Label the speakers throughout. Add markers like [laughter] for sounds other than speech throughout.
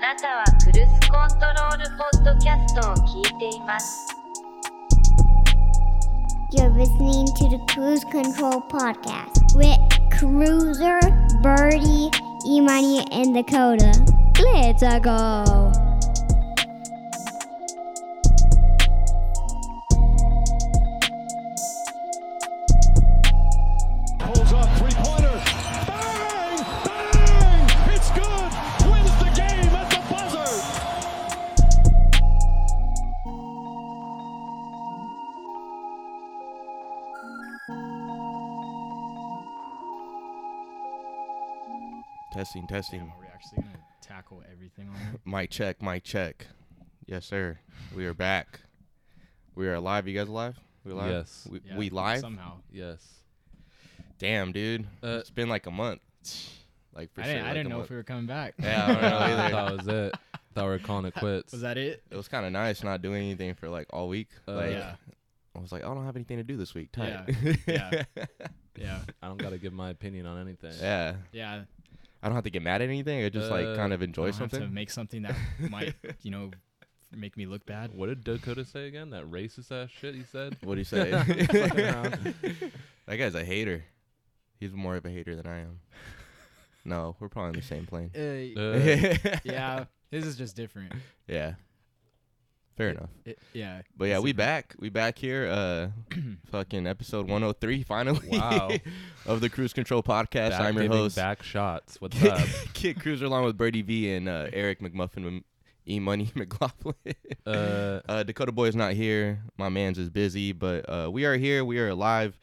Speaker 1: なたはクルスコントロールポッドキャストを聞いています。
Speaker 2: You're listening to the Cruise Control Podcast with Cruiser, Birdie, Imani, and Dakota. Let's go!
Speaker 3: Pulls up three pointer. Bang! Bang! It's good. Wins the game at the buzzer.
Speaker 4: Testing, testing.
Speaker 5: Are we actually gonna tackle everything on
Speaker 4: [laughs]
Speaker 5: it?
Speaker 4: Mic check, mic check. Yes, sir. We are back. We are alive. You guys alive? We live?
Speaker 6: Yes.
Speaker 4: We,
Speaker 5: Yeah,
Speaker 4: we live?
Speaker 5: somehow.
Speaker 6: Yes.
Speaker 4: Damn, dude.
Speaker 6: Uh,
Speaker 4: it's been like a month. Like for
Speaker 5: I
Speaker 4: sure.
Speaker 5: didn't, I
Speaker 4: like
Speaker 5: didn't
Speaker 4: a
Speaker 5: know
Speaker 4: month.
Speaker 5: if we were coming back.
Speaker 4: Yeah, I don't know either.
Speaker 6: [laughs] that was it. Thought we were calling it
Speaker 5: [laughs]
Speaker 6: quits. [laughs]
Speaker 5: was that it?
Speaker 4: It was kind of nice not doing anything for like all week.
Speaker 6: Uh,
Speaker 4: like
Speaker 5: yeah,
Speaker 4: I was like, I don't have anything to do this week. Tight.
Speaker 5: Yeah, yeah,
Speaker 6: I don't gotta give my opinion on anything.
Speaker 4: [laughs] Yeah. [laughs]
Speaker 5: yeah.
Speaker 4: I don't have to get mad at anything. I just like
Speaker 6: Uh,
Speaker 4: kind of
Speaker 5: I
Speaker 4: enjoy
Speaker 5: don't have to
Speaker 4: something.
Speaker 5: make
Speaker 4: [laughs]
Speaker 5: something that might, you know, make me look bad.
Speaker 6: What did Dakota say again? That racist ass shit he said.
Speaker 4: [laughs] What do you
Speaker 5: [laughs]
Speaker 4: say?
Speaker 6: Fucking [laughs] around.
Speaker 4: that guy's a hater. He's more of a hater than I am. No, we're probably on the same plane.
Speaker 5: Uh,
Speaker 6: [laughs]
Speaker 4: [laughs]
Speaker 6: Uh,
Speaker 5: [laughs] yeah, this is just different.
Speaker 4: Yeah. Fair enough.
Speaker 5: It, yeah,
Speaker 4: But yeah,
Speaker 5: it's
Speaker 4: we
Speaker 5: different.
Speaker 4: back. We back here.
Speaker 6: [clears throat]
Speaker 4: Uh fucking episode 103 finally.
Speaker 6: Wow.
Speaker 4: [laughs] of the Cruise Control podcast.
Speaker 6: back
Speaker 4: I'm your
Speaker 6: giving
Speaker 4: host.
Speaker 6: Back shots. What's up?
Speaker 4: [laughs] Kid Cruiser along with Birdie V and uh, Eric McMuffin with E Money [laughs] McLaughlin.
Speaker 6: uh,
Speaker 4: uh Dakota Boy is not here. My man's is busy, but uh we are here. We are alive.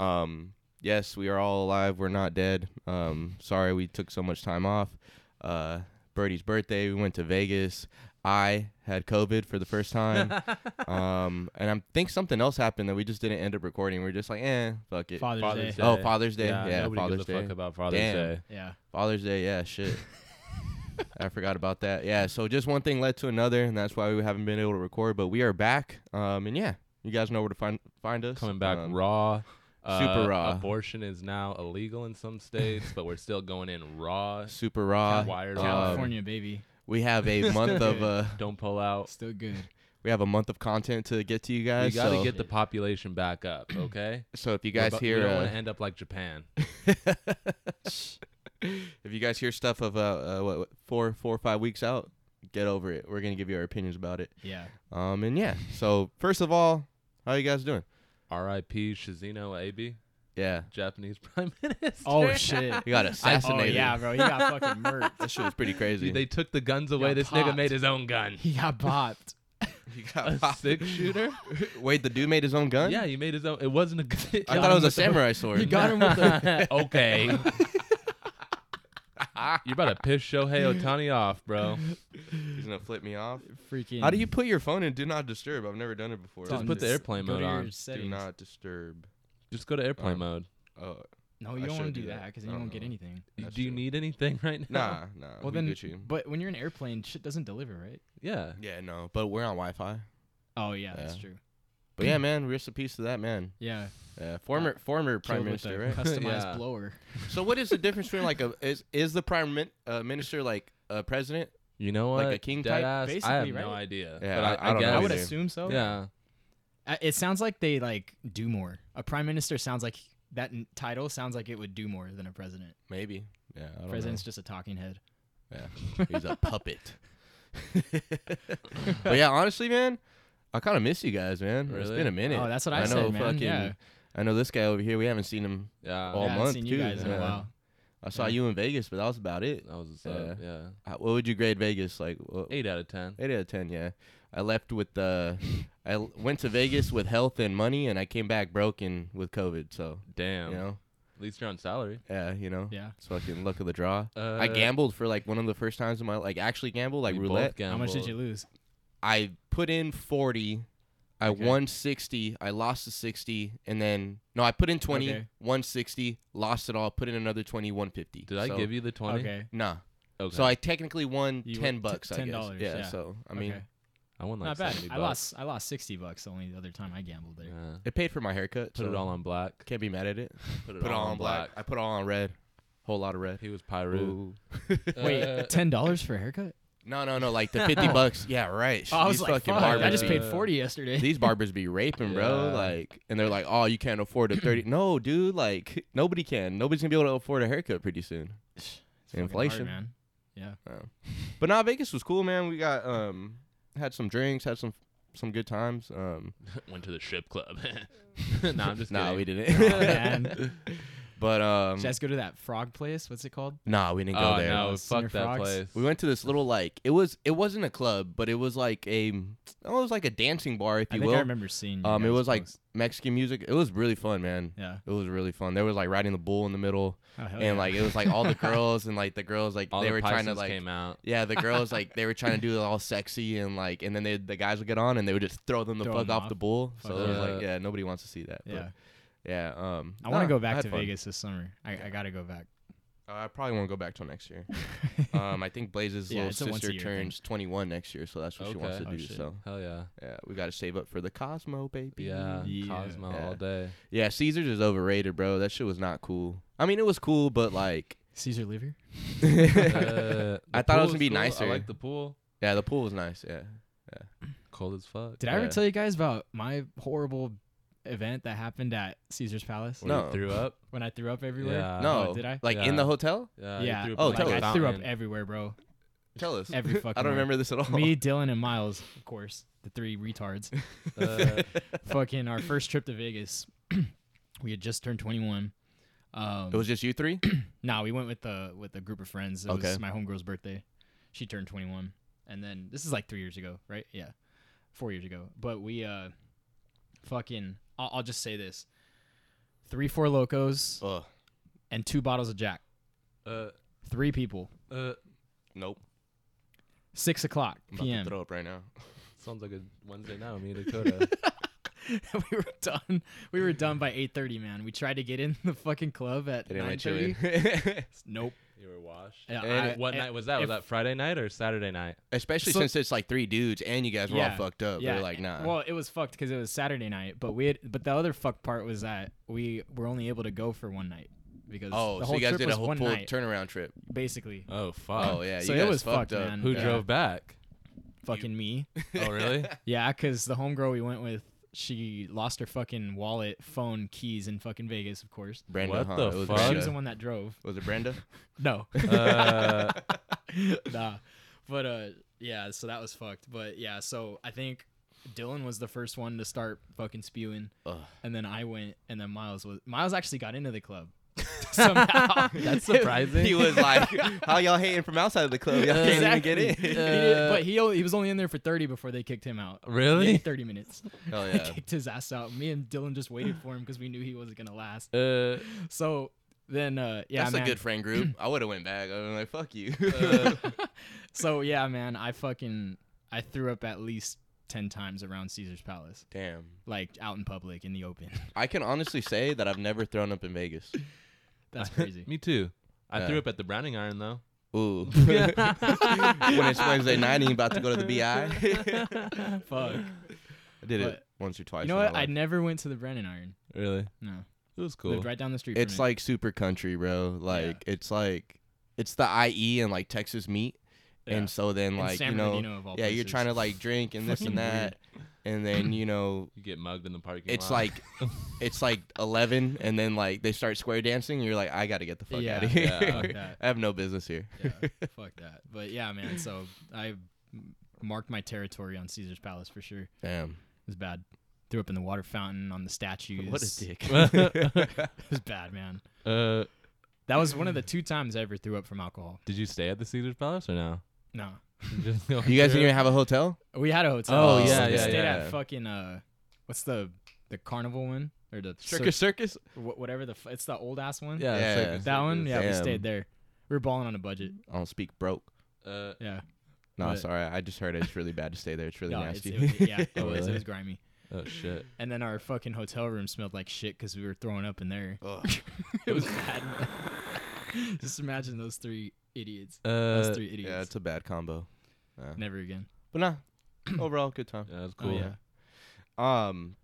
Speaker 4: Um yes, we are all alive. We're not dead. Um sorry we took so much time off. Uh Birdie's birthday, we went to Vegas. I had COVID for the first time. um, and I think something else happened that we just didn't end up recording. We are just like, eh, fuck it.
Speaker 5: Father's,
Speaker 6: Father's
Speaker 5: Day.
Speaker 6: Day.
Speaker 4: Oh, Father's Day. Yeah,
Speaker 6: nobody
Speaker 4: Father's
Speaker 6: gives a
Speaker 4: Day.
Speaker 6: fuck about Father's
Speaker 4: Damn.
Speaker 6: Day.
Speaker 5: Yeah,
Speaker 4: Father's Day, yeah,
Speaker 6: [laughs]
Speaker 4: shit. I forgot about that. Yeah, so just one thing led to another, and that's why we haven't been able to record. But we are back. Um, and yeah, you guys know where to find find us.
Speaker 6: Coming back
Speaker 4: Um,
Speaker 6: raw.
Speaker 4: super
Speaker 6: Uh,
Speaker 4: raw.
Speaker 6: Abortion is now illegal in some states, but we're still going in raw.
Speaker 4: super raw.
Speaker 6: Wired
Speaker 4: Um,
Speaker 5: California baby,
Speaker 4: we have
Speaker 6: [laughs]
Speaker 4: a month of uh,
Speaker 6: Don't pull out.
Speaker 5: still good.
Speaker 4: we have a month of content to get to you
Speaker 6: We
Speaker 4: guys.
Speaker 6: gotta
Speaker 4: so,
Speaker 6: get the population back up, okay?
Speaker 4: so if you guys
Speaker 6: We're bu- we
Speaker 4: hear
Speaker 6: don't
Speaker 4: uh,
Speaker 6: want to end up like Japan.
Speaker 4: [laughs] if you guys hear stuff of uh, uh what, what four four or five weeks out, get over it. We're gonna give you our opinions about it.
Speaker 5: Yeah,
Speaker 4: Um and yeah, so first of all, how you guys doing?
Speaker 6: R.I.P. Shizino Abe,
Speaker 4: Yeah,
Speaker 6: Japanese [laughs] Prime Minister. [laughs]
Speaker 5: oh [laughs] shit.
Speaker 4: he got
Speaker 5: Oh
Speaker 4: assassinated.
Speaker 5: yeah, bro, he
Speaker 4: [laughs]
Speaker 5: got fucking murked.
Speaker 4: that shit was pretty crazy.
Speaker 5: [laughs]
Speaker 6: Dude, they took the guns away.
Speaker 5: Got
Speaker 6: This
Speaker 5: popped.
Speaker 6: nigga made his own gun.
Speaker 5: He got bopped.
Speaker 4: He
Speaker 6: A
Speaker 4: got popped.
Speaker 6: six shooter?
Speaker 4: [laughs] Wait, the dude made his own gun?
Speaker 6: [laughs] yeah, he made his own. It wasn't a [laughs] gun.
Speaker 4: I thought it was a
Speaker 5: [laughs]
Speaker 4: samurai sword.
Speaker 5: He got him with the.
Speaker 6: [laughs]
Speaker 4: [laughs]
Speaker 5: [laughs]
Speaker 6: okay. You're about to piss Shohei Otani off, [laughs] bro.
Speaker 4: He's gonna flip me
Speaker 5: [laughs]
Speaker 4: off.
Speaker 5: Freaking.
Speaker 4: How do you put your phone in do not disturb? I've never done it before.
Speaker 6: Just put the airplane
Speaker 5: go
Speaker 6: mode
Speaker 5: to your
Speaker 6: on.
Speaker 4: do
Speaker 5: settings.
Speaker 4: not disturb.
Speaker 6: Just go to airplane
Speaker 4: Um,
Speaker 6: mode.
Speaker 4: Oh I
Speaker 5: No, you don't
Speaker 4: should
Speaker 5: want to
Speaker 4: do
Speaker 5: do
Speaker 4: that.
Speaker 5: that because
Speaker 4: I
Speaker 5: then you
Speaker 4: don't
Speaker 5: won't get
Speaker 4: know.
Speaker 5: anything.
Speaker 4: that's
Speaker 6: Do you
Speaker 4: true.
Speaker 6: need anything [laughs] right
Speaker 4: nah,
Speaker 6: now?
Speaker 4: nah.
Speaker 5: [laughs] Well,
Speaker 4: we
Speaker 5: then,
Speaker 4: Gucci.
Speaker 5: but when you're in an airplane, shit doesn't deliver, right?
Speaker 6: Yeah.
Speaker 4: Yeah, no. But we're on Wi Fi.
Speaker 5: Oh yeah, that's
Speaker 4: Yeah.
Speaker 5: true. Hmm.
Speaker 4: But yeah, man, rest in peace to that man.
Speaker 5: Yeah,
Speaker 4: Yeah, former former prime
Speaker 5: killed with
Speaker 4: minister,
Speaker 5: a
Speaker 4: right? [laughs]
Speaker 5: Customized
Speaker 6: Yeah.
Speaker 5: blower.
Speaker 4: So what is the difference between
Speaker 5: [laughs]
Speaker 4: like a is is the prime min, uh, minister like a president?
Speaker 6: You know what?
Speaker 4: Like a king
Speaker 6: Dead
Speaker 4: type?
Speaker 6: ass,
Speaker 5: Basically,
Speaker 6: I have
Speaker 5: right?
Speaker 6: no idea.
Speaker 4: Yeah,
Speaker 6: but
Speaker 4: I-
Speaker 6: I,
Speaker 4: I don't know
Speaker 6: guess.
Speaker 5: I would
Speaker 4: either.
Speaker 5: assume so.
Speaker 6: Yeah.
Speaker 5: I- It sounds like they like do more. A prime minister sounds like that n- title sounds like it would do more than a president.
Speaker 4: Maybe. Yeah, I don't
Speaker 5: President's just a talking head.
Speaker 4: know. [laughs] He's a puppet. but yeah, honestly, man, I kind of miss you guys, man. It's
Speaker 6: Really?
Speaker 4: been a minute.
Speaker 5: Oh, that's what I,
Speaker 4: know.
Speaker 5: said, man.
Speaker 4: Fucking,
Speaker 5: yeah,
Speaker 4: I know this guy over here. We haven't seen him.
Speaker 6: Yeah.
Speaker 4: all
Speaker 5: yeah, I haven't
Speaker 4: month,
Speaker 5: seen you
Speaker 4: too.
Speaker 5: guys in
Speaker 4: Yeah.
Speaker 5: a while.
Speaker 4: I saw
Speaker 5: Yeah.
Speaker 4: you in Vegas, but that was about it.
Speaker 6: That was what's up. Yeah.
Speaker 4: Uh, What would you grade Vegas like? What,
Speaker 6: Eight out of ten.
Speaker 4: Eight out of ten, yeah. I left with uh, [laughs] I l- went to Vegas with health and money, and I came back broken with COVID. So
Speaker 6: Damn.
Speaker 4: you know,
Speaker 6: At least you're on salary.
Speaker 4: yeah, you know,
Speaker 5: Yeah.
Speaker 4: it's fucking luck of the draw.
Speaker 6: Uh,
Speaker 4: I gambled for like one of the first times in my like actually gambled like
Speaker 6: we both
Speaker 4: roulette.
Speaker 6: gambled.
Speaker 5: How much did you lose?
Speaker 4: I put in forty. I
Speaker 5: Okay.
Speaker 4: won sixty. I lost the sixty, and then no, I put in 20,
Speaker 5: Okay.
Speaker 4: won sixty, lost it all. Put in another 20, won fifty.
Speaker 6: Did I give you the twenty?
Speaker 5: Okay,
Speaker 4: Nah.
Speaker 6: Okay.
Speaker 4: So I technically won
Speaker 5: You won
Speaker 4: ten
Speaker 5: t-
Speaker 4: bucks. I guess.
Speaker 5: $10,
Speaker 4: yeah,
Speaker 5: yeah.
Speaker 4: So I mean,
Speaker 5: okay.
Speaker 6: I won like
Speaker 5: not bad.
Speaker 6: 70
Speaker 5: I
Speaker 6: bucks.
Speaker 5: lost. I lost sixty bucks the only other time I gambled there.
Speaker 6: Yeah.
Speaker 4: it paid for my haircut.
Speaker 6: Put
Speaker 4: so
Speaker 6: it all on black.
Speaker 4: Can't be mad at it.
Speaker 6: Put
Speaker 4: [laughs]
Speaker 6: it,
Speaker 4: Put it
Speaker 6: all,
Speaker 4: all
Speaker 6: on black.
Speaker 4: I put it all on red. Whole lot of red.
Speaker 6: [laughs] He was Pyru.
Speaker 4: Ooh. [laughs]
Speaker 5: Wait, ten dollars for a haircut?
Speaker 4: No, no, no. Like the fifty bucks. Yeah, right.
Speaker 5: Oh, I was
Speaker 4: These
Speaker 5: like,
Speaker 4: fucking
Speaker 5: fuck,
Speaker 4: barbers.
Speaker 5: I just paid
Speaker 6: uh,
Speaker 5: forty yesterday.
Speaker 4: These barbers be raping, bro.
Speaker 6: Yeah.
Speaker 4: Like, and they're like, "Oh, you can't afford a
Speaker 5: [clears throat]
Speaker 4: 30. no, dude. Like, nobody can. Nobody's gonna be able to afford a haircut pretty soon.
Speaker 5: It's fucking
Speaker 4: inflation. [laughs]
Speaker 5: hard, man. Yeah.
Speaker 4: But nah, Vegas was cool, man. We got um, had some drinks, had some some good times.
Speaker 5: [laughs]
Speaker 4: Um,
Speaker 6: [laughs] Went to the strip club. [laughs] no, I'm just
Speaker 4: nah,
Speaker 6: kidding.
Speaker 4: we didn't. [laughs]
Speaker 5: Oh, man.
Speaker 4: but um,
Speaker 5: Should I just go to that frog place? What's it called?
Speaker 4: nah, we didn't go
Speaker 6: Oh
Speaker 4: there.
Speaker 6: no,
Speaker 5: Singer
Speaker 6: fuck that
Speaker 5: Frogs.
Speaker 6: place.
Speaker 4: We went to this little like it was it wasn't a club, but it was like a oh, it was like a dancing bar, if
Speaker 5: I
Speaker 4: you
Speaker 5: think
Speaker 4: will.
Speaker 5: I remember seeing. you
Speaker 4: um, it
Speaker 5: guys
Speaker 4: was like
Speaker 5: post.
Speaker 4: Mexican music. It was really fun, man.
Speaker 5: Yeah.
Speaker 4: It was really fun. There was like riding the bull in the middle,
Speaker 5: Oh, hell
Speaker 4: and
Speaker 5: yeah.
Speaker 4: like it was like all [laughs]
Speaker 5: [laughs]
Speaker 4: the girls and like the girls like
Speaker 6: All
Speaker 4: they
Speaker 6: the
Speaker 4: were trying to
Speaker 6: Pisces
Speaker 4: like
Speaker 6: came out.
Speaker 4: [laughs] yeah the girls like they were trying to
Speaker 5: [laughs]
Speaker 4: do it all sexy and like and then they the guys would get on and they would just throw them the
Speaker 5: Throw
Speaker 4: fuck
Speaker 5: them
Speaker 4: off,
Speaker 5: off.
Speaker 4: the bull. So
Speaker 5: Fuck
Speaker 4: it was
Speaker 6: yeah.
Speaker 4: like yeah nobody wants to see that.
Speaker 5: Yeah.
Speaker 4: But, yeah. Um.
Speaker 5: I want to
Speaker 4: nah,
Speaker 5: go
Speaker 4: had
Speaker 5: back to
Speaker 4: fun.
Speaker 5: Vegas this summer. I, I gotta go back.
Speaker 4: Uh, I probably won't go back till next
Speaker 5: [laughs]
Speaker 4: year. um. I think Blaze's
Speaker 5: Yeah,
Speaker 4: little
Speaker 5: it's a once a
Speaker 4: sister
Speaker 5: year thing.
Speaker 4: turns 21 next year, so that's what she wants to
Speaker 6: Okay.
Speaker 5: Oh,
Speaker 4: do.
Speaker 5: shit.
Speaker 4: So
Speaker 6: Hell yeah.
Speaker 4: yeah, we got to save up for the Cosmo baby.
Speaker 6: Yeah.
Speaker 5: Yeah.
Speaker 6: Cosmo
Speaker 4: Yeah. [laughs]
Speaker 6: all day.
Speaker 4: Yeah. Caesars is overrated, bro. That shit was not cool. I mean, it was cool, but
Speaker 5: [laughs]
Speaker 4: like.
Speaker 5: Caesar Lever.
Speaker 4: I
Speaker 6: Uh, the
Speaker 4: thought it
Speaker 6: pool
Speaker 4: was gonna be
Speaker 6: cool.
Speaker 4: nicer.
Speaker 6: I like the pool.
Speaker 4: [laughs] Yeah, the pool was nice. Yeah.
Speaker 6: Cold as fuck.
Speaker 5: Did I ever
Speaker 4: Yeah.
Speaker 5: tell you guys about my horrible event that happened at Caesar's Palace
Speaker 6: Where you
Speaker 4: No.
Speaker 6: threw up.
Speaker 5: when I threw up everywhere?
Speaker 6: Yeah.
Speaker 4: no.
Speaker 5: Oh, did I?
Speaker 4: Like in the
Speaker 6: Yeah.
Speaker 4: hotel?
Speaker 6: Yeah. Uh, you
Speaker 5: yeah.
Speaker 6: threw up
Speaker 4: Oh,
Speaker 6: in, like,
Speaker 4: tell
Speaker 6: a
Speaker 4: us.
Speaker 5: I threw up
Speaker 6: fountain.
Speaker 5: everywhere, bro.
Speaker 4: [laughs] Tell us.
Speaker 5: Every
Speaker 4: I
Speaker 5: fucking
Speaker 4: don't
Speaker 5: way.
Speaker 4: remember this at all.
Speaker 5: Me, Dylan, and Miles, of course, the three retards.
Speaker 6: Uh,
Speaker 5: fucking our first trip to Vegas. [clears throat] we had just turned 21. Um,
Speaker 4: [laughs] It was just you
Speaker 5: [clears throat]
Speaker 4: three?
Speaker 5: Nah, we went with the with a group of friends. It
Speaker 4: Okay.
Speaker 5: was my homegirl's birthday. She turned 21, and then this is like three years ago, right? Yeah, four years ago. But we, uh, fucking, I'll, I'll just say this: three, four locos
Speaker 4: Ugh.
Speaker 5: and two bottles of Jack.
Speaker 6: uh,
Speaker 5: Three people.
Speaker 6: uh,
Speaker 4: Nope.
Speaker 5: Six o'clock
Speaker 4: I'm about to
Speaker 5: p.m.
Speaker 4: throw up right
Speaker 5: [laughs]
Speaker 4: now.
Speaker 6: sounds like a Wednesday night with me and [laughs] Dakota.
Speaker 5: [laughs] we were done. We were done by 8:30, man. We tried to get in the fucking club at
Speaker 4: They didn't let you
Speaker 5: 9:30.
Speaker 4: in.
Speaker 5: Nope.
Speaker 6: you were washed.
Speaker 5: Yeah,
Speaker 4: And
Speaker 5: I- eh,
Speaker 6: what
Speaker 5: and
Speaker 6: night was that?
Speaker 5: if-
Speaker 6: was that Friday night or Saturday night?
Speaker 4: [laughs] Especially
Speaker 5: So-
Speaker 4: since it's like three dudes and you guys were all
Speaker 5: Yeah,
Speaker 4: fucked up. They're like,
Speaker 5: and-
Speaker 4: nah.
Speaker 5: Well, it was fucked because it was Saturday night, but we had, but the other fucked part was that we were only able to go for one night because
Speaker 4: oh,
Speaker 5: the
Speaker 4: so
Speaker 5: whole
Speaker 4: you guys
Speaker 5: trip
Speaker 4: did a
Speaker 5: was
Speaker 4: whole
Speaker 5: one
Speaker 4: full
Speaker 5: night,
Speaker 4: turnaround trip.
Speaker 5: basically.
Speaker 6: Oh fuck.
Speaker 4: Oh yeah,
Speaker 5: so
Speaker 4: you
Speaker 5: it
Speaker 4: guys
Speaker 5: was
Speaker 4: fucked
Speaker 5: fucked,
Speaker 4: up.
Speaker 5: man.
Speaker 6: Who
Speaker 5: Yeah.
Speaker 6: drove back?
Speaker 4: [laughs]
Speaker 5: Fucking me.
Speaker 6: [laughs] Oh really?
Speaker 5: Yeah, because the homegirl we went with, she lost her fucking wallet, phone, keys in fucking Vegas, of course.
Speaker 4: Brenda,
Speaker 6: What
Speaker 4: huh?
Speaker 6: the
Speaker 4: it was
Speaker 6: fuck?
Speaker 5: She
Speaker 4: Brenda.
Speaker 5: was the one that drove.
Speaker 4: Was it Brenda?
Speaker 5: [laughs]
Speaker 4: [laughs]
Speaker 5: No,
Speaker 6: [laughs] uh,
Speaker 5: nah. But uh, yeah. So that was fucked. But yeah. So I think Dylan was the first one to start fucking spewing.
Speaker 4: Ugh.
Speaker 5: and then I went, and then Miles was Miles actually got into the
Speaker 6: [laughs]
Speaker 5: club. [laughs] Somehow [laughs]
Speaker 6: that's surprising.
Speaker 4: He [laughs] was like, "How y'all hating from outside of the club? Y'all can't even get
Speaker 5: He
Speaker 4: in."
Speaker 5: did- but he only, he was only in there for thirty before they kicked him out.
Speaker 6: Uh, really?
Speaker 5: Thirty minutes. [laughs]
Speaker 4: Hell
Speaker 5: They
Speaker 4: Oh, yeah.
Speaker 5: kicked his ass out. Me and Dylan just waited for him because we knew he wasn't gonna last.
Speaker 6: Uh,
Speaker 5: So then, uh, yeah,
Speaker 4: That's
Speaker 5: man.
Speaker 4: a good
Speaker 5: [laughs]
Speaker 4: friend group. I would have went back. I would like, "Fuck you."
Speaker 6: Uh.
Speaker 4: Uh.
Speaker 5: so yeah, man, I fucking I threw up at least ten times around Caesar's Palace,
Speaker 4: [laughs] Damn.
Speaker 5: like out in public in the open. [laughs]
Speaker 4: I can honestly say that I've never thrown up in Vegas. [laughs]
Speaker 5: That's crazy.
Speaker 6: me too. I
Speaker 4: Yeah.
Speaker 6: threw up at the Browning Iron though.
Speaker 4: Ooh. when it's Wednesday night and you about to go to the BI.
Speaker 5: Fuck.
Speaker 4: I did it
Speaker 5: But-
Speaker 4: once or twice.
Speaker 5: You know
Speaker 4: in my
Speaker 5: what? I
Speaker 4: life.
Speaker 5: never went to the Brennan Iron.
Speaker 6: Really?
Speaker 5: No,
Speaker 6: It was
Speaker 5: lived
Speaker 6: cool.
Speaker 5: right down the street.
Speaker 4: It's
Speaker 5: from it.
Speaker 4: like super country, bro. Like it's like it's the IE and like Texas meat,
Speaker 5: Yeah.
Speaker 4: and so then
Speaker 5: In
Speaker 4: like
Speaker 5: San
Speaker 4: you know,
Speaker 5: Bernardino, of all
Speaker 4: yeah, you're
Speaker 5: places.
Speaker 4: trying to like drink and this and
Speaker 5: Fucking
Speaker 4: that, and then you
Speaker 5: [laughs]
Speaker 4: know
Speaker 6: You get mugged in the parking
Speaker 4: it's
Speaker 6: lot.
Speaker 4: like it's like 11 and then like they start square dancing and you're like i gotta get the fuck
Speaker 5: Yeah,
Speaker 4: out of here
Speaker 6: yeah,
Speaker 5: fuck that.
Speaker 4: [laughs] i have no business here
Speaker 5: [laughs]
Speaker 4: [laughs]
Speaker 5: yeah, fuck that. But yeah, man. So I m- marked my territory on Caesar's Palace for sure. It
Speaker 4: damn
Speaker 5: was bad. Threw up in the water fountain on the statues.
Speaker 4: what a dick
Speaker 5: [laughs] It was bad, man.
Speaker 6: [laughs] uh,
Speaker 5: That was one of the two times I ever threw up from alcohol.
Speaker 6: did you stay at the Caesar's Palace or no? [laughs]
Speaker 5: No,
Speaker 6: Just go
Speaker 4: you guys didn't
Speaker 6: through?
Speaker 4: even have a hotel
Speaker 5: we had a hotel.
Speaker 6: Oh,
Speaker 5: We
Speaker 4: yeah,
Speaker 5: s- we
Speaker 4: yeah,
Speaker 5: Stayed
Speaker 4: yeah.
Speaker 5: at fucking uh, what's the the carnival one or the
Speaker 4: circus circus
Speaker 5: cir- wh- whatever the f- it's the old ass one.
Speaker 6: Yeah,
Speaker 4: Yeah.
Speaker 6: Circus,
Speaker 5: that one. Yeah,
Speaker 6: Circus.
Speaker 5: we
Speaker 4: Damn.
Speaker 5: stayed there. We were balling on a budget.
Speaker 4: i don't speak broke
Speaker 6: Uh,
Speaker 5: Yeah,
Speaker 4: no
Speaker 5: But-
Speaker 4: sorry i just heard it's really bad to stay there it's really
Speaker 5: [laughs] no, it's,
Speaker 4: nasty
Speaker 5: it
Speaker 4: [laughs]
Speaker 5: was, yeah, it
Speaker 6: Oh,
Speaker 5: was. It
Speaker 6: really?
Speaker 5: was grimy.
Speaker 6: oh shit.
Speaker 5: And then our fucking hotel room smelled like shit because we were throwing up in
Speaker 6: [laughs]
Speaker 5: there.
Speaker 4: Ugh.
Speaker 5: it was bad. [laughs] Just imagine those three idiots.
Speaker 6: Uh,
Speaker 5: those three idiots.
Speaker 4: yeah it's a bad combo
Speaker 5: Never again.
Speaker 4: but
Speaker 5: [clears throat]
Speaker 4: nah overall good time
Speaker 6: yeah, that's cool.
Speaker 5: Oh, yeah.
Speaker 4: um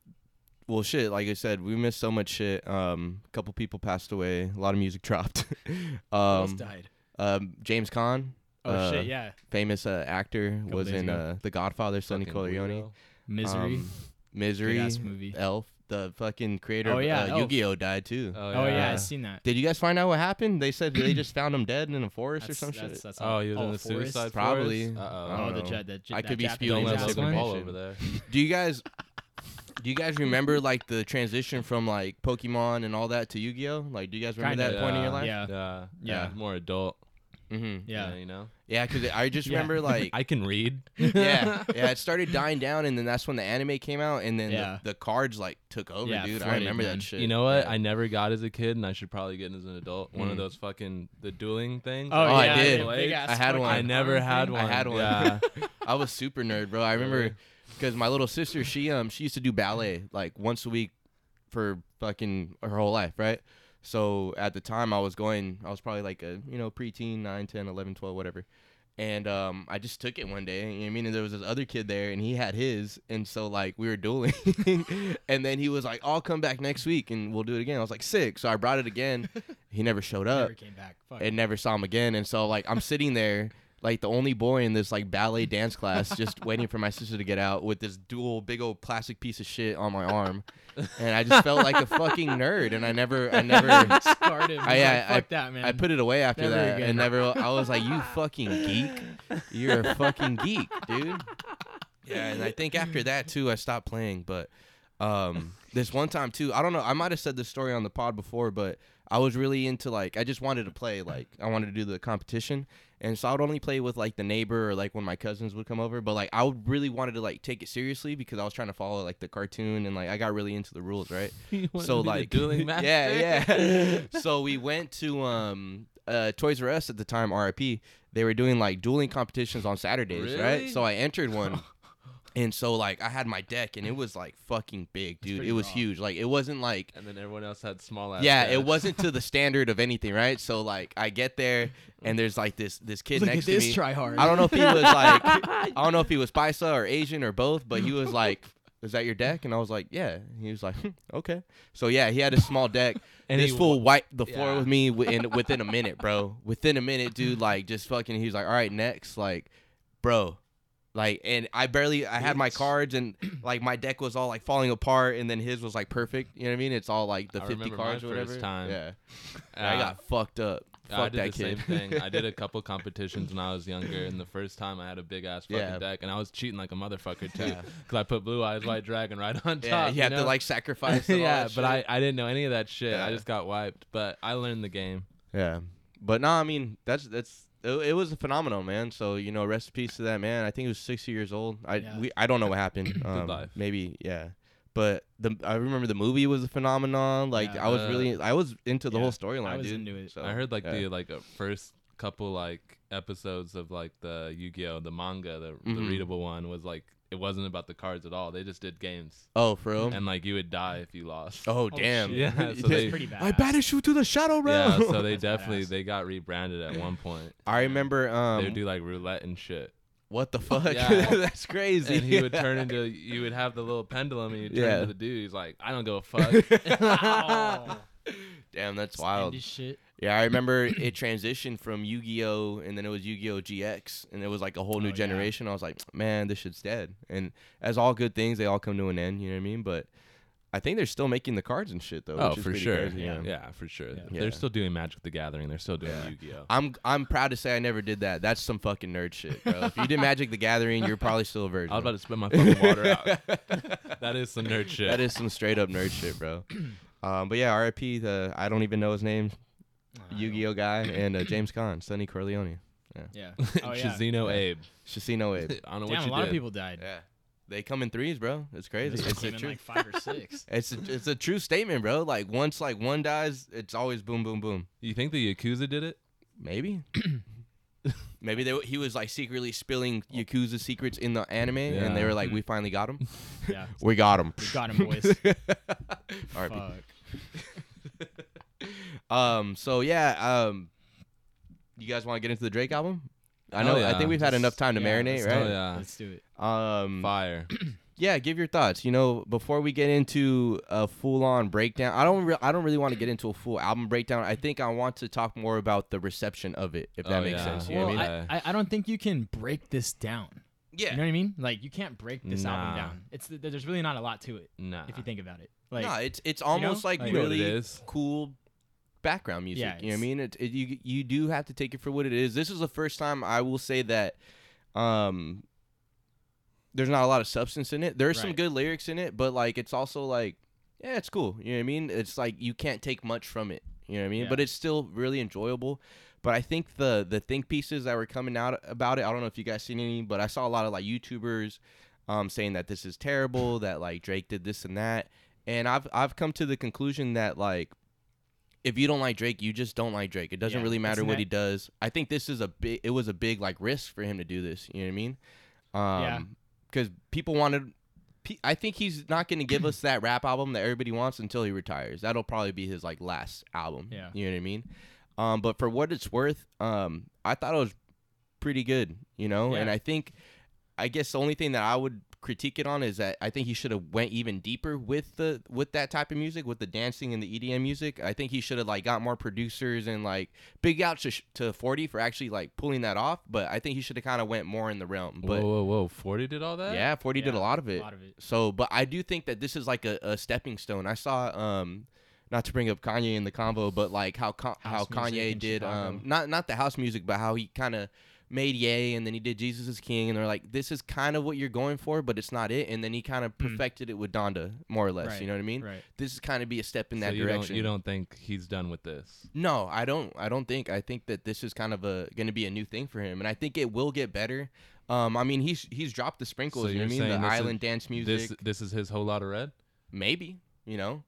Speaker 4: well shit like i said we missed so much shit um a [laughs] couple people passed away a lot of music dropped
Speaker 5: Who else
Speaker 4: um
Speaker 5: died.
Speaker 4: um james Caan
Speaker 5: Oh
Speaker 4: uh,
Speaker 5: shit, yeah.
Speaker 4: Famous uh, actor
Speaker 5: Couple
Speaker 4: was
Speaker 5: days
Speaker 4: in
Speaker 5: ago.
Speaker 4: uh, The Godfather, Sonny
Speaker 6: Fucking
Speaker 4: Corleone.
Speaker 6: weirdo.
Speaker 5: Misery.
Speaker 4: Um, Misery.
Speaker 5: Good-ass movie.
Speaker 4: Elf. The fucking creator
Speaker 5: Oh,
Speaker 4: of
Speaker 5: yeah,
Speaker 4: uh,
Speaker 5: Elf.
Speaker 4: Yu-Gi-Oh died too.
Speaker 6: Oh
Speaker 5: oh yeah,
Speaker 4: yeah.
Speaker 5: I've seen that.
Speaker 4: Did you guys find out what happened? They said they just found him dead in a forest
Speaker 5: That's,
Speaker 4: or some
Speaker 5: that's,
Speaker 4: shit.
Speaker 5: that's
Speaker 6: Oh,
Speaker 5: not-
Speaker 6: he was in
Speaker 5: oh,
Speaker 6: the
Speaker 5: forest?
Speaker 6: suicide
Speaker 4: Probably.
Speaker 6: Uh
Speaker 4: I
Speaker 6: oh.
Speaker 5: Oh,
Speaker 4: don't
Speaker 5: the
Speaker 4: know.
Speaker 5: jet that j-
Speaker 4: I
Speaker 5: that
Speaker 4: could be
Speaker 5: Japanese
Speaker 4: spewing
Speaker 6: Don't
Speaker 4: Don't
Speaker 6: let
Speaker 4: let
Speaker 5: ass
Speaker 6: that
Speaker 4: Logan
Speaker 5: one.
Speaker 4: Paul
Speaker 6: ball
Speaker 4: mention.
Speaker 6: over there.
Speaker 4: Do you guys do you guys remember like the transition from like Pokemon and all that to Yu-Gi-Oh? Like do you guys remember
Speaker 5: Kinda,
Speaker 4: that point in your
Speaker 6: yeah.
Speaker 4: life?
Speaker 5: Yeah,
Speaker 6: Yeah.
Speaker 5: Yeah.
Speaker 6: Yeah. More adult.
Speaker 4: hmm
Speaker 5: yeah.
Speaker 6: You know.
Speaker 4: Yeah, cuz I just
Speaker 5: Yeah.
Speaker 4: remember [laughs]
Speaker 5: [laughs]
Speaker 4: like
Speaker 6: I can read.
Speaker 4: [laughs]
Speaker 6: [laughs]
Speaker 4: yeah, yeah, it started dying down and then that's when the anime came out and then
Speaker 5: Yeah.
Speaker 4: the, the cards like took over,
Speaker 5: Yeah,
Speaker 4: dude. I
Speaker 5: flooded,
Speaker 4: remember
Speaker 5: man.
Speaker 4: that shit.
Speaker 6: You know what?
Speaker 4: Yeah.
Speaker 6: I never got as a kid, and I should probably get as an adult. One
Speaker 4: Mm.
Speaker 6: of those fucking the dueling things.
Speaker 5: Oh,
Speaker 4: I
Speaker 5: yeah,
Speaker 4: did.
Speaker 5: the big ass
Speaker 4: I had
Speaker 5: fucking
Speaker 4: one.
Speaker 6: I never
Speaker 5: arm
Speaker 6: had
Speaker 5: thing.
Speaker 6: one.
Speaker 4: I had one. [laughs]
Speaker 6: Yeah.
Speaker 4: I was super nerd, bro. I remember
Speaker 6: Really?
Speaker 4: because my little sister, she um, she used to do ballet like once a week for fucking her whole life, right? So at the time, I was going, I was probably like a you know preteen, 9, 10, 11, 12, whatever. And um, I just took it one day. You know what I mean? And there was this other kid there, and he had his, and so like we were dueling. [laughs] and then he was like, "I'll come back next week, and we'll do it again." I was like, "Sick!" So I brought it again. He never showed up
Speaker 5: Never came back. Fuck. [laughs]
Speaker 4: and never saw him again. And so like I'm sitting there, like the only boy in this like ballet dance class, just waiting for my sister to get out with this dual big old plastic piece of shit on my arm, and I just felt like a fucking nerd. And I never, I never,
Speaker 5: Scarred him.
Speaker 4: I-
Speaker 5: He's
Speaker 4: I-
Speaker 5: like, fuck that, man.
Speaker 4: I put it away after
Speaker 5: Never
Speaker 4: that,
Speaker 5: again.
Speaker 4: and never. I was like, you fucking geek, you're a fucking geek, dude. Yeah, and I think
Speaker 5: [laughs]
Speaker 4: after that too, I stopped playing. But um, this one time too, I don't know. I might have said this story on the pod before, but I was really into like I just wanted to play. Like I wanted to do the competition, and so I would only play with like the neighbor or like when my cousins would come over. But like I would really wanted to like take it seriously because I was trying to follow like the cartoon and like I got really into the rules, right? so like
Speaker 6: dueling
Speaker 4: [laughs]
Speaker 6: master.
Speaker 4: yeah,
Speaker 5: [laughs]
Speaker 4: yeah. so we went to um uh Toys R Us at the time, RIP. They were doing like dueling competitions on Saturdays, right?
Speaker 6: Really?
Speaker 4: So I entered
Speaker 5: [laughs]
Speaker 4: one. And so like I had my deck and it was like fucking big, dude.
Speaker 5: pretty
Speaker 4: It was
Speaker 5: raw.
Speaker 4: huge. Like it wasn't like
Speaker 6: And then everyone else had small ass.
Speaker 4: yeah, it
Speaker 6: dads.
Speaker 4: wasn't to the standard of anything, right? So like I get
Speaker 5: [laughs]
Speaker 4: there and there's like this this kid
Speaker 5: Look
Speaker 4: next
Speaker 5: at this
Speaker 4: to me.
Speaker 5: try hard.
Speaker 4: I don't know if he was
Speaker 6: [laughs]
Speaker 4: like I don't know if he was Paisa or Asian or both, but he was like, "Is that your deck?" And I was like, "Yeah." And he was like, "Hmm, "Okay." So yeah, he had a small deck, and
Speaker 6: [laughs] And
Speaker 4: this
Speaker 6: he
Speaker 4: fool wiped the floor
Speaker 6: yeah.
Speaker 4: with me within within a minute, bro. Within a minute,
Speaker 6: [laughs]
Speaker 4: dude. Like just fucking. He was like, "All right, next." Like, bro. Like and I barely I had my
Speaker 5: Bitch.
Speaker 4: cards
Speaker 6: [clears throat]
Speaker 4: and like my deck was all like falling apart and then his was like perfect. You know what I mean? It's all like the
Speaker 6: I
Speaker 4: fifty
Speaker 6: remember
Speaker 4: cards or
Speaker 6: my
Speaker 4: whatever.
Speaker 6: first time.
Speaker 4: Yeah.
Speaker 6: Yeah.
Speaker 4: I got fucked up.
Speaker 6: Yeah,
Speaker 4: Fuck
Speaker 6: I did
Speaker 4: that
Speaker 6: the
Speaker 4: kid.
Speaker 6: same thing. I
Speaker 4: [laughs]
Speaker 6: did a couple competitions when I was younger, and the first time I had a big ass fucking
Speaker 4: Yeah.
Speaker 6: deck, and I was cheating like a motherfucker too,
Speaker 4: Yeah.
Speaker 6: because I put Blue Eyes White Dragon right on top.
Speaker 4: yeah, you, have to
Speaker 6: know?
Speaker 4: like
Speaker 6: [laughs]
Speaker 4: sacrifice. and all
Speaker 6: yeah,
Speaker 4: that
Speaker 6: but
Speaker 4: shit.
Speaker 6: I, I didn't know any of that shit.
Speaker 4: Yeah.
Speaker 6: I just got wiped. But I learned the game.
Speaker 4: Yeah, but no, I mean that's that's it, it was a phenomenon, man. So you know, rest in peace to that man. I think he was sixty years old. I
Speaker 5: Yeah.
Speaker 4: we I don't know what
Speaker 6: [coughs]
Speaker 4: happened. um,
Speaker 6: life.
Speaker 4: Maybe yeah. But the I remember the movie was a phenomenon. Like
Speaker 5: Yeah.
Speaker 4: I was
Speaker 6: Uh,
Speaker 4: really I was into the
Speaker 5: yeah,
Speaker 4: whole
Speaker 5: I
Speaker 4: storyline,
Speaker 5: was
Speaker 4: dude.
Speaker 5: into it.
Speaker 4: So,
Speaker 6: I heard like
Speaker 4: Oh, yeah.
Speaker 6: the like uh, first couple like episodes of like the Yu-Gi-Oh, the manga, the, the
Speaker 4: Mhm.
Speaker 6: readable one was like it wasn't about the cards at all. They just did games,
Speaker 4: oh for real.
Speaker 6: and like you would die if you lost.
Speaker 4: oh damn. [laughs]
Speaker 5: shit.
Speaker 6: Yeah, so
Speaker 5: That's
Speaker 6: they-
Speaker 5: pretty bad.
Speaker 4: I banish you to the shadow
Speaker 6: Yeah,
Speaker 4: realm.
Speaker 6: so they
Speaker 5: That's
Speaker 6: definitely
Speaker 5: badass.
Speaker 6: they got rebranded at one point.
Speaker 4: [laughs] I remember
Speaker 6: they
Speaker 4: um
Speaker 6: would do like roulette
Speaker 4: [laughs]
Speaker 6: and shit.
Speaker 4: what the fuck? [laughs]
Speaker 6: [laughs] Yeah.
Speaker 4: That's crazy.
Speaker 6: And he
Speaker 4: [laughs]
Speaker 6: would [laughs] turn into you would have the little pendulum and you would turn
Speaker 4: Yeah.
Speaker 6: into the dude. He's like, I
Speaker 4: [laughs]
Speaker 6: don't give a [laughs] fuck.
Speaker 4: Damn, that's wild.
Speaker 5: Oh, Shit.
Speaker 4: Yeah, I remember it transitioned from Yu Gi Oh! and then it was Yu Gi Oh! GX, and it was like a whole
Speaker 5: Oh,
Speaker 4: new
Speaker 5: yeah.
Speaker 4: generation. I was like, man, this shit's dead. And as all good things, they all come to an end, you know what I mean? But I think they're still making the cards and shit, though.
Speaker 6: oh,
Speaker 4: which is
Speaker 6: for
Speaker 4: pretty
Speaker 6: sure.
Speaker 4: crazy,
Speaker 6: yeah.
Speaker 4: yeah.
Speaker 6: for sure.
Speaker 5: Yeah.
Speaker 4: Yeah.
Speaker 6: They're still doing Magic the Gathering. They're still doing
Speaker 4: Yeah.
Speaker 6: Yu-Gi-Oh.
Speaker 4: I'm I'm proud to say I never did that. That's some fucking nerd shit, bro. if you
Speaker 6: [laughs]
Speaker 4: did Magic the Gathering, you're probably still a virgin.
Speaker 6: I was about to
Speaker 4: [laughs]
Speaker 6: spit my fucking water out. that is some nerd shit.
Speaker 4: that is some straight up nerd shit,
Speaker 6: [clears throat]
Speaker 4: bro. Um, but yeah, RIP. The I don't even know his name, Yu Gi Oh guy, and uh, James Caan, Sonny Corleone,
Speaker 5: Yeah.
Speaker 4: [laughs]
Speaker 5: Oh yeah.
Speaker 6: Chizino
Speaker 4: Yeah.
Speaker 6: Abe.
Speaker 4: Shasino Abe.
Speaker 6: I don't know
Speaker 5: Damn,
Speaker 6: what
Speaker 5: a
Speaker 6: you
Speaker 5: lot
Speaker 6: did.
Speaker 5: of people died.
Speaker 4: Yeah, they come in threes, bro. It's crazy.
Speaker 5: This one
Speaker 4: It's the
Speaker 5: came in
Speaker 4: truth.
Speaker 5: like five or
Speaker 4: [laughs]
Speaker 5: six.
Speaker 4: It's a, it's a true statement, bro. Like once like one dies, it's always boom, boom, boom.
Speaker 6: You think the Yakuza did it?
Speaker 4: Maybe. [clears throat] Maybe they, he was like secretly spilling Yakuza secrets in the anime, and they
Speaker 6: Yeah.
Speaker 4: were like, "We finally got him.
Speaker 5: Yeah.
Speaker 4: we got [laughs] him.
Speaker 5: We got him, boys.
Speaker 4: R.I.P.
Speaker 5: Fuck.
Speaker 4: Um. So yeah. Um. You guys want to get into the Drake album? I
Speaker 6: Oh,
Speaker 4: know. I
Speaker 6: yeah.
Speaker 4: think we've had enough time to
Speaker 5: Yeah,
Speaker 6: Oh,
Speaker 4: marinate,
Speaker 5: let's
Speaker 6: do
Speaker 4: right?
Speaker 6: it. Yeah.
Speaker 5: Let's do it.
Speaker 4: Um.
Speaker 6: Fire.
Speaker 4: yeah, give your thoughts. You know, before we get into a full-on breakdown, I don't, re- I don't really want to get into a full album breakdown. I think I want to talk more about the reception of it, if that
Speaker 6: Oh,
Speaker 4: makes
Speaker 6: yeah.
Speaker 4: sense. You know
Speaker 5: well,
Speaker 4: what I mean?
Speaker 5: I, I, I don't think you can break this down.
Speaker 4: yeah.
Speaker 5: You know what I mean? Like you can't break this album
Speaker 6: Nah.
Speaker 5: down. It's th- there's really not a lot to it
Speaker 6: [clears throat] Nah.
Speaker 5: if you think about it. Like
Speaker 4: no, it's it's almost like,
Speaker 5: Like-
Speaker 6: You know what it
Speaker 4: really
Speaker 6: is?
Speaker 4: cool background music.
Speaker 5: Yeah,
Speaker 4: you know what I
Speaker 5: it's-
Speaker 4: mean? It, it, you you do have to take it for what it is. This is the first time I will say that um there's not a lot of substance in it. There's some
Speaker 5: Right.
Speaker 4: good lyrics in it, but like it's also like yeah, it's cool. You know what I mean? It's like you can't take much from it. You know what I mean?
Speaker 5: Yeah.
Speaker 4: But it's still really enjoyable. But I think the the think pieces that were coming out about it, I don't know if you guys seen any, but I saw a lot of like YouTubers um, saying that this is terrible, that like Drake did this and that, and I've I've come to the conclusion that like if you don't like Drake, you just don't like Drake. It doesn't
Speaker 5: Yeah,
Speaker 4: really matter
Speaker 5: isn't
Speaker 4: what
Speaker 5: that-
Speaker 4: he does. I think this is a big. It was a big like risk for him to do this. You know what I mean? Um,
Speaker 5: Yeah.
Speaker 4: Because people wanted. pe- I think he's not going to give us that rap album that everybody wants until he retires. That'll probably be his like last album.
Speaker 5: Yeah.
Speaker 4: You know what I mean? Um, but for what it's worth, um, I thought it was pretty good. You know,
Speaker 5: Yeah.
Speaker 4: and I think, I guess the only thing that I would critique it on is that I think he should have went even deeper with the with that type of music, with the dancing and the EDM music. I think he should have like got more producers and like big out to, sh- to 40 for actually like pulling that off, but I think he should have kind of went more in the realm. But
Speaker 6: whoa, whoa, whoa! Forty did all that.
Speaker 4: yeah, 40 did a
Speaker 5: Yeah,
Speaker 4: lot of
Speaker 5: a
Speaker 4: it.
Speaker 5: lot of it.
Speaker 4: So, but I do think that this is like a, a stepping stone. I saw um not to bring up Kanye in the convo, but like how Ka- how
Speaker 5: House music
Speaker 4: Kanye
Speaker 5: in
Speaker 4: did um
Speaker 5: Chicago.
Speaker 4: not not the house music, but how he kind of made Ye and then he did Jesus is King and they're like this is kind of what you're going for, but it's not it. And then he kind of perfected it with Donda more or less,
Speaker 5: Mm. Right,
Speaker 4: you know what I mean?
Speaker 5: right.
Speaker 4: This is kind of be a step in
Speaker 6: So
Speaker 4: that
Speaker 6: you
Speaker 4: direction.
Speaker 6: Don't, you don't think he's done with this?
Speaker 4: No, I don't. I don't think. I think that this is kind of a going to be a new thing for him, and I think it will get better. Um, I mean, he's he's dropped the sprinkles.
Speaker 6: so
Speaker 4: you know what I
Speaker 6: saying
Speaker 4: mean? The
Speaker 6: this is-
Speaker 4: island dance music,
Speaker 6: This this is his whole lot of red.
Speaker 4: maybe. You know,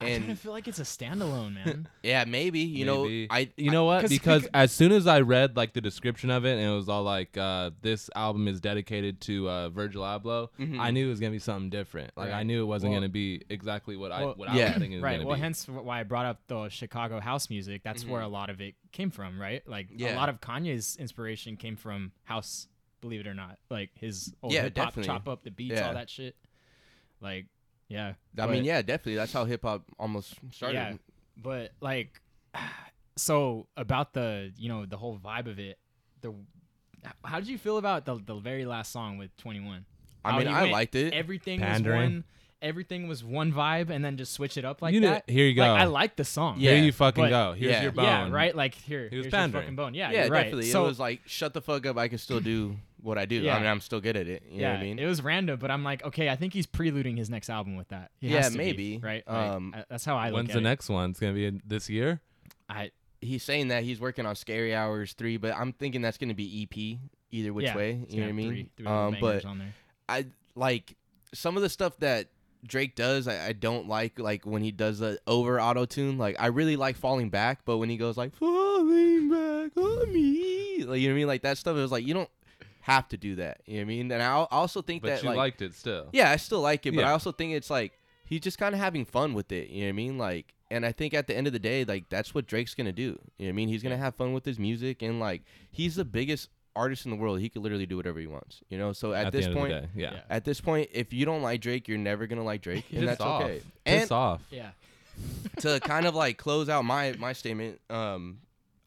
Speaker 5: I kind
Speaker 4: and
Speaker 5: of feel like it's a standalone, man.
Speaker 4: [laughs] yeah, maybe. You
Speaker 6: Maybe.
Speaker 4: know, I
Speaker 6: you know what?
Speaker 5: 'cause-
Speaker 6: Because
Speaker 5: becau-
Speaker 6: as soon as I read like the description of it, and it was all like, uh, "This album is dedicated to uh, Virgil Abloh," I knew it was gonna be something different. Like I
Speaker 5: Right.
Speaker 6: knew it wasn't
Speaker 5: Well-
Speaker 6: gonna be exactly what I
Speaker 5: Well,
Speaker 6: what I
Speaker 4: yeah.
Speaker 6: was thinking. It was
Speaker 5: right.
Speaker 6: gonna
Speaker 5: Well,
Speaker 6: be.
Speaker 5: hence wh- why I brought up the Chicago house music. That's where a lot of it came from, right? Like
Speaker 4: Mm-hmm. Yeah.
Speaker 5: a lot of Kanye's inspiration came from house. Believe it or not, like his old
Speaker 4: Yeah,
Speaker 5: hip hop
Speaker 4: definitely.
Speaker 5: chop up the beats,
Speaker 4: Yeah.
Speaker 5: all that shit. Like, yeah.
Speaker 4: I mean,
Speaker 5: but-
Speaker 4: yeah, definitely. That's how hip hop almost started.
Speaker 5: Yeah, but like, [sighs] so about the you know the whole vibe of it, the how did you feel about the the very last song with Twenty One?
Speaker 4: I mean, I liked it.
Speaker 5: Everything
Speaker 6: Pandering.
Speaker 5: was one. Everything was one vibe, and then just switch it up like
Speaker 6: You kn-
Speaker 5: that.
Speaker 6: here you
Speaker 5: Like, I
Speaker 6: go.
Speaker 5: like the song.
Speaker 4: Yeah,
Speaker 6: Here you fucking
Speaker 5: but-
Speaker 6: go. Here's
Speaker 4: yeah.
Speaker 6: your bone.
Speaker 5: yeah, right. Like here,
Speaker 6: He was
Speaker 5: here's
Speaker 6: pandering.
Speaker 5: your fucking bone. Yeah,
Speaker 4: yeah,
Speaker 5: you're right.
Speaker 4: definitely.
Speaker 5: So,
Speaker 4: it was like shut the fuck up. I can still do what I do. I
Speaker 5: Yeah.
Speaker 4: mean, I'm still good at it. You
Speaker 5: yeah,
Speaker 4: know what I mean?
Speaker 5: it was random, but I'm like, okay, I think he's preluding his next album with that. He
Speaker 4: Yeah,
Speaker 5: has to be,
Speaker 4: maybe.
Speaker 5: right. Like,
Speaker 4: Um,
Speaker 5: I- that's how I look
Speaker 6: When's
Speaker 5: at
Speaker 6: the
Speaker 5: it.
Speaker 6: next one? It's gonna be in this year.
Speaker 5: I
Speaker 4: he's saying that he's working on Scary Hours three, but I'm thinking that's gonna be EP either which
Speaker 5: yeah,
Speaker 4: way.
Speaker 5: it's
Speaker 4: You know what I
Speaker 5: gonna have
Speaker 4: mean?
Speaker 5: Three, three
Speaker 4: um, but
Speaker 5: bangers on there.
Speaker 4: I like some of the stuff that Drake does. I, I don't like like when he does the over auto tune. Like I really like Falling Back, but when he goes like Falling Back on me, like you know what I mean. Like that stuff. It was like you don't have to do that. You know what I mean? And I al- also think
Speaker 6: But
Speaker 4: that
Speaker 6: you
Speaker 4: like
Speaker 6: liked it still.
Speaker 4: yeah, I still like it, but I
Speaker 6: Yeah.
Speaker 4: also think it's like he's just kind of having fun with it. You know what I mean? Like, and I think at the end of the day, like that's what Drake's gonna do. You know what I mean? He's gonna have fun with his music, and like he's the biggest artist in the world. He could literally do whatever he wants. You know? So at,
Speaker 6: At
Speaker 4: this
Speaker 6: the end
Speaker 4: point,
Speaker 6: of the day. Yeah.
Speaker 5: Yeah.
Speaker 4: at this point, if you don't like Drake, you're never gonna like Drake, and
Speaker 6: Piss
Speaker 4: that's
Speaker 6: off.
Speaker 4: okay.
Speaker 6: Piss
Speaker 4: And
Speaker 6: off.
Speaker 5: Yeah.
Speaker 4: to kind of like close out my my statement, um.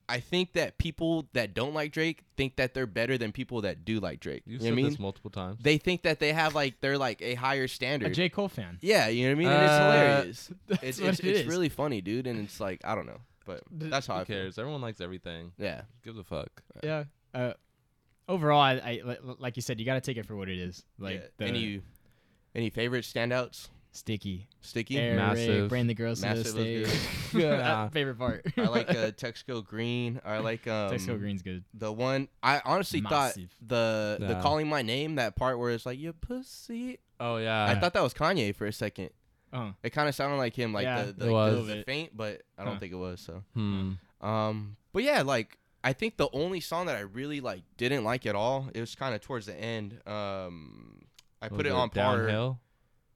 Speaker 4: I think that people that don't like Drake think that they're better than people that do like Drake. You
Speaker 6: You've
Speaker 4: know what I
Speaker 6: said
Speaker 4: mean?
Speaker 6: this multiple times.
Speaker 4: They think that they have like they're like a higher
Speaker 5: a
Speaker 4: standard.
Speaker 5: J. Cole fan.
Speaker 4: Yeah, you know what I mean?
Speaker 6: Uh,
Speaker 4: And it's hilarious.
Speaker 5: that's
Speaker 4: It's,
Speaker 5: what
Speaker 4: it's,
Speaker 5: it
Speaker 4: it's
Speaker 5: is.
Speaker 4: really funny, dude. And it's like, I don't know. But that's how
Speaker 6: Who
Speaker 4: I feel.
Speaker 6: cares? Everyone likes everything.
Speaker 4: Yeah.
Speaker 6: Give a fuck.
Speaker 5: Yeah. Uh, overall, I, I li- li- like you said, you got to take it for what it is. Like
Speaker 4: yeah.
Speaker 5: the
Speaker 4: Any any favorite standouts?
Speaker 5: sticky
Speaker 4: Sticky?
Speaker 5: air
Speaker 6: Massive.
Speaker 5: raid, bring the girls to the
Speaker 4: Massive was good.
Speaker 5: stage. [laughs]
Speaker 6: Yeah.
Speaker 5: favorite part.
Speaker 4: [laughs] I like
Speaker 5: [laughs]
Speaker 4: uh, Texco Green. I like um,
Speaker 5: Texco Green's good.
Speaker 4: The one I honestly
Speaker 5: Massive.
Speaker 4: thought the the
Speaker 6: Nah.
Speaker 4: calling my name that part where it's like your pussy.
Speaker 6: Oh yeah.
Speaker 4: I thought that was Kanye for a second.
Speaker 5: Oh,
Speaker 4: It kind of sounded like him, like
Speaker 5: Yeah,
Speaker 4: the,
Speaker 5: it
Speaker 4: the, like,
Speaker 6: was.
Speaker 4: the-
Speaker 5: Little
Speaker 4: the
Speaker 5: bit.
Speaker 4: faint, but I don't
Speaker 5: Huh.
Speaker 4: think it was. So
Speaker 6: Hmm.
Speaker 4: Um, but yeah, like I think the only song that I really like didn't like at all, it was kind of towards the end. Um, I
Speaker 6: What
Speaker 4: put
Speaker 6: was
Speaker 4: it on par.
Speaker 6: Downhill.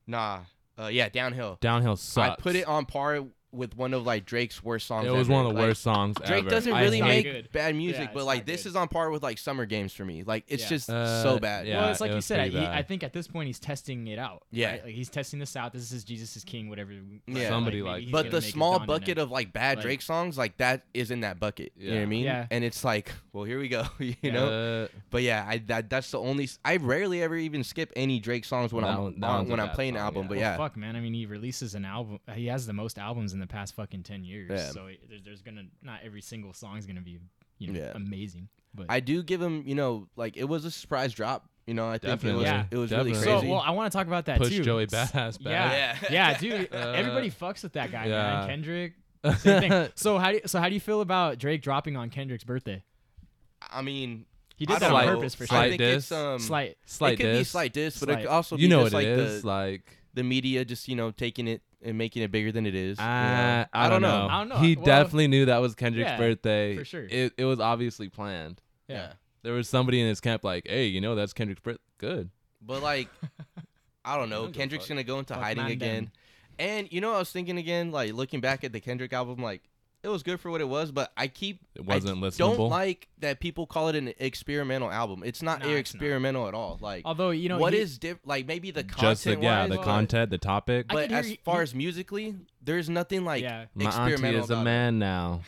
Speaker 4: Nah, uh, yeah, downhill.
Speaker 6: Downhill
Speaker 4: I
Speaker 6: sucks.
Speaker 4: put it on par with one of like Drake's worst songs.
Speaker 6: It was
Speaker 4: ever.
Speaker 6: one of the
Speaker 4: Like,
Speaker 6: worst songs
Speaker 4: Drake
Speaker 6: ever.
Speaker 4: doesn't
Speaker 6: I
Speaker 4: really
Speaker 5: not
Speaker 6: hate-
Speaker 4: make
Speaker 5: good.
Speaker 4: bad music,
Speaker 5: Yeah,
Speaker 4: but
Speaker 5: it's
Speaker 4: like
Speaker 5: not
Speaker 4: this
Speaker 5: good.
Speaker 4: is on par with like Summer Games for me. Like it's
Speaker 5: Yeah.
Speaker 4: just
Speaker 6: Uh,
Speaker 4: so bad.
Speaker 6: yeah.
Speaker 5: well, it's like
Speaker 6: it
Speaker 5: you
Speaker 6: was
Speaker 5: said.
Speaker 6: pretty
Speaker 5: He,
Speaker 6: bad.
Speaker 5: I think at this point he's testing it out.
Speaker 4: Yeah.
Speaker 5: right? like he's testing this out. This is Jesus is King, whatever.
Speaker 4: Yeah.
Speaker 6: Somebody
Speaker 5: maybe
Speaker 6: like
Speaker 5: he's
Speaker 6: that.
Speaker 4: But
Speaker 5: gonna
Speaker 4: the
Speaker 5: make his
Speaker 4: small
Speaker 5: Donda
Speaker 4: bucket
Speaker 5: next.
Speaker 4: of like bad
Speaker 5: Like-
Speaker 4: Drake songs, like that is in that bucket. You know what I
Speaker 6: Yeah.
Speaker 4: mean?
Speaker 5: Yeah.
Speaker 4: And it's like, well, here we go. [laughs] you
Speaker 5: Yeah.
Speaker 4: know?
Speaker 6: Uh,
Speaker 4: But yeah, I that that's the only. s- I rarely ever even skip any Drake songs when
Speaker 6: That
Speaker 4: I'm
Speaker 6: one- that
Speaker 4: on,
Speaker 6: one's a
Speaker 4: when I'm
Speaker 6: bad
Speaker 4: playing an
Speaker 6: song,
Speaker 4: album.
Speaker 6: yeah.
Speaker 4: But
Speaker 6: Well,
Speaker 4: yeah,
Speaker 5: Oh, Fuck man, I mean he releases an album. He has the most albums in the past fucking ten years.
Speaker 4: Yeah.
Speaker 5: So it- there's, there's gonna not every single song's gonna be you know
Speaker 4: Yeah.
Speaker 5: amazing. But
Speaker 4: I do give him. You know, like it was a surprise drop. You know, I think
Speaker 6: Definitely.
Speaker 4: it was
Speaker 5: Yeah.
Speaker 4: it was really
Speaker 6: Definitely.
Speaker 5: so
Speaker 4: crazy.
Speaker 5: well, I want to talk about that
Speaker 6: push
Speaker 5: too.
Speaker 6: Joey
Speaker 5: S-
Speaker 6: Badass back.
Speaker 5: Yeah,
Speaker 4: Yeah.
Speaker 5: [laughs] yeah, dude.
Speaker 6: Uh,
Speaker 5: everybody fucks with that guy, man.
Speaker 6: yeah.
Speaker 5: Kendrick.
Speaker 6: [laughs]
Speaker 5: Same thing. So how do you, so how do you feel about Drake dropping on Kendrick's birthday?
Speaker 4: I mean, I
Speaker 5: He
Speaker 4: don't
Speaker 5: did that on
Speaker 4: know.
Speaker 5: purpose for
Speaker 6: Slight
Speaker 4: I
Speaker 5: sure.
Speaker 4: think it's
Speaker 6: diss.
Speaker 4: um,
Speaker 5: Slight.
Speaker 6: Slight
Speaker 4: it could be
Speaker 6: diss.
Speaker 4: slight diss, but it
Speaker 5: Slight.
Speaker 4: could also
Speaker 6: you
Speaker 4: be
Speaker 6: know what
Speaker 4: just
Speaker 6: it
Speaker 4: like
Speaker 6: is.
Speaker 4: the
Speaker 6: like
Speaker 4: the media just you know taking it and making it bigger than it is. you know?
Speaker 6: I,
Speaker 4: I don't know.
Speaker 5: I don't know.
Speaker 6: He
Speaker 5: Well,
Speaker 6: definitely knew that was Kendrick's
Speaker 5: yeah,
Speaker 6: birthday.
Speaker 5: for sure.
Speaker 6: It it was obviously planned.
Speaker 5: Yeah.
Speaker 6: There was somebody in his camp like, hey, you know that's Kendrick's birthday. Good.
Speaker 4: But
Speaker 5: [laughs]
Speaker 4: like, I don't
Speaker 6: I
Speaker 4: know.
Speaker 6: don't give a
Speaker 4: Kendrick's
Speaker 6: fuck.
Speaker 4: gonna go into
Speaker 5: Fuck
Speaker 4: hiding
Speaker 5: man
Speaker 4: again.
Speaker 5: down.
Speaker 4: And you know, I was thinking again, like looking back at the Kendrick album, like it was good for what it was, but I keep
Speaker 6: It wasn't
Speaker 4: I Don't
Speaker 6: listenable.
Speaker 4: like that people call it an experimental album. It's not
Speaker 5: Nah, it's not.
Speaker 4: experimental at all. Like,
Speaker 5: Although you know
Speaker 4: what
Speaker 5: he-
Speaker 4: is diff- like maybe the content?
Speaker 6: Just the yeah,
Speaker 4: wise,
Speaker 6: the
Speaker 4: but-
Speaker 6: content, the topic.
Speaker 5: I
Speaker 4: But
Speaker 5: could hear
Speaker 4: as
Speaker 5: you-
Speaker 4: far
Speaker 5: you-
Speaker 4: as musically, there's nothing like
Speaker 5: Yeah.
Speaker 6: My auntie
Speaker 4: experimental
Speaker 6: is a
Speaker 4: about it.
Speaker 6: man now.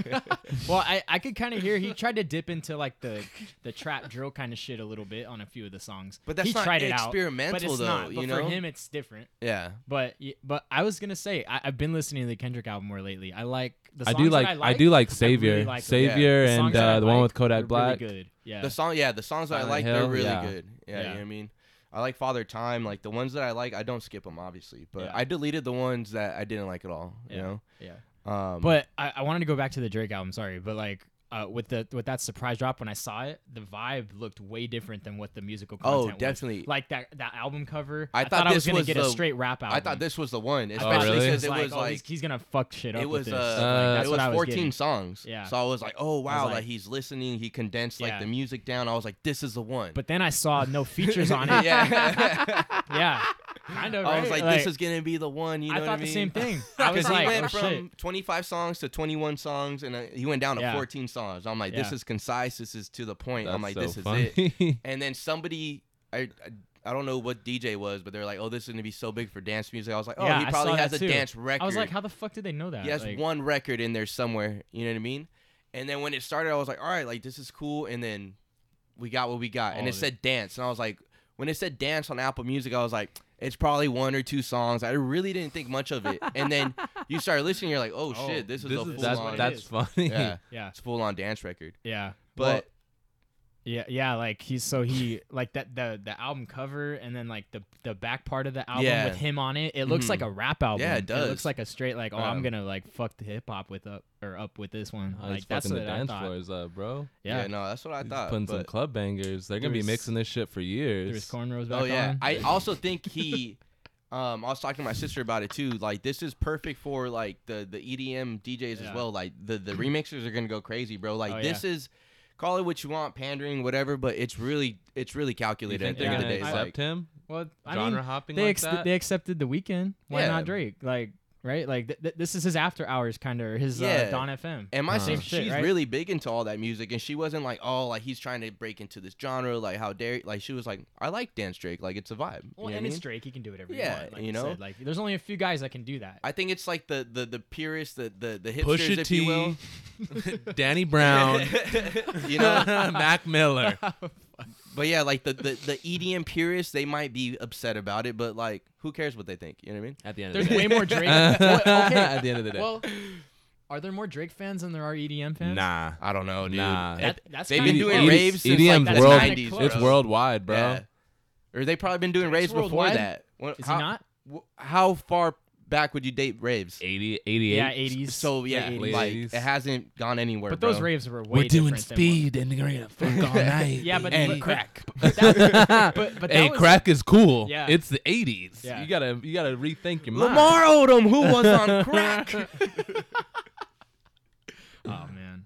Speaker 5: [laughs] well, I, I could kind of hear he tried to dip into like the the trap drill kind of shit a little bit on a few of the songs.
Speaker 4: But that's
Speaker 5: he
Speaker 4: not
Speaker 5: tried it out, but
Speaker 4: experimental,
Speaker 5: it's
Speaker 4: though,
Speaker 5: not.
Speaker 4: you
Speaker 5: But
Speaker 4: know?
Speaker 5: for him, it's different.
Speaker 4: Yeah.
Speaker 5: But y- but I was gonna say I, I've been listening to the Kendrick album more lately. I like the
Speaker 6: I
Speaker 5: songs
Speaker 6: do like
Speaker 5: that
Speaker 6: I,
Speaker 5: I like.
Speaker 6: do like
Speaker 5: really
Speaker 6: Savior,
Speaker 5: like them.
Speaker 4: Yeah.
Speaker 6: Savior,
Speaker 5: The songs
Speaker 6: and
Speaker 5: that I
Speaker 6: uh, the one with
Speaker 5: like, they're
Speaker 6: Kodak
Speaker 5: really
Speaker 6: Black.
Speaker 5: good. Yeah.
Speaker 4: The song, yeah, the songs that I
Speaker 6: Silent
Speaker 4: like, they're
Speaker 6: Hill,
Speaker 4: really
Speaker 6: yeah.
Speaker 4: good. Yeah, you know
Speaker 5: Yeah.
Speaker 4: what I mean. I like Father Time, like the ones that I like, I don't skip them obviously, but
Speaker 5: Yeah.
Speaker 4: I deleted the ones that I didn't like at all.
Speaker 5: Yeah.
Speaker 4: You
Speaker 5: yeah.
Speaker 4: know, um,
Speaker 5: But I, I wanted to go back to the Drake album. Sorry, but like uh, with the with that surprise drop when I saw it, the vibe looked way different than what the musical
Speaker 4: Oh,
Speaker 5: content was.
Speaker 4: definitely.
Speaker 5: Like that that album cover.
Speaker 4: I
Speaker 5: I,
Speaker 4: thought
Speaker 5: I was
Speaker 4: this
Speaker 5: gonna
Speaker 4: was
Speaker 5: get
Speaker 4: the-
Speaker 5: a straight rap album.
Speaker 4: I thought this was the one,
Speaker 5: I thought
Speaker 4: especially
Speaker 6: Oh, really?
Speaker 4: since
Speaker 5: it was
Speaker 4: like,
Speaker 5: he's, he's gonna fuck shit up.
Speaker 4: it
Speaker 5: with
Speaker 4: was
Speaker 5: this.
Speaker 4: uh,
Speaker 5: Like, that's
Speaker 4: it
Speaker 5: what
Speaker 4: was
Speaker 5: I was
Speaker 4: 14
Speaker 5: getting.
Speaker 4: songs.
Speaker 5: Yeah.
Speaker 4: So I was like, oh wow, like,
Speaker 5: like-
Speaker 4: he's listening. He condensed like
Speaker 5: Yeah.
Speaker 4: the music down. I was like, this is the one.
Speaker 5: But then I saw
Speaker 4: [laughs]
Speaker 5: no features on it.
Speaker 4: yeah,
Speaker 5: [laughs] yeah, kind of.
Speaker 4: I was like, this is gonna be the one. You know
Speaker 5: I
Speaker 4: what
Speaker 5: thought
Speaker 4: mean?
Speaker 5: the
Speaker 4: [laughs]
Speaker 5: same thing. I was
Speaker 4: Because he
Speaker 5: like,
Speaker 4: went
Speaker 5: oh,
Speaker 4: from
Speaker 5: shit.
Speaker 4: 25 songs to 21 songs, and uh, he went down to
Speaker 5: Yeah.
Speaker 4: 14 songs. I'm like, this
Speaker 5: Yeah.
Speaker 4: is concise. This is to the point.
Speaker 6: That's
Speaker 4: I'm like,
Speaker 6: so
Speaker 4: this
Speaker 6: funny. [laughs]
Speaker 4: is it. And then somebody, I, I, I don't know what DJ was, but they're like, oh, this is gonna be so big for dance music. I was like, oh,
Speaker 5: yeah,
Speaker 4: he
Speaker 5: I
Speaker 4: probably
Speaker 5: saw
Speaker 4: has
Speaker 5: that
Speaker 4: a
Speaker 5: too.
Speaker 4: dance record.
Speaker 5: I was like, how the fuck did they know that?
Speaker 4: he has
Speaker 5: Like,
Speaker 4: one record in there somewhere. You know what I mean? And then when it started, I was like, all right, like this is cool. And then we got what we got, and it
Speaker 5: All
Speaker 6: Oh,
Speaker 5: of it.
Speaker 4: said dance, and I was like, when it said dance on Apple Music, I was like. It's probably one or two songs. I really didn't think much of it, and then you start listening. You're like, "Oh,
Speaker 6: [laughs]
Speaker 5: Oh,
Speaker 4: shit, this is
Speaker 6: This
Speaker 4: a
Speaker 6: is-
Speaker 4: full
Speaker 6: that's
Speaker 4: on."
Speaker 6: that's
Speaker 5: is.
Speaker 6: funny.
Speaker 4: [laughs]
Speaker 6: [laughs]
Speaker 4: yeah, [laughs]
Speaker 5: Yeah,
Speaker 4: it's full on dance record.
Speaker 5: yeah. Well,
Speaker 4: But
Speaker 5: Yeah, yeah, like he's so
Speaker 4: [laughs]
Speaker 5: he like that the the album cover and then like the the back part of the album
Speaker 4: Yeah. Mm-hmm.
Speaker 5: with him on it. It looks like a rap album.
Speaker 4: Yeah, it does.
Speaker 5: looks like a straight like oh
Speaker 4: Um,
Speaker 5: I'm gonna like fuck the hip hop with up or up with this one.
Speaker 6: Oh, he's
Speaker 5: like that's
Speaker 6: fucking
Speaker 5: what
Speaker 6: the
Speaker 5: I
Speaker 6: dance
Speaker 5: thought.
Speaker 6: floors up, bro.
Speaker 4: yeah,
Speaker 5: Yeah,
Speaker 4: no, that's what I
Speaker 6: He's
Speaker 4: thought.
Speaker 6: putting some
Speaker 4: but,
Speaker 6: club bangers. They're gonna be
Speaker 5: There's-
Speaker 6: mixing this shit
Speaker 5: there
Speaker 6: for
Speaker 5: was
Speaker 6: years.
Speaker 5: cornrows back
Speaker 4: oh yeah,
Speaker 5: on.
Speaker 4: I also think he. [laughs] Um, I was talking to my sister about it too. Like this is perfect for like the E the EDM DJs as
Speaker 5: Yeah.
Speaker 4: well. Like the the remixers are gonna go crazy, bro. Like
Speaker 5: Oh,
Speaker 4: this is call it what you want, pandering, whatever. But it's really it's really
Speaker 6: You
Speaker 4: calculated.
Speaker 6: think
Speaker 4: At the
Speaker 6: they're
Speaker 4: end of
Speaker 6: gonna
Speaker 4: the day,
Speaker 6: accept
Speaker 4: like,
Speaker 6: him?
Speaker 5: well, I
Speaker 6: Genre
Speaker 5: mean,
Speaker 6: hopping
Speaker 5: they
Speaker 6: like
Speaker 5: ex-
Speaker 6: that?
Speaker 5: they accepted the weekend. Why
Speaker 4: Yeah.
Speaker 5: not Drake? Like right, like th- th- this is his after hours kind of his
Speaker 4: Yeah.
Speaker 5: uh, Don FM.
Speaker 4: and my
Speaker 6: Huh.
Speaker 4: sister,
Speaker 5: Same shit,
Speaker 4: she's
Speaker 5: right?
Speaker 4: really big into all that music, and she wasn't like, oh, like he's trying to break into this genre. Like how dare like she was like, I like dance Drake. Like it's a vibe. You know
Speaker 5: well,
Speaker 4: what I
Speaker 5: and it's
Speaker 4: mean?
Speaker 5: Drake. He can do whatever
Speaker 4: Yeah,
Speaker 5: he want, like
Speaker 4: you
Speaker 5: you
Speaker 4: know?
Speaker 5: said. Like there's only a few guys that can do that.
Speaker 4: I think it's like the the the purists, the the the hipsters,
Speaker 6: Pusha
Speaker 4: if you will.
Speaker 6: T,
Speaker 5: [laughs]
Speaker 6: Danny Brown,
Speaker 4: [laughs] you know,
Speaker 6: [laughs]
Speaker 5: [laughs]
Speaker 6: Mac Miller.
Speaker 4: but yeah, like the, the the EDM purists, they might be upset about it, but like, who cares what they think? You know what I mean?
Speaker 6: At the end
Speaker 5: There's
Speaker 4: [laughs]
Speaker 5: way more Drake. Well,
Speaker 6: [laughs] At the end of the day.
Speaker 5: Well, are there more Drake fans than there are EDM fans?
Speaker 6: nah.
Speaker 4: I don't know, dude.
Speaker 6: Nah. E
Speaker 4: If-
Speaker 5: That- that's
Speaker 4: they've
Speaker 5: kinda
Speaker 4: been doing
Speaker 5: close.
Speaker 4: raves since
Speaker 6: EDM's
Speaker 4: like the
Speaker 5: world-
Speaker 4: 90s.
Speaker 5: that's
Speaker 4: Bro.
Speaker 5: kinda
Speaker 6: It's worldwide, bro.
Speaker 4: Yeah. Or they probably been doing raves before
Speaker 5: worldwide?
Speaker 4: that. When-
Speaker 5: Is
Speaker 4: how,
Speaker 5: he not?
Speaker 4: w- How far back would you date raves?
Speaker 6: 80, 88.
Speaker 5: Yeah, 80s.
Speaker 4: So yeah,
Speaker 5: late
Speaker 6: 80s.
Speaker 4: like
Speaker 6: Late 80s.
Speaker 4: it hasn't gone anywhere.
Speaker 5: But those
Speaker 4: bro.
Speaker 5: raves were way
Speaker 6: We're doing
Speaker 5: different than what-
Speaker 6: speed and we're gonna fuck all night.
Speaker 5: [laughs] Yeah, but
Speaker 4: and
Speaker 6: [laughs]
Speaker 5: but-
Speaker 4: crack.
Speaker 5: [laughs] But that, but, but that
Speaker 6: hey,
Speaker 5: was,
Speaker 6: crack is cool.
Speaker 5: Yeah.
Speaker 6: It's the 80s.
Speaker 5: Yeah.
Speaker 6: You gotta you gotta rethink your mind.
Speaker 4: Lamar Odom, who was on
Speaker 5: [laughs]
Speaker 4: crack.
Speaker 5: Oh man.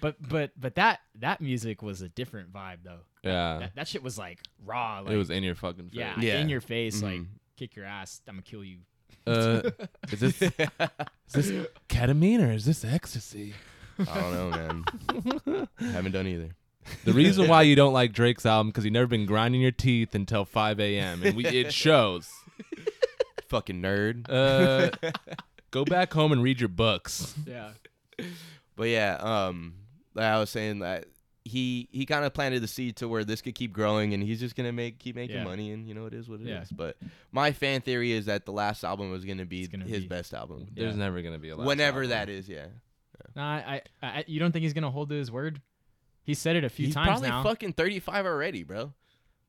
Speaker 5: But but but that that music was a different vibe though.
Speaker 6: Yeah.
Speaker 5: That, that shit was like raw. Like,
Speaker 6: it Uh. was in your fucking face.
Speaker 5: yeah,
Speaker 4: Yeah.
Speaker 5: in your face. Like
Speaker 4: Mhm.
Speaker 5: kick your ass. I'm gonna kill you.
Speaker 6: uh, is
Speaker 5: [laughs]
Speaker 6: this is this ketamine or is this ecstasy?
Speaker 4: I don't know, man.
Speaker 5: [laughs]
Speaker 4: Haven't done either.
Speaker 6: The reason why you don't like Drake's album because you've never been grinding your teeth until 5 a.m. and we, it shows.
Speaker 4: Fucking nerd.
Speaker 5: [laughs]
Speaker 6: Uh, go back home and read your books.
Speaker 5: Yeah.
Speaker 4: But yeah, um, like I was saying that he he kind of planted the seed to where this could keep growing, and he's just gonna make keep making
Speaker 5: Yeah.
Speaker 4: money, and you know it is what it is.
Speaker 5: Yeah.
Speaker 4: But my fan theory is that the last album was gonna be
Speaker 5: It's gonna
Speaker 4: his
Speaker 5: be-
Speaker 4: best album,
Speaker 6: There's
Speaker 5: Yeah.
Speaker 6: never gonna be a last
Speaker 4: whenever
Speaker 6: album.
Speaker 4: that is. Yeah,
Speaker 5: Nah, I, I, I, you don't think he's gonna hold to his word? He said it a few
Speaker 4: he's
Speaker 5: times
Speaker 4: probably
Speaker 5: now.
Speaker 4: fucking thirty five already, bro.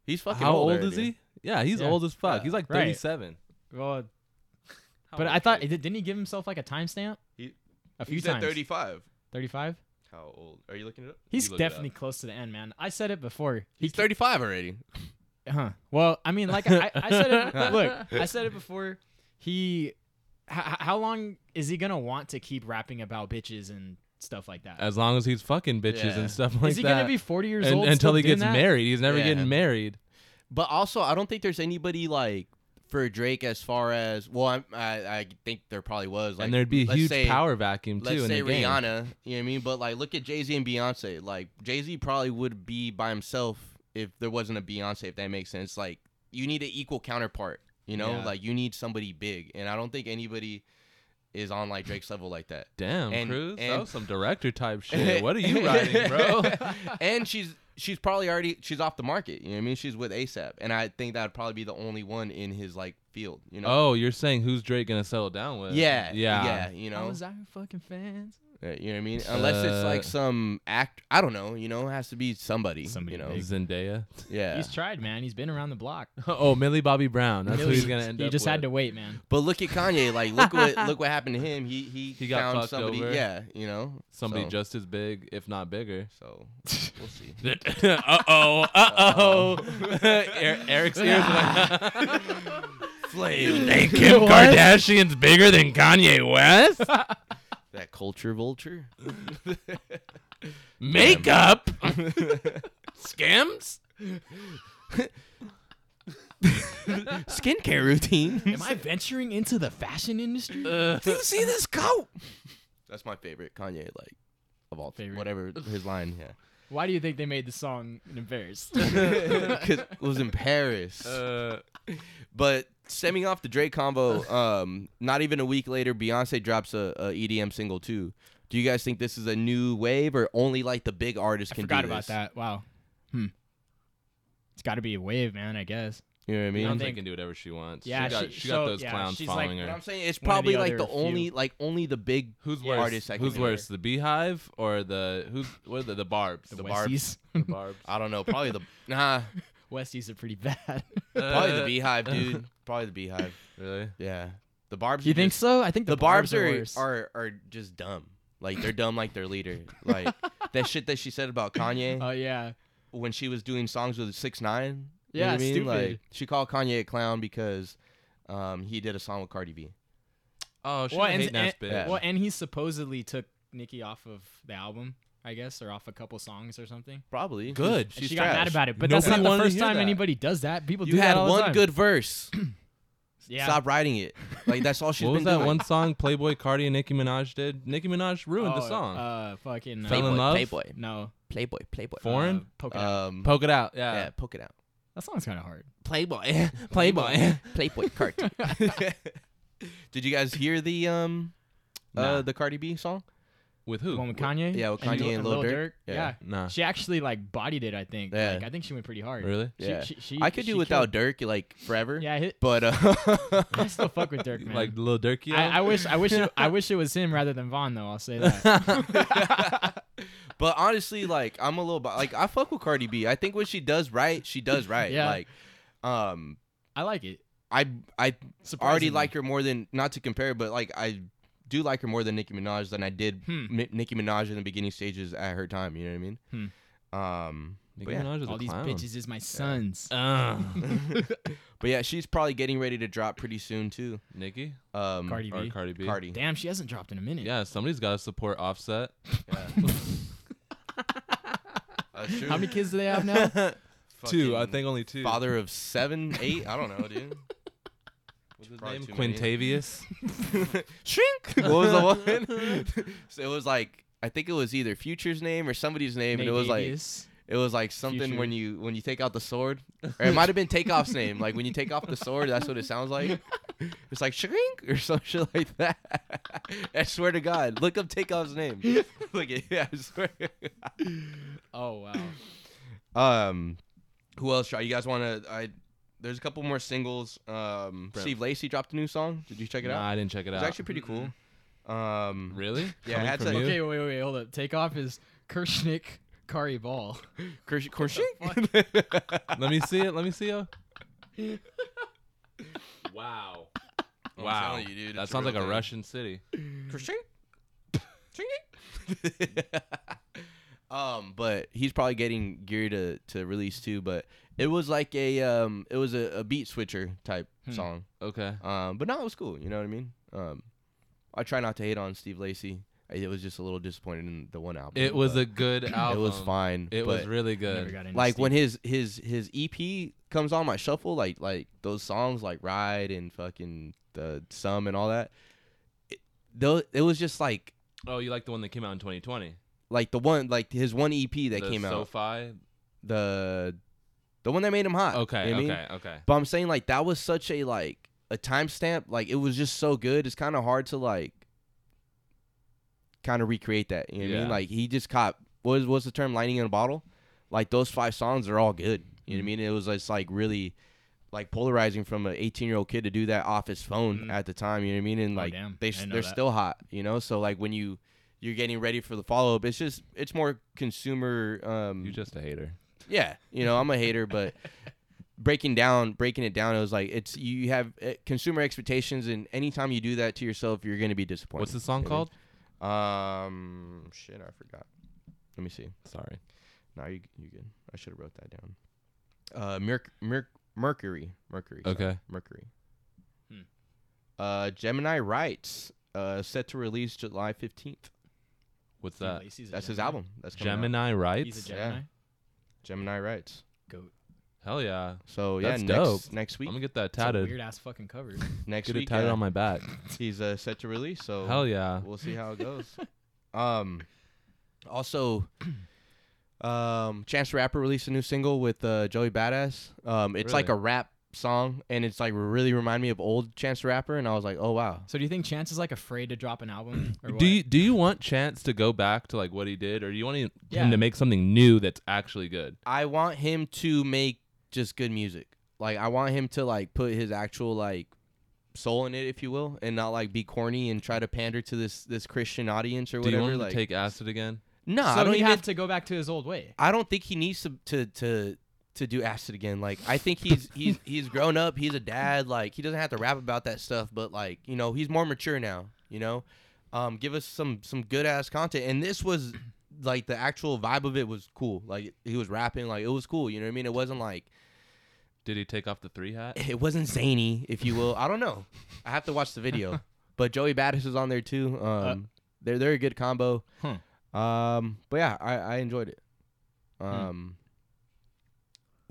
Speaker 4: He's fucking
Speaker 6: How old
Speaker 4: already.
Speaker 6: is he? Yeah, he's
Speaker 5: Yeah.
Speaker 6: old as fuck.
Speaker 4: Yeah.
Speaker 6: He's like
Speaker 5: Right.
Speaker 6: 37.
Speaker 5: well,
Speaker 6: How
Speaker 5: but
Speaker 6: old
Speaker 5: I
Speaker 6: is
Speaker 5: thought
Speaker 6: he?
Speaker 5: didn't he give himself like a timestamp?
Speaker 4: He-
Speaker 5: A few
Speaker 4: He's at
Speaker 5: times.
Speaker 4: thirty five.
Speaker 5: 35?
Speaker 4: How old are you looking it up?
Speaker 5: He's
Speaker 6: looked it
Speaker 5: definitely
Speaker 6: up.
Speaker 5: close to the end, man. I said it
Speaker 6: [laughs]
Speaker 5: before.
Speaker 4: He's thirty five already.
Speaker 5: Huh. Well, I mean, like I, I said
Speaker 6: [laughs]
Speaker 5: it. look, I said it before. He, h- h- how long is he gonna want to keep rapping about bitches and stuff like that?
Speaker 6: as long as he's fucking bitches
Speaker 4: Yeah.
Speaker 6: and stuff like that.
Speaker 5: is he gonna be 40 years
Speaker 6: And-
Speaker 5: old
Speaker 6: until
Speaker 5: still
Speaker 6: he
Speaker 5: doing
Speaker 6: gets
Speaker 5: that?
Speaker 6: married? He's never
Speaker 4: Yeah.
Speaker 6: getting married.
Speaker 4: But also, I don't think there's anybody like for Drake as far as well. I I, I think there probably was. Like,
Speaker 6: and there'd be a
Speaker 4: let's
Speaker 6: huge
Speaker 4: say-
Speaker 6: power vacuum too.
Speaker 4: Let's
Speaker 6: in
Speaker 4: say
Speaker 6: the game.
Speaker 4: Rihanna. You know what I mean? But like, look at Jay Z and Beyonce. Like Jay Z probably would be by himself if there wasn't a Beyonce. If that makes sense. Like you need an equal counterpart. You know,
Speaker 5: Yeah.
Speaker 4: like you need somebody big, and I don't think anybody is on like Drake's level like that.
Speaker 6: Damn,
Speaker 4: And-
Speaker 6: Cruz, that
Speaker 4: and-
Speaker 6: was some
Speaker 4: [laughs]
Speaker 6: director type shit. What are you writing, bro?
Speaker 4: and she's she's probably already she's off the market. You know what I mean? She's with ASAP, and I think that'd probably be the only one in his like field. You know?
Speaker 6: Oh, you're saying who's Drake gonna settle down with?
Speaker 4: yeah,
Speaker 6: yeah.
Speaker 4: yeah. You know,
Speaker 5: I was our fucking fans.
Speaker 4: Uh, you know what I mean? Unless it's
Speaker 6: Uh,
Speaker 4: like some act, I don't know. You know, it has to be somebody.
Speaker 5: Somebody
Speaker 4: you know,
Speaker 5: big.
Speaker 6: Oh, Zendaya. [laughs]
Speaker 4: yeah.
Speaker 5: He's tried, man. He's been around the block.
Speaker 6: oh, Millie Bobby Brown. That's who
Speaker 5: Really,
Speaker 6: he's gonna end
Speaker 5: You
Speaker 6: up.
Speaker 5: just had to
Speaker 6: with.
Speaker 5: wait, man.
Speaker 4: But look at Kanye. Like, look what look what happened to him. He he,
Speaker 6: He got
Speaker 4: found
Speaker 6: fucked
Speaker 4: somebody.
Speaker 6: over.
Speaker 4: Yeah, you know,
Speaker 6: somebody
Speaker 4: so,
Speaker 6: just as big, if not bigger.
Speaker 4: So we'll see.
Speaker 6: uh oh, uh [laughs] oh. Eric's ears. Like, [laughs]
Speaker 4: Flame
Speaker 6: hey, Kim Kardashian's bigger than Kanye [laughs] West.
Speaker 4: that culture vulture.
Speaker 6: [laughs] Makeup. Skims.
Speaker 4: Skincare routine.
Speaker 5: Am I venturing into the fashion industry?
Speaker 6: [laughs]
Speaker 4: Do you see this coat? [laughs] That's my favorite Kanye like of all
Speaker 5: Favorite.
Speaker 4: whatever his line. Yeah,
Speaker 5: Why do you think they made the song
Speaker 6: [laughs]
Speaker 5: embarrassed?
Speaker 4: because it was in Paris.
Speaker 6: Uh,
Speaker 4: But stemming off the Drake combo, um, not even a week later, Beyonce drops a, a EDM single too. Do you guys think this is a new wave, or only like the big artists
Speaker 5: I
Speaker 4: can
Speaker 5: forgot
Speaker 4: do
Speaker 5: about
Speaker 4: this?
Speaker 5: that. Wow. Hmm. It's got to be a wave, man. I guess.
Speaker 4: You know what I mean?
Speaker 5: don't
Speaker 6: Beyonce
Speaker 5: think-
Speaker 6: can do whatever she wants.
Speaker 5: Yeah,
Speaker 6: she got,
Speaker 5: she-
Speaker 6: she got
Speaker 5: so,
Speaker 6: those
Speaker 5: yeah,
Speaker 6: clowns
Speaker 5: she's like,
Speaker 6: following
Speaker 4: But
Speaker 6: her.
Speaker 4: I'm saying it's
Speaker 5: One or
Speaker 4: probably
Speaker 5: the
Speaker 4: like the
Speaker 5: other
Speaker 4: only
Speaker 5: few.
Speaker 4: like only the big
Speaker 6: Who's
Speaker 5: Yeah.
Speaker 6: worse?
Speaker 4: artists that can
Speaker 6: Who's
Speaker 4: do it.
Speaker 6: worse, the Beehive or the who's what are the the Barb's?
Speaker 5: The,
Speaker 6: Barb's.
Speaker 5: Westies.
Speaker 6: The Barb's.
Speaker 4: I don't know, probably
Speaker 6: [laughs]
Speaker 4: the nah,
Speaker 5: [laughs] Westies are pretty bad.
Speaker 4: probably the
Speaker 6: Uh,
Speaker 4: Beehive, dude. [laughs] Probably the Beehive.
Speaker 6: Really?
Speaker 4: Yeah, the Barb's.
Speaker 5: you
Speaker 4: are
Speaker 5: think
Speaker 4: just-
Speaker 5: so? I think
Speaker 4: The,
Speaker 5: the,
Speaker 4: Barb's,
Speaker 5: are,
Speaker 4: are,
Speaker 5: worse.
Speaker 4: are are just dumb. Like they're dumb, like their
Speaker 6: [laughs]
Speaker 4: leader. Like that shit that she said about Kanye.
Speaker 5: Oh yeah.
Speaker 4: when she was doing songs with Six Nine.
Speaker 5: Yeah,
Speaker 4: I mean?
Speaker 5: stupid.
Speaker 4: Like she called Kanye a clown because um, he did a song with Cardi B.
Speaker 6: Oh, she's
Speaker 5: Well,
Speaker 6: a
Speaker 5: and,
Speaker 6: hating ass
Speaker 5: and-
Speaker 6: bitch.
Speaker 5: well, and he supposedly took Nicki off of the album, I guess, or off a couple songs or something.
Speaker 4: Probably
Speaker 6: Good.
Speaker 5: And she got mad about it, but that's not
Speaker 6: Nobody
Speaker 5: the
Speaker 6: wanted to
Speaker 5: first
Speaker 6: hear
Speaker 5: time
Speaker 6: that.
Speaker 5: anybody does that. People
Speaker 4: You
Speaker 5: do that
Speaker 4: had
Speaker 5: all the
Speaker 4: one
Speaker 5: time.
Speaker 4: good verse.
Speaker 5: Yeah.
Speaker 4: Stop writing it. Like that's all she's
Speaker 6: What
Speaker 4: been
Speaker 6: was that
Speaker 4: doing.
Speaker 6: one [laughs] song Playboy Cardi and Nicki Minaj did? Nicki Minaj ruined
Speaker 5: Oh,
Speaker 6: the song.
Speaker 5: Uh, fucking. Uh,
Speaker 6: Fell in
Speaker 4: Playboy,
Speaker 6: love? Uh,
Speaker 4: Playboy,
Speaker 5: no. Uh,
Speaker 4: Playboy, Playboy.
Speaker 6: Foreign?
Speaker 5: Poke it out.
Speaker 4: Um,
Speaker 6: Poke it out.
Speaker 4: yeah.
Speaker 6: Yeah.
Speaker 4: poke it out.
Speaker 5: That song's kind of hard.
Speaker 4: Playboy,
Speaker 5: [laughs]
Speaker 4: Playboy, Playboy Cardi. [laughs] Did you guys hear the um uh
Speaker 6: Nah.
Speaker 4: the Cardi B song?
Speaker 6: With
Speaker 5: The
Speaker 6: who?
Speaker 5: one with Kanye.
Speaker 4: yeah, with Kanye
Speaker 5: Lil-
Speaker 4: and Lil Durk.
Speaker 5: Yeah.
Speaker 4: Yeah.
Speaker 6: Nah.
Speaker 5: She actually like bodied it. I think.
Speaker 4: Yeah.
Speaker 5: Like, I think she went pretty hard.
Speaker 6: Really?
Speaker 5: She,
Speaker 4: Yeah.
Speaker 5: She, she,
Speaker 4: I could
Speaker 5: she
Speaker 4: do without
Speaker 5: killed-
Speaker 4: Dirk like forever.
Speaker 5: [laughs] Yeah. Hit,
Speaker 4: But uh,
Speaker 5: I still
Speaker 4: [laughs]
Speaker 5: fuck with Dirk, man.
Speaker 6: Like Lil Durky?
Speaker 5: I, I wish. I wish. It, I wish it was him rather than Vaughn, though. I'll
Speaker 4: [laughs]
Speaker 5: say that. [laughs]
Speaker 6: [laughs]
Speaker 4: But honestly, like I'm a little bi- like I fuck with Cardi B. I think when she does right, she does right.
Speaker 5: Yeah.
Speaker 4: Like, um,
Speaker 5: I like it.
Speaker 4: I I
Speaker 5: Surprisingly.
Speaker 4: already like her more than not to compare, but like I do like her more than Nicki Minaj than I did
Speaker 5: Hmm.
Speaker 4: Mi- Nicki Minaj in the beginning stages at her time. You know what I mean? Um,
Speaker 6: Nicki
Speaker 4: but yeah.
Speaker 6: Minaj is
Speaker 5: all
Speaker 6: a
Speaker 5: these
Speaker 6: clown.
Speaker 5: bitches is my
Speaker 4: Uh,
Speaker 5: sons.
Speaker 6: Ugh.
Speaker 4: [laughs] but yeah, she's probably getting ready to drop pretty soon too.
Speaker 6: [laughs] Nicki
Speaker 4: Um,
Speaker 5: Cardi
Speaker 6: or
Speaker 5: B.
Speaker 6: Cardi B?
Speaker 4: Cardi.
Speaker 5: Damn, she hasn't dropped in a minute.
Speaker 6: Yeah, somebody's got to
Speaker 4: [laughs]
Speaker 6: support Offset.
Speaker 4: That's true.
Speaker 5: How many kids do
Speaker 4: [laughs]
Speaker 5: they have now?
Speaker 6: [laughs] Two, I
Speaker 4: Uh, Fucking
Speaker 6: think only two.
Speaker 4: Father of seven, eight. I don't know, dude.
Speaker 6: his
Speaker 4: Probably
Speaker 6: name?
Speaker 4: too many. [laughs]
Speaker 6: Quintavious. [laughs]
Speaker 4: Shrink. What was the one? so it was like I think it was either Future's name or somebody's name, and it was like
Speaker 5: Nadavius.
Speaker 4: it was like something
Speaker 5: Future.
Speaker 4: when you when you take out the sword, or it might have been
Speaker 6: [laughs]
Speaker 4: Takeoff's name. Like when you take off the sword, that's what it sounds like. It's like shrink or [laughs] some shit like that. [laughs] I swear to God, look up Takeoff's
Speaker 6: [laughs]
Speaker 4: name. look at yeah, I swear.
Speaker 5: oh
Speaker 4: [laughs]
Speaker 5: wow.
Speaker 4: Um, who else? Try you guys want to? I there's a couple more singles. Um,
Speaker 6: Brent.
Speaker 4: Steve Lacey dropped a new song. Did you check it
Speaker 6: [laughs] nah,
Speaker 4: out?
Speaker 6: I didn't check it
Speaker 4: It's
Speaker 6: out. Mm-hmm.
Speaker 4: actually pretty cool. Um,
Speaker 6: really?
Speaker 4: Yeah,
Speaker 6: Coming
Speaker 4: that's
Speaker 6: from
Speaker 4: a-
Speaker 6: you?
Speaker 5: Okay, wait, wait, wait, hold up. Take off is Kershnick Kari Ball.
Speaker 4: [laughs] Kersh- Kershink?
Speaker 6: [laughs] Let me see it. Let me see it.
Speaker 5: [laughs]
Speaker 6: wow.
Speaker 4: I'm
Speaker 6: Wow.
Speaker 4: telling you, dude,
Speaker 6: that
Speaker 4: it's a
Speaker 6: sounds
Speaker 4: real
Speaker 6: like a
Speaker 4: thing.
Speaker 6: Russian city.
Speaker 4: [laughs] um, but he's probably getting gear to to release too. But it was like a um, it was a, a beat switcher type
Speaker 6: Hmm.
Speaker 4: song.
Speaker 6: Okay.
Speaker 4: Um, but no, it was cool. You know what I mean? Um, I try not to hate on Steve Lacey. I was just a little disappointed in the one album.
Speaker 6: It was
Speaker 4: but
Speaker 6: a good album.
Speaker 4: [coughs] it was fine.
Speaker 6: It
Speaker 4: but-
Speaker 6: was really
Speaker 5: Never
Speaker 6: good.
Speaker 5: got into
Speaker 4: like when
Speaker 5: Steve.
Speaker 4: his his his EP comes on my shuffle, like like those songs like Ride and fucking the Sum and all that. It, though it was just like
Speaker 6: Oh, you like the one that came out in 2020?
Speaker 4: like the one like his one EP that
Speaker 6: The
Speaker 4: came out
Speaker 6: SoFi.
Speaker 4: the the one that made him hot.
Speaker 6: Okay.
Speaker 4: you know what I mean?
Speaker 6: okay. Okay.
Speaker 4: But I'm saying like that was such a like a timestamp. Like it was just so good. It's kind of hard to like kind of recreate that. You know what I mean?
Speaker 6: Yeah.
Speaker 4: Like he just caught what is, what's the term? Lightning in a bottle. Like those five songs are all good. You know what I mean? It was just like really like polarizing from an 18 year old kid to do that off his phone
Speaker 5: Mhm.
Speaker 4: at the time. You know what I mean? And
Speaker 5: Oh,
Speaker 4: like
Speaker 5: damn.
Speaker 4: they
Speaker 5: I
Speaker 4: s-
Speaker 5: didn't know
Speaker 4: they're
Speaker 5: that.
Speaker 4: still hot. You know? So like when you you're getting ready for the follow up, it's just it's more consumer. Um,
Speaker 6: You just a hater.
Speaker 4: yeah, you know, I'm a hater, but breaking down, breaking it down, it was like it's you have uh, consumer expectations, and anytime you do that to yourself, you're gonna be disappointed.
Speaker 6: What's the song
Speaker 4: You know
Speaker 6: called?
Speaker 4: what I mean? Um, shit, I forgot. Let me see.
Speaker 6: Sorry.
Speaker 4: No, you you good? I should have wrote that down. Uh, merc, merc, Mercury, Mercury. sorry,
Speaker 6: Okay.
Speaker 4: Mercury.
Speaker 5: Hmm.
Speaker 4: Uh, Gemini writes. Uh, set to release July fifteenth.
Speaker 6: What's
Speaker 5: Steve
Speaker 6: that?
Speaker 5: Lacy's a
Speaker 4: That's his
Speaker 5: Gemini.
Speaker 4: album. That's coming out.
Speaker 6: Gemini
Speaker 5: He's a
Speaker 6: Rights.
Speaker 4: Gem-
Speaker 5: Gemini.
Speaker 4: Gemini writes.
Speaker 5: Goat.
Speaker 6: Hell yeah.
Speaker 4: So yeah,
Speaker 6: That's
Speaker 4: next
Speaker 6: dope.
Speaker 4: next
Speaker 6: I'm
Speaker 4: week,
Speaker 6: gonna get that
Speaker 5: It's a weird
Speaker 6: tatted.
Speaker 5: ass fucking cover.
Speaker 4: next
Speaker 6: Get it
Speaker 4: week,
Speaker 6: tatted
Speaker 4: yeah.
Speaker 6: on my back.
Speaker 4: he's uh, set to release. So
Speaker 6: Hell yeah.
Speaker 4: we'll see how it goes.
Speaker 6: [laughs]
Speaker 4: um, also, [clears throat] um, Chance the Rapper released a new single with uh, Joey Badass. Um, it's like a
Speaker 6: Really?
Speaker 4: rap song, and it's like really remind me of old Chance the Rapper, and I was like, oh wow.
Speaker 5: So do you think Chance is like afraid to drop an
Speaker 6: [clears throat]
Speaker 5: album? Or what?
Speaker 6: Do you do you want Chance to go back to like what he did, or do you want him
Speaker 5: Yeah.
Speaker 6: to make something new that's actually good?
Speaker 4: I want him to make just good music. Like I want him to like put his actual like soul in it, if you will, and not like be corny and try to pander to this this Christian audience or
Speaker 6: Do you
Speaker 4: whatever.
Speaker 6: want him
Speaker 4: like,
Speaker 6: to take acid again?
Speaker 4: no,
Speaker 5: so
Speaker 4: I don't
Speaker 5: he'd
Speaker 4: even
Speaker 5: have to go back to his old way.
Speaker 4: I don't think he needs to to to to do acid again. Like I think he's he's he's grown up. He's a dad. Like he doesn't have to rap about that stuff. But like you know, he's more mature now. You know, um, give us some some good ass content. And this was like the actual vibe of it was cool. Like he was rapping. Like it was cool. You know what I mean? It wasn't like
Speaker 6: Did he take off the three hat?
Speaker 4: it wasn't zany, if you will. I don't know. I have to watch the
Speaker 6: [laughs]
Speaker 4: video. But Joey Badass is on there too. Um,
Speaker 6: Uh,
Speaker 4: they're they're a good combo.
Speaker 6: hmm.
Speaker 5: Huh.
Speaker 4: Um, but yeah, I, I enjoyed it.
Speaker 6: Hmm.
Speaker 4: Um,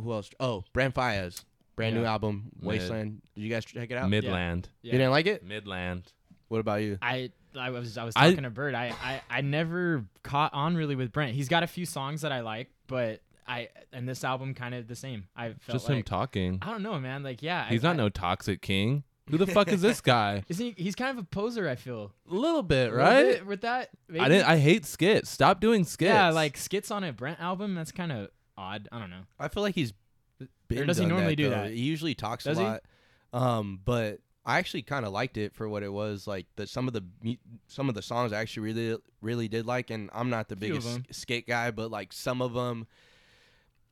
Speaker 4: who else? Oh, Brand Fires, brand new
Speaker 5: Yeah.
Speaker 4: album,
Speaker 6: Mid.
Speaker 4: Wasteland. Did you guys check it out?
Speaker 6: Midland.
Speaker 4: You didn't like it?
Speaker 6: Midland.
Speaker 4: What about you?
Speaker 5: I I was I was
Speaker 6: I-
Speaker 5: talking to Bird. I, I I never caught on really with Brent. He's got a few songs that I like, but I and this album kind of the same. I felt
Speaker 6: Just
Speaker 5: like,
Speaker 6: him talking.
Speaker 5: I don't know, man. Like yeah,
Speaker 6: He's
Speaker 5: I,
Speaker 6: not
Speaker 5: I,
Speaker 6: no toxic king. Who the fuck is this guy?
Speaker 5: Isn't he, he's kind of a poser. I feel
Speaker 6: A little bit,
Speaker 5: A little
Speaker 6: right?
Speaker 5: bit with that.
Speaker 6: I
Speaker 5: maybe?
Speaker 6: didn't. I hate skits. Stop doing skits.
Speaker 5: yeah, like skits on a Brent album. That's kind of odd. I don't know.
Speaker 4: I feel like he's been
Speaker 5: does he
Speaker 4: done
Speaker 5: normally
Speaker 4: that,
Speaker 5: do
Speaker 4: though.
Speaker 5: that?
Speaker 4: He usually talks
Speaker 5: Does
Speaker 4: a
Speaker 5: he?
Speaker 4: lot. Um, but I actually kind of liked it for what it was. Like the some of the mu- some of the songs I actually really really did like, and I'm not the
Speaker 5: Few of
Speaker 4: biggest sk- skate guy, but like some of them.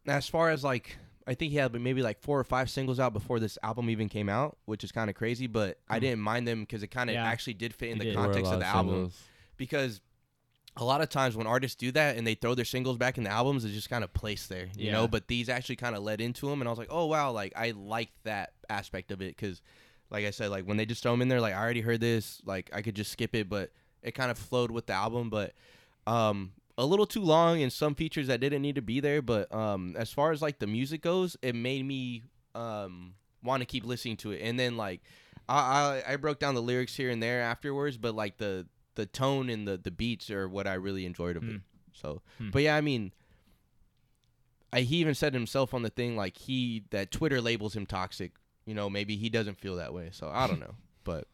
Speaker 4: As far as like, I think he had maybe like four or five singles out before this album even came out, which is kind of crazy. But I didn't mind them because it kind of
Speaker 5: Hmm. Yeah.
Speaker 4: actually did fit in
Speaker 5: He
Speaker 4: the
Speaker 5: did. There were a
Speaker 4: context
Speaker 6: There
Speaker 4: of
Speaker 6: were
Speaker 4: the
Speaker 6: a lot
Speaker 4: album
Speaker 6: singles.
Speaker 4: because a lot of times when artists do that and they throw their singles back in the albums, it's just kind of placed there, you know.
Speaker 5: Yeah.
Speaker 4: But these actually kind of led into them, and I was like, oh wow, like I like that aspect of it because, like I said, like when they just throw them in there, like I already heard this, like I could just skip it, but it kind of flowed with the album, but um a little too long and some features that didn't need to be there. But um as far as like the music goes, it made me um want to keep listening to it, and then like I, I I broke down the lyrics here and there afterwards, but like the the tone and the the beats are what I really enjoyed of it. So,
Speaker 5: Hmm.
Speaker 4: but yeah, I mean, I, he even said himself on the thing like he that Twitter labels him toxic. You know, maybe he doesn't feel that way. So I don't
Speaker 5: [laughs]
Speaker 4: know, but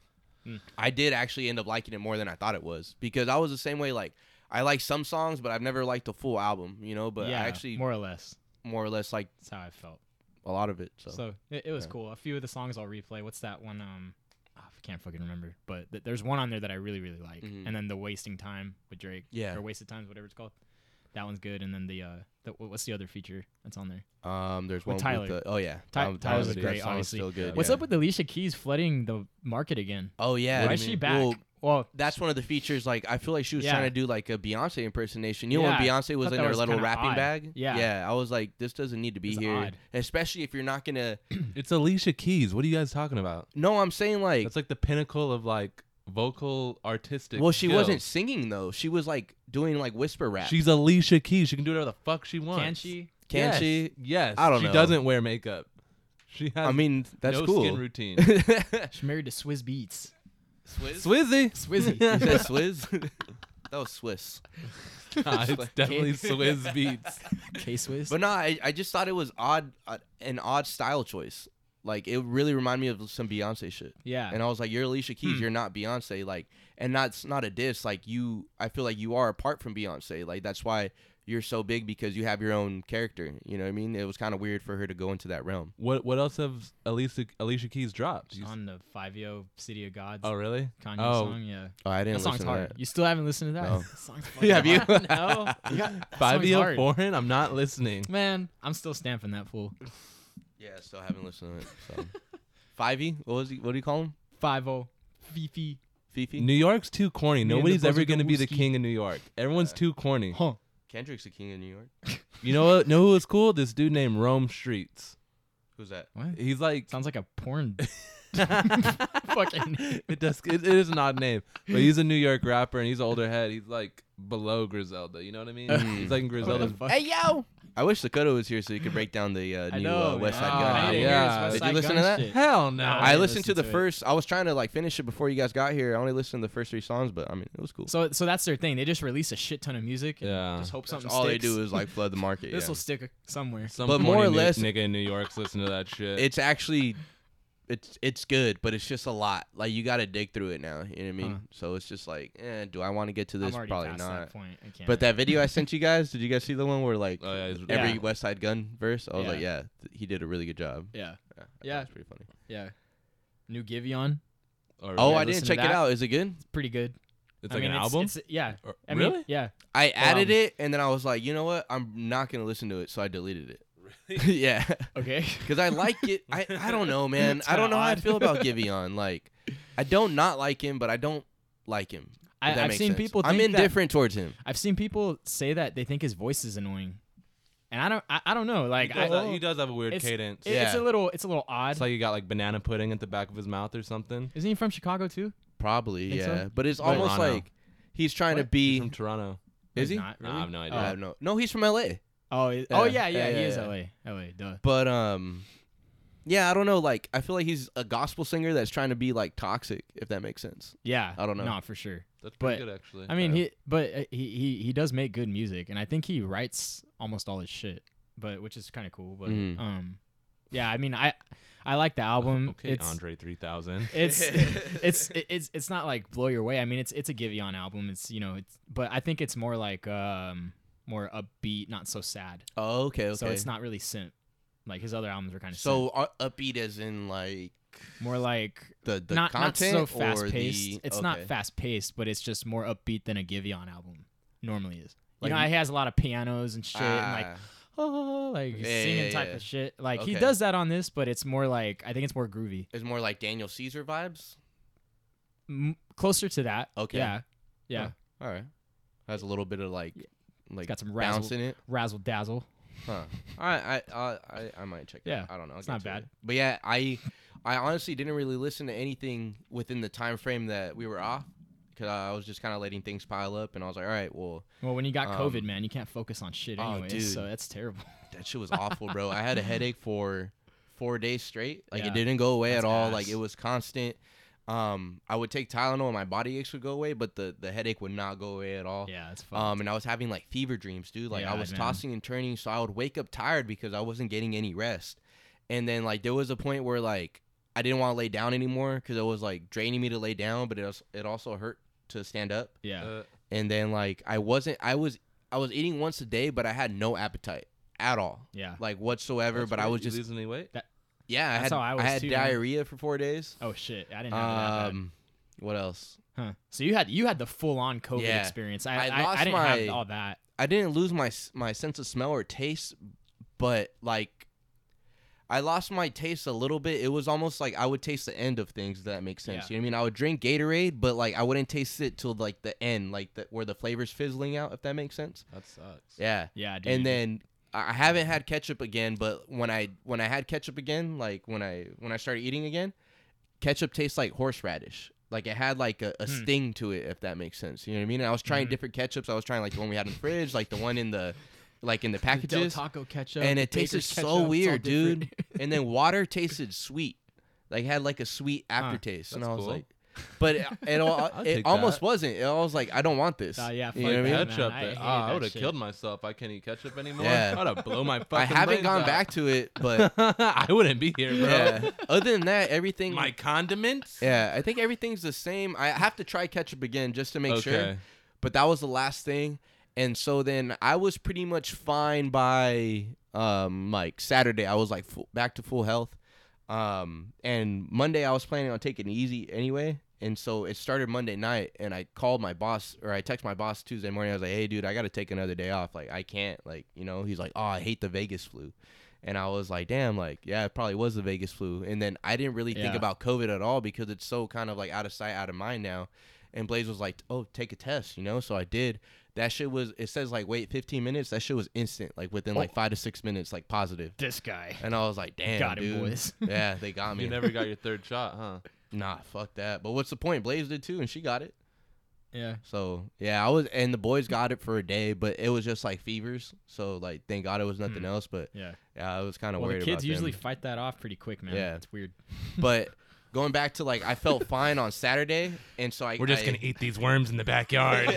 Speaker 5: Hmm.
Speaker 4: I did actually end up liking it more than I thought it was because I was the same way. Like I like some songs, but I've never liked the full album. You know, but
Speaker 5: yeah,
Speaker 4: I actually more,
Speaker 5: more or less.
Speaker 4: or less like
Speaker 5: That's how I felt.
Speaker 4: a lot of it. So,
Speaker 5: So, it, it was
Speaker 4: yeah.
Speaker 5: cool. A few of the songs I'll replay. What's that one? Um, ah, I can't fucking remember. But th- there's one on there that I really really like,
Speaker 4: Mhm.
Speaker 5: and then the wasting time with Drake.
Speaker 4: Yeah.
Speaker 5: Or wasted times, whatever it's called. That one's good. And then the uh, the, wh- what's the other feature that's on there?
Speaker 4: um, there's one with
Speaker 5: Tyler.
Speaker 4: the- oh yeah,
Speaker 5: Ty-
Speaker 4: Tyler-
Speaker 5: Tyler's
Speaker 4: Tyler's- that
Speaker 5: great,
Speaker 4: song's
Speaker 5: obviously.
Speaker 4: Still good.
Speaker 5: What's
Speaker 4: yeah.
Speaker 5: up with Alicia Keys flooding the market again?
Speaker 4: Oh yeah,
Speaker 5: Why
Speaker 4: I
Speaker 5: is she
Speaker 4: mean,
Speaker 5: back?
Speaker 4: well,
Speaker 5: well
Speaker 4: that's one of the features. Like I feel like she was
Speaker 5: Yeah.
Speaker 4: trying to do like a Beyonce impersonation. You know when
Speaker 5: Yeah,
Speaker 4: Beyonce was
Speaker 5: thought
Speaker 4: in
Speaker 5: that
Speaker 4: her
Speaker 5: was
Speaker 4: little
Speaker 5: kinda
Speaker 4: rapping
Speaker 5: odd.
Speaker 4: bag?
Speaker 5: Yeah.
Speaker 4: yeah. I was like, this doesn't need to be
Speaker 5: It's
Speaker 4: here,
Speaker 5: odd.
Speaker 4: especially if you're not gonna.
Speaker 6: It's Alicia Keys. What are you guys talking about?
Speaker 4: No, I'm saying like.
Speaker 6: That's like the pinnacle of like vocal artistic.
Speaker 4: well, she
Speaker 6: skill.
Speaker 4: wasn't singing though. She was like doing like whisper rap.
Speaker 6: She's Alicia Keys. She can do whatever the fuck she wants.
Speaker 5: can she?
Speaker 4: Can
Speaker 6: Yes.
Speaker 4: she?
Speaker 6: Yes.
Speaker 4: I don't
Speaker 6: she
Speaker 4: know.
Speaker 6: doesn't wear makeup. She has.
Speaker 4: I mean, that's
Speaker 6: no
Speaker 4: cool. [laughs]
Speaker 6: skin routine.
Speaker 5: She's married to Swizz Beats.
Speaker 4: Swizz.
Speaker 6: Swizzy.
Speaker 4: You
Speaker 5: Swizzy.
Speaker 4: said
Speaker 6: [laughs]
Speaker 4: Swizz. that was
Speaker 5: [laughs]
Speaker 4: Swiss.
Speaker 6: Nah, it's definitely Swizz Beats.
Speaker 5: K Swizz.
Speaker 4: But no, I, I just thought it was odd, uh, an odd style choice. Like it really reminded me of some Beyonce shit.
Speaker 5: Yeah.
Speaker 4: And I was like, "You're Alicia Keys.
Speaker 5: Hmm.
Speaker 4: You're not Beyonce. Like, and that's not a diss. Like, you, I feel like you are apart from Beyonce. Like, that's why you're so big because you have your own character. You know what I mean? It was kind of weird for her to go into that realm.
Speaker 6: What What else have Alicia Alicia Keys dropped? You-
Speaker 5: on the Fivio City of Gods
Speaker 6: oh really?
Speaker 5: Kanye
Speaker 6: oh,
Speaker 5: song. Yeah.
Speaker 4: Oh, I
Speaker 5: That
Speaker 4: didn't
Speaker 5: song's
Speaker 4: listen to
Speaker 5: hard.
Speaker 4: that.
Speaker 5: You still haven't listened to that?
Speaker 4: No.
Speaker 5: That [laughs]
Speaker 4: [laughs]
Speaker 5: song's fucking
Speaker 6: have you?
Speaker 5: hard. no. Yeah, that
Speaker 6: Five
Speaker 5: song's
Speaker 6: E
Speaker 5: hard.
Speaker 6: foreign. I'm not listening.
Speaker 5: Man, I'm still stamping that fool.
Speaker 4: Yeah, I still haven't listened to it.
Speaker 5: [laughs]
Speaker 4: So. Fivey, what was he? What do you call him?
Speaker 5: Five O, Fifi.
Speaker 4: Fifi.
Speaker 6: New York's too corny.
Speaker 5: and the
Speaker 6: Nobody's ever
Speaker 5: buzzard
Speaker 6: gonna be the
Speaker 5: Gawuski.
Speaker 6: king of New York. Everyone's too corny.
Speaker 5: Huh.
Speaker 4: Kendrick's the king of New York.
Speaker 6: You know what? Know who was cool? This dude named Rome Streets.
Speaker 4: Who's that?
Speaker 5: What?
Speaker 6: He's like
Speaker 5: Sounds like a
Speaker 4: [laughs]
Speaker 5: porn. [laughs]
Speaker 6: [laughs]
Speaker 5: Fucking.
Speaker 6: it does. It, it is an odd name, but he's a New York rapper and he's an older head. He's like below Griselda. You know what I mean?
Speaker 5: Mm.
Speaker 6: he's
Speaker 5: Oh,
Speaker 6: like in Griselda's.
Speaker 5: fuck?
Speaker 4: Hey yo! I wish Dakota was here so he could break down the uh,
Speaker 5: I
Speaker 4: new
Speaker 5: know.
Speaker 4: uh, West Side
Speaker 6: man.
Speaker 4: Gun.
Speaker 6: Ah,
Speaker 5: I
Speaker 4: album.
Speaker 5: need to hear
Speaker 6: yeah.
Speaker 5: this West
Speaker 4: Did you
Speaker 5: Side
Speaker 4: listen
Speaker 5: Gun
Speaker 4: to that?
Speaker 5: shit.
Speaker 6: Hell no!
Speaker 5: Nah,
Speaker 4: I listened
Speaker 5: I
Speaker 4: to
Speaker 5: listened
Speaker 4: the
Speaker 5: to it.
Speaker 4: first. I was trying to like finish it before you guys got here. I only listened to the first three songs, but I mean, it was cool.
Speaker 5: So, so that's their thing. They just release a shit ton of music. And
Speaker 6: Yeah.
Speaker 5: Just hope
Speaker 4: That's
Speaker 5: something
Speaker 4: all
Speaker 5: sticks.
Speaker 4: they do is like flood the market.
Speaker 5: [laughs] This
Speaker 4: yeah.
Speaker 5: will stick somewhere.
Speaker 6: Some
Speaker 4: But
Speaker 6: corny
Speaker 4: more or
Speaker 6: New-
Speaker 4: less-
Speaker 6: nigga in New York's listening to that shit.
Speaker 4: It's actually, it's it's good, but it's just a lot. Like you got to dig through it now. You know what I mean?
Speaker 5: Huh.
Speaker 4: So it's just like, eh, do I want to get to
Speaker 5: I'm
Speaker 4: this?
Speaker 5: already
Speaker 4: Probably
Speaker 5: past
Speaker 4: not.
Speaker 5: that point. I can't.
Speaker 4: But that video I
Speaker 5: [laughs]
Speaker 4: sent you guys, did you guys see the one where like
Speaker 6: oh yeah, he's-
Speaker 4: every
Speaker 5: Yeah.
Speaker 4: West Side Gun verse? I was
Speaker 5: Yeah.
Speaker 4: like, yeah, th- he did a really good job.
Speaker 5: Yeah.
Speaker 4: Yeah, I thought
Speaker 5: Yeah.
Speaker 4: it was pretty funny.
Speaker 5: Yeah. New Giveon.
Speaker 6: or-
Speaker 4: Oh,
Speaker 5: yeah,
Speaker 4: I didn't
Speaker 5: listen to
Speaker 4: check it
Speaker 5: that.
Speaker 4: out. Is it good?
Speaker 5: It's pretty good.
Speaker 6: it's
Speaker 5: I
Speaker 6: like
Speaker 5: mean,
Speaker 6: an
Speaker 5: it's-
Speaker 6: album.
Speaker 5: it's- yeah.
Speaker 6: Or-
Speaker 5: I mean,
Speaker 6: really?
Speaker 5: Yeah.
Speaker 4: I added
Speaker 5: album.
Speaker 4: it, and then I was like, you know what? I'm not gonna listen to it, so I deleted it. Really? [laughs] yeah.
Speaker 5: [laughs] Okay.
Speaker 4: Because I like it. I, I don't [laughs] know, man.
Speaker 5: It's
Speaker 4: I don't know
Speaker 5: kinda
Speaker 4: how I
Speaker 5: odd.
Speaker 4: feel [laughs] about Giveon. Like, I don't not like him, but I don't like him. if
Speaker 5: I,
Speaker 4: that
Speaker 5: I've
Speaker 4: makes
Speaker 5: seen
Speaker 4: sense.
Speaker 5: people.
Speaker 4: I'm
Speaker 5: think that-
Speaker 4: indifferent towards him.
Speaker 5: I've seen people say that they think his voice is annoying, and I don't. I, I don't know. Like
Speaker 6: he, does,
Speaker 5: I,
Speaker 6: he does have a weird
Speaker 5: it's,
Speaker 6: cadence.
Speaker 5: it- It's a
Speaker 4: Yeah.
Speaker 5: little. It's a little odd.
Speaker 6: It's like you got like banana pudding at the back of his mouth or something.
Speaker 5: Isn't he from Chicago too?
Speaker 4: Probably,
Speaker 5: Think so?
Speaker 4: yeah. But it's
Speaker 5: But-
Speaker 4: almost
Speaker 6: Toronto.
Speaker 4: like he's trying to
Speaker 5: What?
Speaker 6: He's
Speaker 4: be.
Speaker 6: from Toronto.
Speaker 5: No,
Speaker 4: Is
Speaker 5: he's
Speaker 4: he?
Speaker 5: Not,
Speaker 6: Nah, I
Speaker 5: really?
Speaker 6: have no
Speaker 4: I
Speaker 6: idea.
Speaker 4: have no. No, he's from L.A.
Speaker 5: Oh, he- oh
Speaker 4: Yeah,
Speaker 5: yeah, yeah,
Speaker 4: yeah,
Speaker 5: he is
Speaker 4: yeah.
Speaker 5: L.A. L.A. Duh.
Speaker 4: But um, yeah, I don't know. Like, I feel like he's a gospel singer that's trying to be like toxic, if that makes sense.
Speaker 5: Yeah,
Speaker 4: I don't know.
Speaker 5: No, for sure.
Speaker 6: That's
Speaker 5: pretty
Speaker 6: pretty
Speaker 5: But-
Speaker 6: good actually.
Speaker 5: I mean, he but uh, he he he does make good music, and I think he writes almost all his shit, but which is kind of cool. But
Speaker 4: Mhm.
Speaker 5: um, yeah, I mean, I I like the album.
Speaker 6: okay,
Speaker 5: it's,
Speaker 6: Andre three [laughs] thousand.
Speaker 4: [laughs]
Speaker 5: it's it's it's it's not like blow your way. I mean, it's it's a Giveon album. It's you know, it's but I think it's more like um more upbeat, not so sad.
Speaker 4: Oh, okay, okay.
Speaker 5: So it's not really simp. Like his other albums are kind of
Speaker 4: So uh, upbeat as in like
Speaker 5: more like
Speaker 4: the the
Speaker 5: not not
Speaker 4: content
Speaker 5: so fast
Speaker 4: or
Speaker 5: paced.
Speaker 4: the
Speaker 5: It's not
Speaker 4: okay.
Speaker 5: fast paced, but it's just more upbeat than a Giveon album normally is. You
Speaker 4: Like-
Speaker 5: know, he has a lot of pianos and shit, and like
Speaker 4: Ah.
Speaker 5: oh, like
Speaker 4: Yeah,
Speaker 5: singing
Speaker 4: yeah,
Speaker 5: type
Speaker 4: yeah.
Speaker 5: of shit. Like he
Speaker 4: Okay.
Speaker 5: does that on this, but it's more like I think it's more groovy,
Speaker 4: It's more like Daniel Caesar vibes.
Speaker 5: M- closer to that.
Speaker 4: Okay.
Speaker 5: Yeah, yeah.
Speaker 4: Huh. All right. Has a little bit of like, like
Speaker 5: got some razzle-
Speaker 4: bounce in it.
Speaker 5: Razzle dazzle. [laughs]
Speaker 4: Huh. All right. I I I, I might check. it
Speaker 5: Yeah,
Speaker 4: out. I don't know. I'll
Speaker 5: it's
Speaker 4: get
Speaker 5: not
Speaker 4: to
Speaker 5: bad.
Speaker 4: it. But yeah, I I honestly didn't really listen to anything within the time frame that we were off because I was just kind of letting things pile up, and I was like, all right, well,
Speaker 5: Well, when you got
Speaker 4: Um,
Speaker 5: COVID, man, you can't focus on shit
Speaker 4: oh,
Speaker 5: anyway,
Speaker 4: dude.
Speaker 5: so that's terrible. [laughs]
Speaker 4: that shit was awful, bro. I had a headache for four days straight. Like
Speaker 5: Yeah.
Speaker 4: it didn't go away
Speaker 5: That's
Speaker 4: at all. Like
Speaker 5: ass.
Speaker 4: it was constant. Um, I would take Tylenol and my body aches would go away, but the the headache would not go away at all.
Speaker 5: Yeah, it's fun.
Speaker 4: Um, and I was having like fever dreams, dude. Like I
Speaker 5: Yeah,
Speaker 4: was
Speaker 5: man.
Speaker 4: tossing and turning, so I would wake up tired because I wasn't getting any rest. And then like there was a point where like I didn't want to lay down anymore because it was like draining me to lay down, but it was, it also hurt to stand up.
Speaker 5: yeah.
Speaker 6: Uh,
Speaker 4: And then like I wasn't, I was, I was eating once a day, but I had no appetite at all,
Speaker 5: yeah.
Speaker 4: like whatsoever.
Speaker 6: that's
Speaker 4: But I
Speaker 6: weird.
Speaker 4: was
Speaker 6: You
Speaker 4: just,
Speaker 6: losing any weight.
Speaker 4: yeah, I
Speaker 5: That's
Speaker 4: had,
Speaker 5: how I
Speaker 4: I,
Speaker 5: was
Speaker 4: had
Speaker 5: too, man.
Speaker 4: diarrhea for four days.
Speaker 5: Oh shit, I didn't have um,
Speaker 4: Um, what else?
Speaker 5: that. Huh. So you had you had the full on COVID
Speaker 4: Yeah.
Speaker 5: experience.
Speaker 4: I
Speaker 5: I I,
Speaker 4: lost
Speaker 5: I didn't
Speaker 4: my-
Speaker 5: have all that.
Speaker 4: I didn't lose my s- my sense of smell or taste, but like I lost my taste a little bit. It was almost like I would taste the end of things. If that makes sense.
Speaker 5: Yeah.
Speaker 4: You know what I mean? I would drink Gatorade, but like I wouldn't taste it till like the end, like the, where the flavors fizzling out. If that makes sense.
Speaker 6: That sucks.
Speaker 4: Yeah.
Speaker 5: Yeah, dude.
Speaker 4: And then I I haven't had ketchup again, but when I when I had ketchup again, like when I when I started eating again, ketchup tastes like horseradish. Like it had like a, a
Speaker 5: Hmm.
Speaker 4: sting to it, if that makes sense. You know what I mean? And I was trying
Speaker 5: Mhm.
Speaker 4: different ketchups. I was trying like the one we had in the fridge, like the one in the like
Speaker 5: [laughs]
Speaker 4: in the packages.
Speaker 5: taco ketchup
Speaker 4: and
Speaker 5: the
Speaker 4: it tasted
Speaker 5: Baker's ketchup,
Speaker 4: so
Speaker 5: it's all
Speaker 4: weird,
Speaker 5: different.
Speaker 4: dude.
Speaker 5: [laughs]
Speaker 4: and then water tasted sweet. Like had like a sweet aftertaste, and I
Speaker 6: that's
Speaker 4: was
Speaker 6: cool.
Speaker 4: like, but it,
Speaker 5: [laughs]
Speaker 4: it, all,
Speaker 6: I'll
Speaker 4: it
Speaker 6: take
Speaker 4: almost
Speaker 6: that.
Speaker 4: wasn't. It, I was like, I don't want this.
Speaker 5: Nah, yeah,
Speaker 4: you know
Speaker 5: fuck
Speaker 4: what I
Speaker 5: that.
Speaker 4: mean?
Speaker 5: man,
Speaker 6: Ketchup.
Speaker 5: I
Speaker 6: I,
Speaker 5: hated
Speaker 6: oh, I
Speaker 5: that
Speaker 6: would have
Speaker 5: shit.
Speaker 6: killed myself. I can't eat ketchup anymore.
Speaker 4: Yeah.
Speaker 6: I'd have blow my fucking.
Speaker 4: [laughs] I haven't
Speaker 6: brains
Speaker 4: gone
Speaker 6: out.
Speaker 4: back to it,
Speaker 5: [laughs]
Speaker 4: but
Speaker 6: [laughs] I wouldn't be here, bro.
Speaker 4: yeah. Other than that, everything.
Speaker 6: My condiments.
Speaker 4: Yeah, I think everything's the same. I have to try ketchup again just to make sure.
Speaker 6: Okay.
Speaker 4: But that was the last thing, and so then I was pretty much fine by um like Saturday. I was like full, back to full health. Um, and Monday I was planning on taking it easy anyway. And so it started Monday night, and I called my boss or I texted my boss Tuesday morning. I was like, "Hey, dude, I got to take another day off. Like, I can't. Like, you know." He's like, "Oh, I hate the Vegas flu," and I was like, "Damn, like, yeah, it probably was the Vegas flu." And then I didn't really think
Speaker 5: Yeah.
Speaker 4: about COVID at all because it's so kind of like out of sight, out of mind now. And Blaze was like, "Oh, take a test," you know. So I did. That shit was. It says like wait 15 minutes. That shit was instant, like within like five to six minutes, like positive.
Speaker 5: This guy.
Speaker 4: And I was like, "Damn,
Speaker 5: Got him,
Speaker 4: dude."
Speaker 5: boys.
Speaker 4: [laughs] yeah, they
Speaker 5: [laughs]
Speaker 4: got me.
Speaker 6: You
Speaker 4: [laughs]
Speaker 6: never got your third shot, huh?
Speaker 4: Nah, fuck that. But what's the point? Blaze did too, and she got it.
Speaker 5: Yeah.
Speaker 4: So yeah, I was, and the boys got it for a day, but it was just like fevers. So like, thank God it was nothing
Speaker 5: Hmm.
Speaker 4: else. But
Speaker 5: Yeah.
Speaker 4: yeah, I was kind of
Speaker 5: Well, the
Speaker 4: worried
Speaker 5: kids
Speaker 4: about
Speaker 5: usually
Speaker 4: them.
Speaker 5: fight that off pretty quick, man.
Speaker 4: Yeah.
Speaker 5: It's weird.
Speaker 4: but going back to like, I
Speaker 5: [laughs]
Speaker 4: felt fine on Saturday, and so I
Speaker 6: We're just
Speaker 4: I,
Speaker 6: gonna eat these worms in the backyard.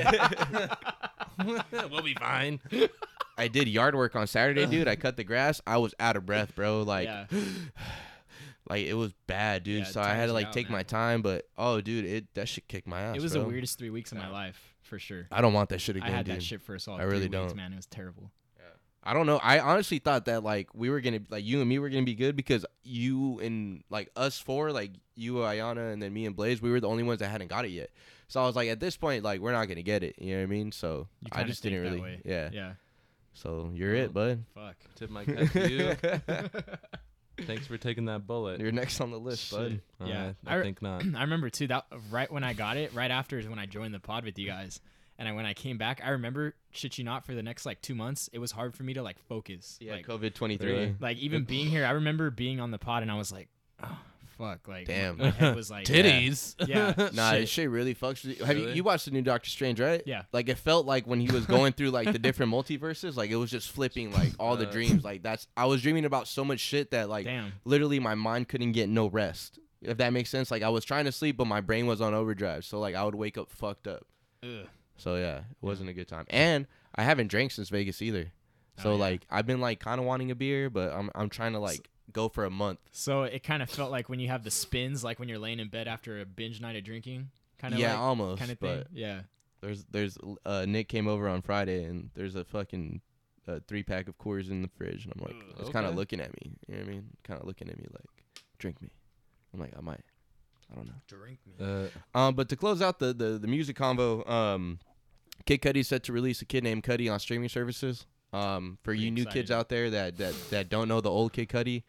Speaker 6: [laughs] we'll be fine.
Speaker 4: [laughs] I did yard work on Saturday, dude. I cut the grass. I was out of breath,
Speaker 5: [laughs]
Speaker 4: bro. Like,
Speaker 5: yeah.
Speaker 4: [sighs] like it was bad, dude.
Speaker 5: Yeah, it
Speaker 4: so I had
Speaker 5: tires
Speaker 4: to
Speaker 5: you
Speaker 4: like
Speaker 5: out,
Speaker 4: take
Speaker 5: man.
Speaker 4: my time, but oh, dude, it that shit kicked my ass.
Speaker 5: It was
Speaker 4: bro.
Speaker 5: the weirdest three weeks of my life, for sure.
Speaker 4: I don't want that shit again,
Speaker 5: I had
Speaker 4: dude.
Speaker 5: that shit for us all.
Speaker 4: I really
Speaker 5: three weeks,
Speaker 4: don't.
Speaker 5: man. It was terrible.
Speaker 4: I don't know. I honestly thought that like we were gonna like you and me were gonna be good because you and like us four, like you, Ayana, and then me and Blaze, we were the only ones that hadn't got it yet. So I was like, at this point, like we're not gonna get it. You know what I mean? So
Speaker 5: You
Speaker 4: I
Speaker 5: kinda
Speaker 4: just
Speaker 5: think
Speaker 4: didn't really,
Speaker 5: that way.
Speaker 4: yeah.
Speaker 5: Yeah.
Speaker 4: So you're it, bud.
Speaker 5: Fuck.
Speaker 6: Tip my cap to you. Thanks for taking that bullet.
Speaker 4: [laughs] You're next on the list, bud.
Speaker 5: Shit. Yeah.
Speaker 6: Uh, I,
Speaker 5: I-
Speaker 6: think not.
Speaker 5: I remember too that right when I got it, right after is when I joined the pod with you guys. And I, when I came back, I remember, shit you not, for the next like two months, it was hard for me to like focus.
Speaker 4: Yeah,
Speaker 5: like,
Speaker 4: COVID twenty three.
Speaker 6: Really?
Speaker 5: like even being here, I remember being on the pod and I was like, oh, fuck. Like, my-
Speaker 4: Damn.
Speaker 5: My head was like,
Speaker 6: Titties. [laughs]
Speaker 5: Yeah. Yeah.
Speaker 4: Nah,
Speaker 5: Shit.
Speaker 4: this shit really fucks with you. Have you,
Speaker 6: Really?
Speaker 4: you watched the new Doctor Strange, right?
Speaker 5: Yeah.
Speaker 4: Like it felt like when he was going through
Speaker 5: [laughs]
Speaker 4: like the different multiverses, like it was just flipping like all the
Speaker 6: Uh.
Speaker 4: dreams. Like that's I was dreaming about so much shit that like
Speaker 5: Damn.
Speaker 4: literally my mind couldn't get no rest. If that makes sense. Like I was trying to sleep, but my brain was on overdrive. So like I would wake up fucked up.
Speaker 5: Ugh.
Speaker 4: So yeah, it wasn't a good time. And I haven't drank since Vegas either. So
Speaker 5: Oh, yeah.
Speaker 4: like I've been like kind of wanting a beer, but I'm I'm trying to like go for a month.
Speaker 5: So it kind of felt like when you have the spins, like when you're laying in bed after a binge night of drinking, kind of
Speaker 4: yeah,
Speaker 5: like,
Speaker 4: almost.
Speaker 5: kind of
Speaker 4: but
Speaker 5: thing. yeah.
Speaker 4: There's there's uh Nick came over on Friday and there's a fucking uh, three pack of Coors in the fridge and I'm like
Speaker 6: Ugh,
Speaker 4: it's kind of
Speaker 6: okay.
Speaker 4: looking at me. You know what I mean? Kind of looking at me like drink me. I'm like I might. I don't know.
Speaker 5: Drink me.
Speaker 6: Uh,
Speaker 4: Um, but to close out the the, the music combo, um, Kid Cudi's set to release a kid named Cudi on streaming services. Um, for you
Speaker 5: Pretty
Speaker 4: new kids
Speaker 5: exciting.
Speaker 4: out there that that that don't know the old Kid Cudi,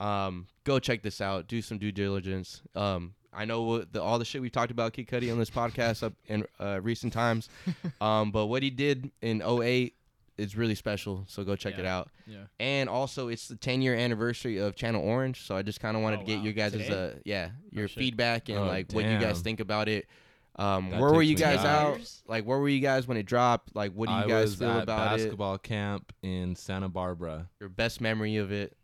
Speaker 4: um, go check this out. Do some due diligence. Um, I know what the, all the shit we talked about Kid Cudi on this podcast up in uh, recent
Speaker 5: [laughs]
Speaker 4: times, um, but what he did in 08 is really special. So go check it
Speaker 5: Yeah.
Speaker 4: out.
Speaker 5: Yeah.
Speaker 4: And also, it's the 10 year anniversary of Channel Orange, so I just kind of wanted
Speaker 5: Oh,
Speaker 4: to get
Speaker 5: wow.
Speaker 4: your guys'
Speaker 5: Today?
Speaker 4: uh, yeah your
Speaker 5: shit.
Speaker 4: feedback and
Speaker 6: Oh,
Speaker 4: like what you guys
Speaker 6: damn.
Speaker 4: think about it. Um,
Speaker 6: That
Speaker 4: where were
Speaker 6: takes
Speaker 4: you
Speaker 6: me
Speaker 4: guys
Speaker 6: back.
Speaker 4: out?
Speaker 5: Years?
Speaker 4: Like, where were you guys when it dropped? Like, what do you
Speaker 6: I
Speaker 4: guys
Speaker 6: was
Speaker 4: feel
Speaker 6: at
Speaker 4: about it?
Speaker 6: basketball camp in Santa Barbara.
Speaker 4: Your best memory of it?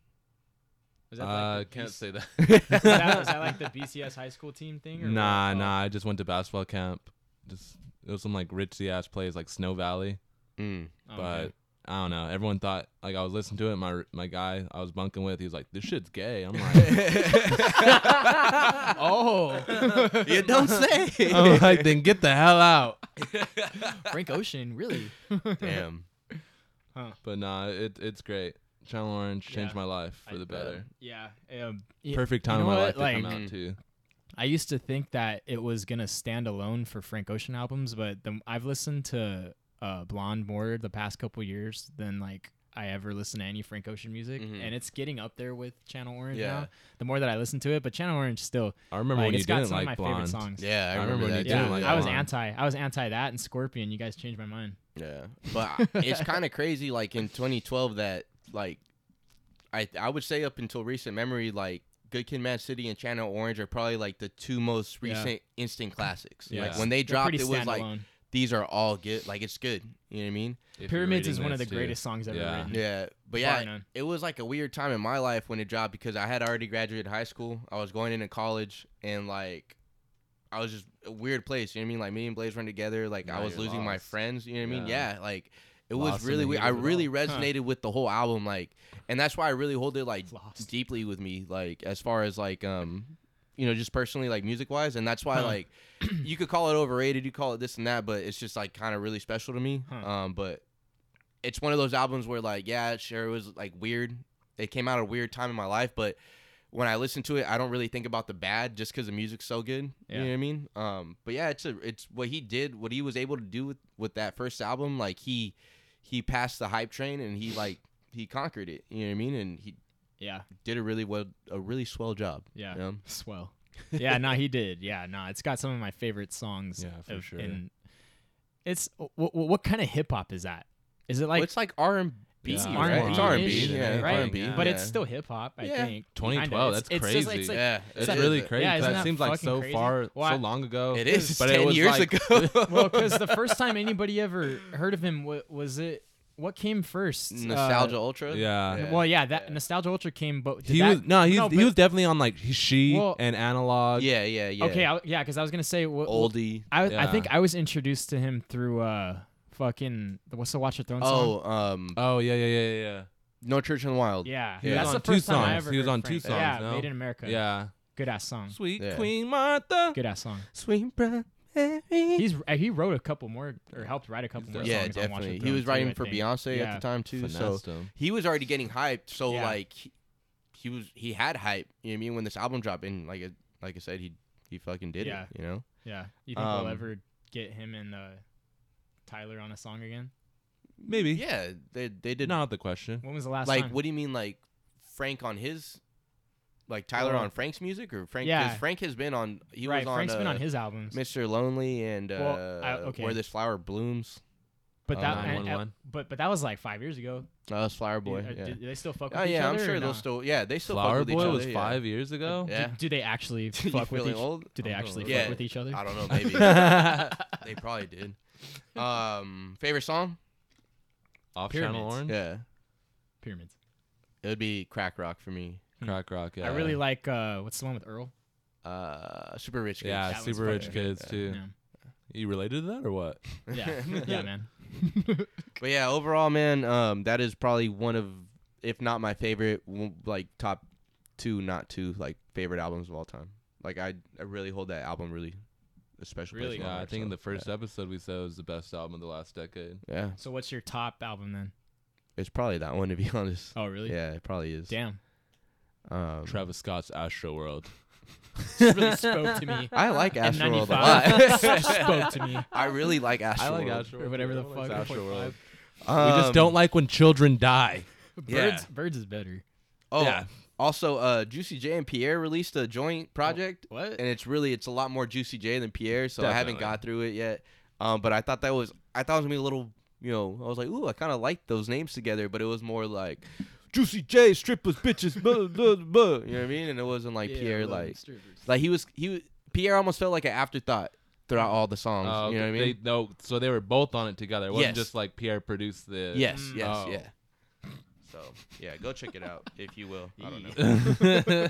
Speaker 5: Was that
Speaker 6: Uh,
Speaker 5: like the
Speaker 6: can't
Speaker 5: BC [laughs]
Speaker 6: say that.
Speaker 5: was, that,
Speaker 6: [laughs]
Speaker 5: was that like the BCS high school team thing? Or what?
Speaker 6: nah,
Speaker 5: Oh.
Speaker 6: nah. I just went to basketball camp. Just it was some like ritzy ass plays like Snow Valley, [laughs]
Speaker 4: Mm. [laughs]
Speaker 5: Oh,
Speaker 6: but
Speaker 5: okay.
Speaker 6: I don't know. Everyone thought like I was listening to it. My my guy I was bunking with, he was like, "This shit's gay."
Speaker 5: [laughs]
Speaker 6: I'm like,
Speaker 4: [laughs]
Speaker 5: oh,
Speaker 4: you don't
Speaker 5: [laughs]
Speaker 4: say.
Speaker 6: I'm like, then get the hell out.
Speaker 5: Frank Ocean,
Speaker 6: [laughs]
Speaker 5: really? [laughs]
Speaker 4: Damn.
Speaker 6: But nah, it it's great. Channel Orange changed
Speaker 5: Yeah.
Speaker 6: my life for
Speaker 5: I
Speaker 6: the
Speaker 5: bet.
Speaker 6: better.
Speaker 5: Yeah. Um, y-
Speaker 6: Perfect
Speaker 5: you
Speaker 6: time
Speaker 5: know
Speaker 6: of my
Speaker 5: what?
Speaker 6: life to
Speaker 5: Like, mm.
Speaker 6: come out too.
Speaker 5: I used to think that it was gonna stand alone for Frank Ocean albums, but the, I've listened to uh, Blonde more the past couple years than like I ever listened to any Frank Ocean music,
Speaker 6: Mm-hmm.
Speaker 4: Mhm.
Speaker 5: and it's getting up there with Channel Orange
Speaker 4: Yeah.
Speaker 5: now. The more that I listen to it, but Channel Orange still.
Speaker 6: I remember
Speaker 5: like,
Speaker 6: when you
Speaker 5: it's got
Speaker 6: didn't
Speaker 5: some of
Speaker 6: like
Speaker 5: my
Speaker 6: Blonde.
Speaker 5: favorite songs.
Speaker 4: Yeah, I
Speaker 6: I
Speaker 4: remember,
Speaker 6: remember when
Speaker 4: that.
Speaker 6: you
Speaker 4: too.
Speaker 5: Yeah,
Speaker 6: didn't like
Speaker 5: I was
Speaker 6: Blonde.
Speaker 5: anti. I was anti that and Scorpion. You guys changed my mind.
Speaker 4: Yeah, but I- it's kind of crazy. Like in 2012, that like I I would say up until recent memory, like Good Kid, Mad City, and Channel Orange are probably like the two most
Speaker 5: Yeah.
Speaker 4: recent instant classics. Like
Speaker 6: Yeah.
Speaker 4: when they
Speaker 5: They're
Speaker 4: dropped,
Speaker 5: pretty
Speaker 4: it was like
Speaker 5: standalone.
Speaker 4: these are all good. Like it's good. You know what I mean?
Speaker 6: If you're
Speaker 5: Pyramids is
Speaker 6: reading
Speaker 5: one of the
Speaker 6: this, too.
Speaker 5: greatest songs ever
Speaker 6: Yeah.
Speaker 5: written.
Speaker 4: Yeah, but
Speaker 5: Bar
Speaker 4: yeah,
Speaker 5: none.
Speaker 4: it was like a weird time in my life when it dropped because I had already graduated high school. I was going into college and like I was just a weird place. You know what I mean? Like me and Blaze run together. Like I
Speaker 6: Now
Speaker 4: was
Speaker 6: you're
Speaker 4: losing my
Speaker 6: lost.
Speaker 4: friends. You know what I mean?
Speaker 6: Yeah.
Speaker 4: Yeah, like it
Speaker 6: Lost
Speaker 4: was
Speaker 6: in
Speaker 4: really
Speaker 6: the
Speaker 4: weird.
Speaker 6: heat
Speaker 4: I
Speaker 6: of it
Speaker 4: really
Speaker 6: all.
Speaker 5: Huh.
Speaker 4: resonated with the whole album. Like, and that's why I really hold it like
Speaker 5: Lost.
Speaker 4: deeply with me. Like as far as like um. You know, just personally, like music wise, and that's why,
Speaker 5: Huh.
Speaker 4: like, [clears throat] you could call it overrated, you call it this and that, but it's just like kind of really special to me.
Speaker 5: Huh.
Speaker 4: Um, but it's one of those albums where like yeah sure it was like weird it came out at a weird time in my life but when i listen to it i don't really think about the bad just because the music's so good you know
Speaker 5: Yeah.
Speaker 4: what i mean um but yeah it's a it's what he did what he was able to do with with that first album like he he passed the hype train and he like he conquered it you know what i mean and he
Speaker 5: Yeah.
Speaker 4: did a really well a really swell job
Speaker 5: Yeah.
Speaker 4: you know?
Speaker 5: Swell. yeah, no, he did. Yeah, no, it's got some of my favorite songs.
Speaker 6: Yeah, for sure.
Speaker 5: And it's what, what kind of hip hop is that? Is it like
Speaker 4: it's like r&b
Speaker 5: It's
Speaker 6: Yeah,
Speaker 4: right?
Speaker 5: R&B,
Speaker 4: it's r&b
Speaker 5: ish,
Speaker 4: yeah
Speaker 5: right?
Speaker 4: r&b
Speaker 5: but
Speaker 4: yeah.
Speaker 5: it's still hip hop, I
Speaker 4: Yeah.
Speaker 5: think.
Speaker 6: 2012,
Speaker 5: Kinda.
Speaker 6: that's
Speaker 5: just like-
Speaker 6: crazy.
Speaker 5: it's like-
Speaker 4: yeah
Speaker 6: It's
Speaker 5: That-
Speaker 6: really crazy.
Speaker 5: yeah,
Speaker 6: 'cause
Speaker 5: isn't
Speaker 6: that
Speaker 5: that
Speaker 6: seems like
Speaker 5: fucking
Speaker 6: so
Speaker 5: crazy?
Speaker 6: far,
Speaker 5: Well, I-
Speaker 6: so long ago.
Speaker 4: it is
Speaker 6: but
Speaker 4: 10
Speaker 6: it was
Speaker 4: years
Speaker 6: like,
Speaker 4: ago
Speaker 5: [laughs] well, because
Speaker 6: [laughs]
Speaker 5: the first time anybody ever heard of him wa- was it what came first? Uh,
Speaker 4: [laughs] nostalgia ultra
Speaker 6: Yeah.
Speaker 5: well, yeah, that nostalgia ultra came, but did
Speaker 6: [laughs] He
Speaker 5: that-
Speaker 6: was no, he's, he
Speaker 5: but-
Speaker 6: was definitely on like she
Speaker 5: Well-
Speaker 6: and analog.
Speaker 4: Yeah, yeah, yeah.
Speaker 5: okay. I, yeah, because I was gonna say what,
Speaker 4: oldie.
Speaker 5: I, I
Speaker 6: Yeah.
Speaker 5: think I was introduced to him through uh fucking what's the Watch of Thrones song? Uh,
Speaker 4: Oh, um,
Speaker 6: Oh yeah, yeah, yeah, yeah,
Speaker 4: No Church in the Wild.
Speaker 5: Yeah,
Speaker 4: He was
Speaker 5: that's
Speaker 6: on
Speaker 5: the
Speaker 6: two
Speaker 5: first time I
Speaker 6: songs.
Speaker 5: ever
Speaker 6: He was
Speaker 5: heard
Speaker 6: on
Speaker 5: Frank.
Speaker 6: two songs,
Speaker 5: Yeah,
Speaker 6: no?
Speaker 5: Made in America.
Speaker 6: yeah. yeah.
Speaker 5: good ass song.
Speaker 6: Sweet
Speaker 4: Yeah.
Speaker 6: Queen Martha.
Speaker 5: Good ass song.
Speaker 4: Sweet Brown Mary.
Speaker 5: He's uh, he wrote a couple more or helped write a couple more
Speaker 4: Yeah,
Speaker 5: songs. on Watch
Speaker 4: definitely.
Speaker 5: the
Speaker 4: He
Speaker 5: Throne
Speaker 4: was
Speaker 5: too, I
Speaker 4: writing for
Speaker 5: think.
Speaker 4: Beyonce
Speaker 5: Yeah.
Speaker 4: at the time too,
Speaker 6: Finessed
Speaker 4: so
Speaker 6: him.
Speaker 4: he was already getting hyped. So
Speaker 5: Yeah.
Speaker 4: like, he, he was he had hype. You know what I mean? When this album dropped, and like I- like I said, he he fucking did
Speaker 5: Yeah.
Speaker 4: it. You know?
Speaker 5: Yeah, you think
Speaker 4: Um,
Speaker 5: we'll ever get him and uh, Tyler on a song again?
Speaker 6: Maybe.
Speaker 4: Yeah, they they did.
Speaker 6: Not the question.
Speaker 5: When was the last
Speaker 4: like,
Speaker 5: time?
Speaker 4: what do you mean? Like Frank on his. Like Tyler
Speaker 5: Well-
Speaker 4: on Frank's music, or Frank?
Speaker 5: Yeah.
Speaker 4: Because Frank has been on. He
Speaker 5: right,
Speaker 4: was on.
Speaker 5: Frank's been
Speaker 4: uh,
Speaker 5: on his albums,
Speaker 4: Mr. Lonely and uh,
Speaker 5: Well, I- okay.
Speaker 4: Where This Flower Blooms.
Speaker 5: but
Speaker 4: uh,
Speaker 5: that and-
Speaker 6: 911.
Speaker 5: and- but but that was like five years ago.
Speaker 4: Uh, it's Flower Boy.
Speaker 5: do, uh,
Speaker 4: yeah.
Speaker 5: do- do they still fuck
Speaker 4: Oh
Speaker 5: with each
Speaker 4: yeah, I'm
Speaker 5: other or
Speaker 4: sure
Speaker 5: nah?
Speaker 4: they'll still. Yeah, they still fuck
Speaker 6: Flower
Speaker 4: with each
Speaker 6: Boy
Speaker 4: other.
Speaker 6: was
Speaker 4: yeah.
Speaker 6: five years ago. [laughs]
Speaker 4: Yeah.
Speaker 5: Do, do they
Speaker 4: [laughs]
Speaker 5: actually
Speaker 4: You
Speaker 5: fuck with
Speaker 4: feeling
Speaker 5: each?
Speaker 4: old?
Speaker 5: Do they
Speaker 6: Oh,
Speaker 5: actually
Speaker 4: yeah.
Speaker 5: fuck with each other?
Speaker 4: I don't know.
Speaker 5: [laughs]
Speaker 4: Maybe they probably did. Um, favorite song?
Speaker 6: Off Channel
Speaker 5: Pyramids.
Speaker 6: Orange.
Speaker 4: Yeah,
Speaker 5: Pyramids.
Speaker 4: it would be Crack Rock for me.
Speaker 6: Crack Rock. Yeah.
Speaker 5: I really like uh, what's the one with Earl?
Speaker 4: Uh, Super Rich Kids.
Speaker 6: Yeah,
Speaker 5: That one's
Speaker 6: super rich
Speaker 5: fucking-
Speaker 6: kids too.
Speaker 5: Yeah.
Speaker 6: You related to that or what?
Speaker 5: [laughs]
Speaker 6: [laughs]
Speaker 5: Yeah, yeah, man.
Speaker 4: But yeah, overall, man, um, that is probably one of, if not my favorite, w- like top two, not two, like favorite albums of all time. Like I, I really hold that album really a special
Speaker 5: Really?
Speaker 4: place. in my
Speaker 6: Yeah, Uh, I
Speaker 4: heart,
Speaker 6: think in
Speaker 4: so,
Speaker 6: the first
Speaker 4: Yeah.
Speaker 6: episode we said it was the best album of the last decade.
Speaker 4: yeah,
Speaker 5: So what's your top album then?
Speaker 4: it's probably that one to be [laughs] honest.
Speaker 5: Oh really?
Speaker 4: Yeah, it probably is.
Speaker 5: Damn.
Speaker 4: Um,
Speaker 6: Travis Scott's Astro World.
Speaker 5: This really spoke
Speaker 4: [laughs]
Speaker 5: to me.
Speaker 4: I like
Speaker 5: And
Speaker 4: Astroworld a
Speaker 5: 95. [laughs]
Speaker 4: lot. [laughs]
Speaker 5: spoke to me.
Speaker 4: I really like Astroworld.
Speaker 6: [laughs] I like Astro World.
Speaker 5: Or whatever the
Speaker 6: Everyone likes
Speaker 5: fuck.
Speaker 6: Astro World.
Speaker 5: 4.5.
Speaker 6: We just don't
Speaker 4: Um,
Speaker 6: like when children die.
Speaker 4: Yeah.
Speaker 5: Birds, birds is better.
Speaker 4: Oh,
Speaker 6: Yeah.
Speaker 4: also, uh, Juicy J and Pierre released a joint project,
Speaker 5: What?
Speaker 4: and it's really it's a lot more Juicy J than Pierre. So I haven't
Speaker 6: Definitely.
Speaker 4: got through it yet. Um, but I thought that was I thought it was gonna be a little, you know, I was like, ooh, I kind of like those names together, but it was more like Juicy J strippers, bitches, blah, blah, blah, you know what I mean? And it wasn't like Pierre like like he was he was, Pierre almost felt like an afterthought throughout all the songs.
Speaker 6: Oh,
Speaker 4: you know what I
Speaker 6: okay.
Speaker 4: mean?
Speaker 6: They, no, so they were both on it together. It wasn't
Speaker 4: Yes.
Speaker 6: just like Pierre produced the.
Speaker 4: Yes, yes,
Speaker 6: Mm. Oh.
Speaker 4: yeah. So yeah, go check it out if you will.
Speaker 6: [laughs]
Speaker 4: I don't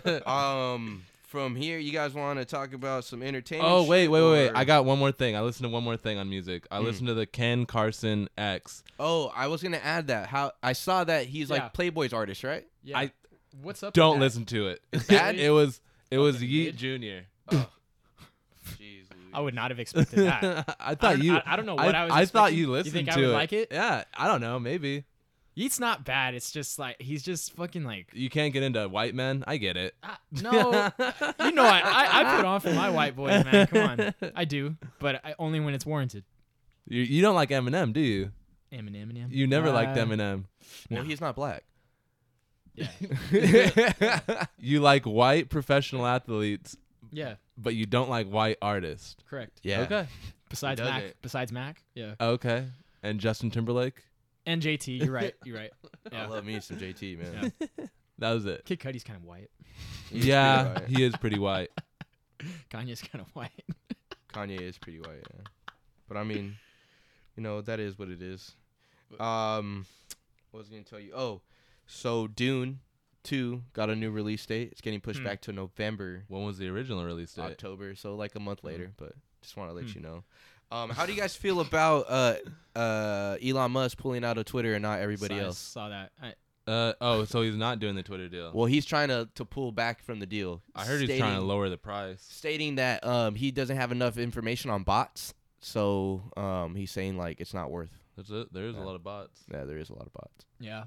Speaker 4: know.
Speaker 5: [laughs]
Speaker 6: oh
Speaker 4: Um, from here, you guys want to talk about some entertainment?
Speaker 6: Oh, wait, wait,
Speaker 4: shit,
Speaker 6: wait, wait!
Speaker 4: or-
Speaker 6: I got one more thing. I listened to one more thing on music.
Speaker 5: Mm.
Speaker 6: I listened to the Ken Carson X.
Speaker 4: Oh, I was gonna add that. How I saw that he's
Speaker 5: Yeah.
Speaker 4: like Playboy's artist, right?
Speaker 5: Yeah.
Speaker 6: I-
Speaker 5: What's up? with
Speaker 6: Don't
Speaker 5: that?
Speaker 6: listen to it.
Speaker 4: bad?
Speaker 6: it was it was
Speaker 5: Fucking
Speaker 6: Yeet
Speaker 5: bitch.
Speaker 6: [laughs] Junior.
Speaker 4: Jeez,
Speaker 5: I would not have
Speaker 4: [laughs]
Speaker 5: expected that.
Speaker 6: I
Speaker 5: I
Speaker 6: thought
Speaker 5: don't-
Speaker 6: you.
Speaker 5: I- I don't know what I was
Speaker 6: I thought
Speaker 5: expecting.
Speaker 6: you
Speaker 5: You
Speaker 6: listened
Speaker 5: think I
Speaker 6: to
Speaker 5: would
Speaker 6: it.
Speaker 5: like it?
Speaker 6: Yeah, I don't know. Maybe
Speaker 5: Yeet's not bad. It's just like he's just fucking like
Speaker 6: you can't get into white men. I get it.
Speaker 5: ah, no. you know I, I I put on for my white boys, man. Come on, I do, but I, only when it's warranted.
Speaker 6: You, you don't like Eminem, do you?
Speaker 5: Eminem, Eminem.
Speaker 6: You never liked
Speaker 5: Uh,
Speaker 6: Eminem.
Speaker 4: Well, he's not
Speaker 6: [laughs]
Speaker 4: black.
Speaker 5: Yeah.
Speaker 6: You like white professional athletes,
Speaker 4: [laughs]
Speaker 5: yeah.
Speaker 6: but you don't like white artists.
Speaker 5: Correct.
Speaker 4: yeah.
Speaker 6: Okay.
Speaker 5: Besides
Speaker 4: does
Speaker 5: Mac.
Speaker 4: it?
Speaker 5: Besides Mac. Yeah.
Speaker 6: Okay. And Justin Timberlake.
Speaker 5: And JT. You're right. You're right. Yeah.
Speaker 4: I love me some JT, man.
Speaker 5: Yeah.
Speaker 6: That was it.
Speaker 5: Kid Cudi's kind of white.
Speaker 4: He's
Speaker 6: Yeah,
Speaker 4: pretty
Speaker 6: he is pretty white.
Speaker 5: Kanye's kind of [laughs] white.
Speaker 4: white. Kanye is pretty white, yeah. but I mean, you know that is what it is. Um, what was I gonna tell you? Oh, so Dune two got a new release date. It's getting pushed
Speaker 5: Hmm.
Speaker 4: back to November,
Speaker 6: When was the original release date?
Speaker 4: October, so like a
Speaker 6: Mm-hmm.
Speaker 4: month later. But just want to
Speaker 6: Hmm.
Speaker 4: let you know. Um, how do you guys feel about uh uh Elon Musk pulling out of Twitter and not everybody
Speaker 5: Saw- I
Speaker 4: else?
Speaker 5: saw that. I,
Speaker 6: Uh oh, so he's not doing the Twitter deal.
Speaker 4: Well, he's trying to to pull back from the deal.
Speaker 6: I heard he's trying to
Speaker 4: stating-
Speaker 6: lower the price.
Speaker 4: stating that um he doesn't have enough information on bots, so um he's saying like it's not worth.
Speaker 6: There's a, there's
Speaker 4: Yeah.
Speaker 6: a lot of bots.
Speaker 4: Yeah, there is a lot of bots.
Speaker 5: yeah.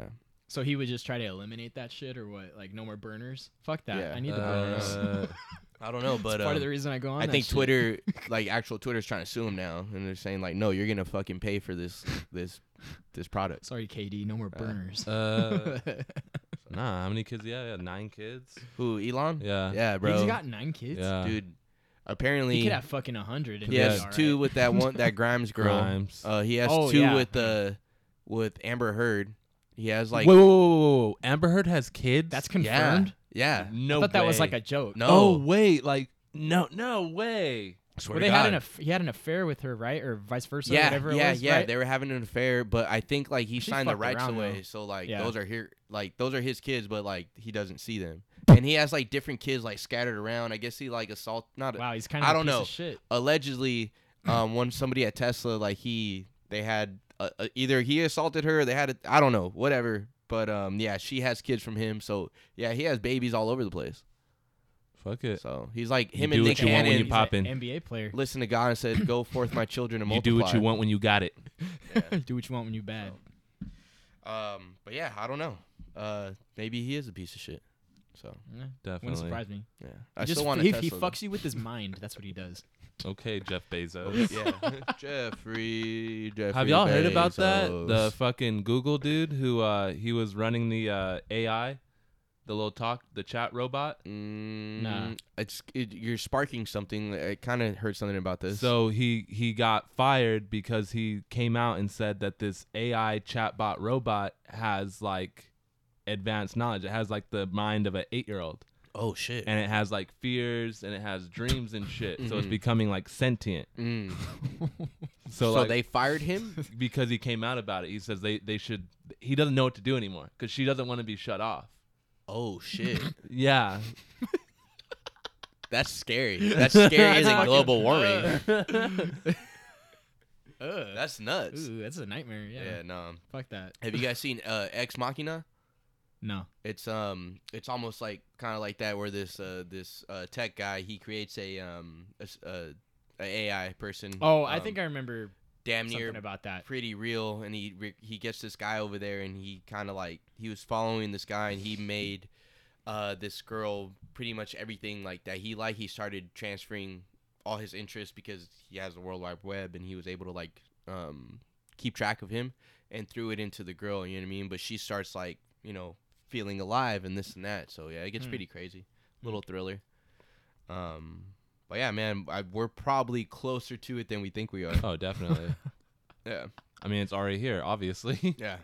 Speaker 4: Yeah.
Speaker 5: So he would just try to eliminate that shit or what? Like no more burners? Fuck that.
Speaker 4: Yeah.
Speaker 5: I need the burners.
Speaker 6: Uh,
Speaker 4: [laughs] I don't know, but
Speaker 5: That's part of the reason I go on.
Speaker 4: I
Speaker 5: that
Speaker 4: think
Speaker 5: shit.
Speaker 6: [laughs]
Speaker 4: Twitter, like actual Twitter's trying to sue him now, and they're saying like, no, you're gonna fucking pay for this this this product.
Speaker 5: Sorry, KD. No more burners.
Speaker 4: um,
Speaker 5: [laughs]
Speaker 6: uh,
Speaker 5: He's
Speaker 6: nah, how many kids? Yeah, yeah, nine kids.
Speaker 4: Who Elon?
Speaker 6: Yeah. uh,
Speaker 4: yeah, bro,
Speaker 5: got nine kids.
Speaker 6: Yeah.
Speaker 4: dude. Apparently,
Speaker 5: He could have fucking a hundred. and
Speaker 4: he
Speaker 5: he'd be
Speaker 4: has
Speaker 5: all
Speaker 4: two
Speaker 5: right.
Speaker 4: with
Speaker 5: [laughs]
Speaker 4: that one that Grimes girl.
Speaker 6: Grimes.
Speaker 4: Uh, he has
Speaker 5: Oh,
Speaker 4: two
Speaker 5: yeah.
Speaker 4: with uh with Amber Heard. He has like
Speaker 6: whoa, whoa, whoa, whoa, whoa! Amber Heard has kids.
Speaker 5: That's
Speaker 4: yeah,
Speaker 5: confirmed.
Speaker 4: yeah.
Speaker 6: no.
Speaker 5: I thought that was
Speaker 6: way.
Speaker 5: like a joke.
Speaker 4: No,
Speaker 6: Oh wait, like no, no way.
Speaker 4: swear
Speaker 5: Where
Speaker 4: to
Speaker 5: they had an
Speaker 4: God.
Speaker 5: aff- he had an affair with her, right, or vice versa,
Speaker 4: yeah,
Speaker 5: whatever it
Speaker 4: yeah,
Speaker 5: was,
Speaker 4: yeah.
Speaker 5: right?
Speaker 4: They were having an affair, but I think like he
Speaker 5: She
Speaker 4: signed the
Speaker 5: fucked
Speaker 4: rights
Speaker 5: around,
Speaker 4: away,
Speaker 5: though.
Speaker 4: so like
Speaker 5: Yeah.
Speaker 4: those are here, like those are his kids, but like he doesn't see them, and he has like different kids like scattered around. I guess he like assault, not
Speaker 5: wow, he's kind of
Speaker 4: I
Speaker 5: I
Speaker 4: don't
Speaker 5: piece
Speaker 4: know.
Speaker 5: Of shit.
Speaker 4: allegedly, um, when somebody at Tesla like he they had uh, uh, either he assaulted her, or they had a, I don't know, whatever. But um, yeah, she has kids from him, so yeah, he has babies all over the place.
Speaker 6: Fuck it.
Speaker 4: So he's like
Speaker 6: You
Speaker 4: him
Speaker 6: do
Speaker 4: and
Speaker 6: what
Speaker 4: Nick
Speaker 6: you want when
Speaker 4: Cannon
Speaker 6: you pop in.
Speaker 5: NBA player.
Speaker 4: listened to God and said, "Go forth, my children, and
Speaker 6: You
Speaker 4: multiply."
Speaker 6: do what you want when you got it.
Speaker 5: [laughs] Do what you want when you bad.
Speaker 4: Um, but yeah, I don't know. Uh, maybe he is a piece of shit. So
Speaker 5: Yeah. Wouldn't
Speaker 6: Definitely.
Speaker 5: surprise me.
Speaker 4: yeah, I
Speaker 5: just,
Speaker 4: still want
Speaker 5: he,
Speaker 4: a Tesla.
Speaker 5: he fucks you with his mind. That's what he does.
Speaker 6: Okay, Jeff Bezos.
Speaker 4: though. yeah, [laughs] Jeffrey. Jeffrey.
Speaker 6: Have y'all heard about that?
Speaker 4: Bezos.
Speaker 6: The fucking Google dude who uh he was running the uh AI, the little talk, the chat robot.
Speaker 4: Mm,
Speaker 5: Nah.
Speaker 4: It's it, you're sparking something. I kind of heard something about this.
Speaker 6: So he he got fired because he came out and said that this AI chatbot robot has like advanced knowledge. It has like the mind of an 8-year-old.
Speaker 4: oh shit.
Speaker 6: and it has like fears and it has dreams and shit. So it's becoming like sentient.
Speaker 4: [laughs] Mm.
Speaker 6: So,
Speaker 4: So
Speaker 6: like,
Speaker 4: they fired him.
Speaker 6: because he came out about it, he says they they should. He doesn't know what to do anymore because she doesn't want to be shut off.
Speaker 4: [laughs] oh shit.
Speaker 6: Yeah,
Speaker 4: [laughs] That's [laughs] scary. That's scary as in
Speaker 5: [laughs]
Speaker 4: global warming. [laughs]
Speaker 5: Ugh.
Speaker 4: That's nuts.
Speaker 6: [laughs]
Speaker 5: Ooh, that's a nightmare. Yeah.
Speaker 4: Yeah. No.
Speaker 5: Fuck that.
Speaker 4: Have you guys seen uh, Ex Machina?
Speaker 5: No.
Speaker 4: It's um, it's almost like kind of like that where this uh this uh tech guy he creates a um a, s- uh, a AI person.
Speaker 5: Oh, I
Speaker 4: um,
Speaker 5: think I remember
Speaker 4: damn
Speaker 5: something
Speaker 4: near
Speaker 5: about that.
Speaker 4: pretty real, and he re- he gets this guy over there, and he kind of like he was following this guy, and he made uh this girl pretty much everything like that he like he started transferring all his interests because he has the world wide web and he was able to like um keep track of him and threw it into the girl you know what i mean but she starts like you know feeling alive and this and that so yeah it gets
Speaker 5: Hmm.
Speaker 4: pretty crazy little thriller um but yeah man I, we're probably closer to it than we think we are
Speaker 6: [laughs] [laughs] oh definitely.
Speaker 4: yeah
Speaker 6: I mean, it's already here, obviously.
Speaker 4: yeah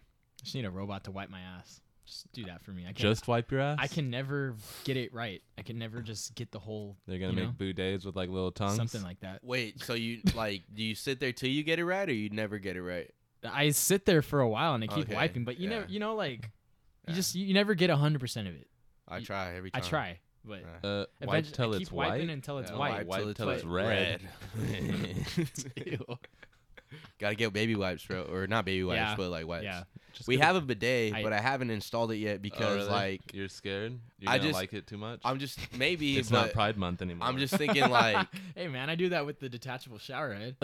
Speaker 5: Just need a robot to wipe my ass. Just do that for me. I can.
Speaker 6: Just wipe your ass.
Speaker 5: I can never get it right. I can never just get the whole.
Speaker 6: They're gonna
Speaker 5: you
Speaker 6: make
Speaker 5: know,
Speaker 6: boudays with like little tongues.
Speaker 5: something like that.
Speaker 6: [laughs]
Speaker 4: wait so you like do you sit there till you get it right or you never get it right
Speaker 5: I sit there for a while and I keep
Speaker 4: Okay,
Speaker 5: wiping, but you
Speaker 4: yeah.
Speaker 5: never, you know, like
Speaker 4: Yeah.
Speaker 5: you just you never get hundred percent of it.
Speaker 4: I try every
Speaker 5: I
Speaker 4: time.
Speaker 5: try, but
Speaker 4: Yeah.
Speaker 6: Uh, wipe
Speaker 5: eventually
Speaker 6: till
Speaker 5: I keep
Speaker 6: it's
Speaker 5: wiping
Speaker 6: white.
Speaker 5: until it's
Speaker 4: Yeah,
Speaker 5: white.
Speaker 4: wipe
Speaker 6: till it's red.
Speaker 4: red.
Speaker 6: [laughs]
Speaker 4: Gotta get baby wipes, bro, or not baby wipes,
Speaker 5: Yeah.
Speaker 4: but like wipes.
Speaker 5: Yeah.
Speaker 6: Just
Speaker 4: We
Speaker 6: gonna-
Speaker 4: have a bidet,
Speaker 5: I-
Speaker 4: but I haven't installed it yet
Speaker 6: Oh,
Speaker 4: [laughs] because
Speaker 6: really?
Speaker 4: like
Speaker 6: you're scared. You're
Speaker 4: I
Speaker 6: gonna
Speaker 4: just-
Speaker 6: like it too much.
Speaker 4: I'm just maybe,
Speaker 6: it's not
Speaker 4: but
Speaker 6: Pride Month anymore.
Speaker 4: I'm
Speaker 6: [laughs]
Speaker 4: just thinking like
Speaker 5: [laughs] hey man, I do that with the detachable shower
Speaker 4: [laughs]
Speaker 5: head.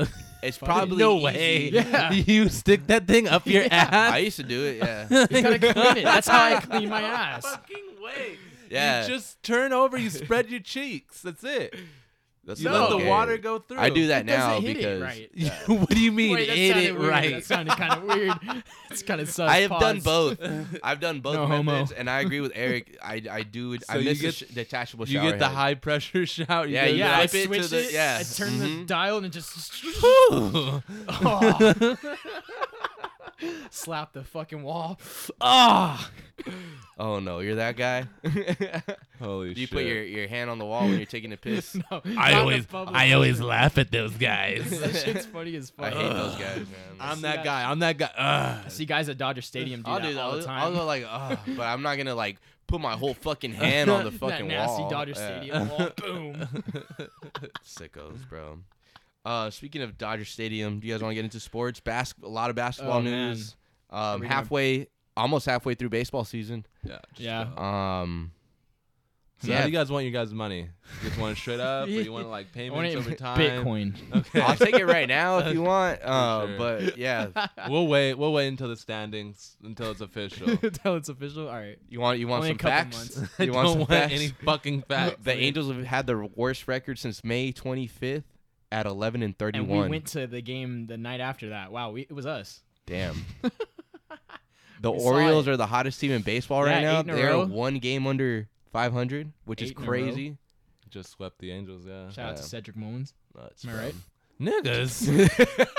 Speaker 4: it's
Speaker 5: Fucking
Speaker 4: probably
Speaker 6: no
Speaker 4: easy.
Speaker 6: [laughs] way.
Speaker 5: Yeah.
Speaker 6: You stick that thing up [laughs] your
Speaker 4: [laughs] I
Speaker 6: ass.
Speaker 4: used to do it,
Speaker 6: [laughs]
Speaker 4: yeah,
Speaker 5: You gotta clean it. That's how I clean my ass.
Speaker 6: Fucking way.
Speaker 4: yeah.
Speaker 6: You just turn over. You spread your cheeks. That's it.
Speaker 4: That's
Speaker 6: You
Speaker 4: not
Speaker 6: let
Speaker 4: okay.
Speaker 6: the water go through.
Speaker 4: I do that
Speaker 6: [laughs]
Speaker 5: It
Speaker 4: now
Speaker 5: doesn't hit
Speaker 4: because
Speaker 5: it right.
Speaker 6: what do you mean?
Speaker 5: Wait, that
Speaker 6: Ate
Speaker 5: sounded
Speaker 6: it
Speaker 5: weird.
Speaker 6: right.
Speaker 5: That sounded
Speaker 4: [laughs]
Speaker 5: kind of weird. It's kind of sus.
Speaker 4: I have done
Speaker 5: Pause.
Speaker 4: both.
Speaker 5: [laughs]
Speaker 4: I've done both
Speaker 5: No homo.
Speaker 4: methods, and I agree with Eric. I I do.
Speaker 6: So
Speaker 4: I
Speaker 6: you
Speaker 4: miss the
Speaker 6: get-
Speaker 4: sh- detachable
Speaker 6: [laughs] you
Speaker 4: shower.
Speaker 6: get the
Speaker 4: head.
Speaker 6: high pressure [laughs] shower. You
Speaker 4: Yeah,
Speaker 6: go
Speaker 4: you
Speaker 5: Yeah, I
Speaker 4: wipe it to
Speaker 5: switched
Speaker 4: the-
Speaker 5: it.
Speaker 4: yeah.
Speaker 5: I turned the
Speaker 4: Mhm.
Speaker 5: dial and it just
Speaker 6: [laughs] Ooh.
Speaker 5: oh. slap the fucking wall. [laughs] Ah.
Speaker 4: Oh no, you're that
Speaker 5: [laughs]
Speaker 4: guy.
Speaker 6: Holy
Speaker 4: Do you put your, your hand on the wall when you're taking
Speaker 5: [laughs]
Speaker 4: a piss?
Speaker 5: No, not the bubble.
Speaker 6: always laugh at those guys.
Speaker 4: [laughs]
Speaker 5: That shit's funny as fuck.
Speaker 4: I hate those guys, man.
Speaker 6: I'm that guy. I'm that guy. Ugh.
Speaker 5: See guys at Dodger Stadium do
Speaker 4: I'll
Speaker 5: that
Speaker 4: do that
Speaker 5: all
Speaker 4: I'll,
Speaker 5: the
Speaker 4: I'll [laughs]
Speaker 5: time.
Speaker 4: go like,
Speaker 5: [laughs]
Speaker 4: oh, but I'm not gonna like put my whole fucking hand on the fucking
Speaker 5: that nasty
Speaker 4: wall.
Speaker 5: Dodger
Speaker 4: Yeah.
Speaker 5: Stadium wall. [laughs] Boom.
Speaker 4: [laughs]
Speaker 6: [laughs]
Speaker 4: Sickos, bro. Uh, speaking of Dodger Stadium, do you guys want to get into sports? Bas- a lot of basketball
Speaker 5: Oh, man.
Speaker 4: news. Um,
Speaker 5: we gonna-
Speaker 4: halfway, almost halfway through baseball season.
Speaker 6: Yeah. just
Speaker 5: Yeah.
Speaker 6: go.
Speaker 4: Um,
Speaker 6: So
Speaker 4: yeah,
Speaker 6: how do you guys want your guys' money? You just want it straight up, or you want [laughs] like
Speaker 5: I
Speaker 6: payments
Speaker 5: want [laughs]
Speaker 6: over
Speaker 5: it
Speaker 6: time?
Speaker 5: Bitcoin.
Speaker 6: [laughs] Okay.
Speaker 4: I'll take it right now
Speaker 5: [laughs]
Speaker 4: if you want. Uh,
Speaker 6: sure.
Speaker 4: But yeah,
Speaker 6: We'll wait. We'll wait until the standings, until it's
Speaker 5: [laughs]
Speaker 6: official. [laughs] You
Speaker 5: Until it's official. All right.
Speaker 4: you want you want
Speaker 5: Only a
Speaker 4: some
Speaker 5: couple
Speaker 4: facts? [laughs]
Speaker 5: [laughs] months.
Speaker 4: You
Speaker 6: don't
Speaker 4: want some
Speaker 6: want
Speaker 4: facts?
Speaker 6: any [laughs] fucking facts.
Speaker 4: The Angels have had the worst record since May 25th at 11 and
Speaker 5: And
Speaker 4: 31.
Speaker 5: we went [laughs] to the game the night after that. Wow, we, it was us.
Speaker 4: Damn. the
Speaker 5: We saw
Speaker 4: Orioles
Speaker 5: it.
Speaker 4: are the hottest team in baseball
Speaker 5: Yeah,
Speaker 4: right now.
Speaker 5: eight in a
Speaker 4: They're
Speaker 5: row.
Speaker 4: one game under 500, which is
Speaker 5: Eight in a row.
Speaker 4: crazy.
Speaker 6: just swept the Angels. Yeah.
Speaker 5: Shout out to
Speaker 4: Yeah.
Speaker 5: Cedric Mullins.
Speaker 4: Nuts,
Speaker 5: Am I
Speaker 4: bro.
Speaker 5: right?
Speaker 6: [laughs] Niggas.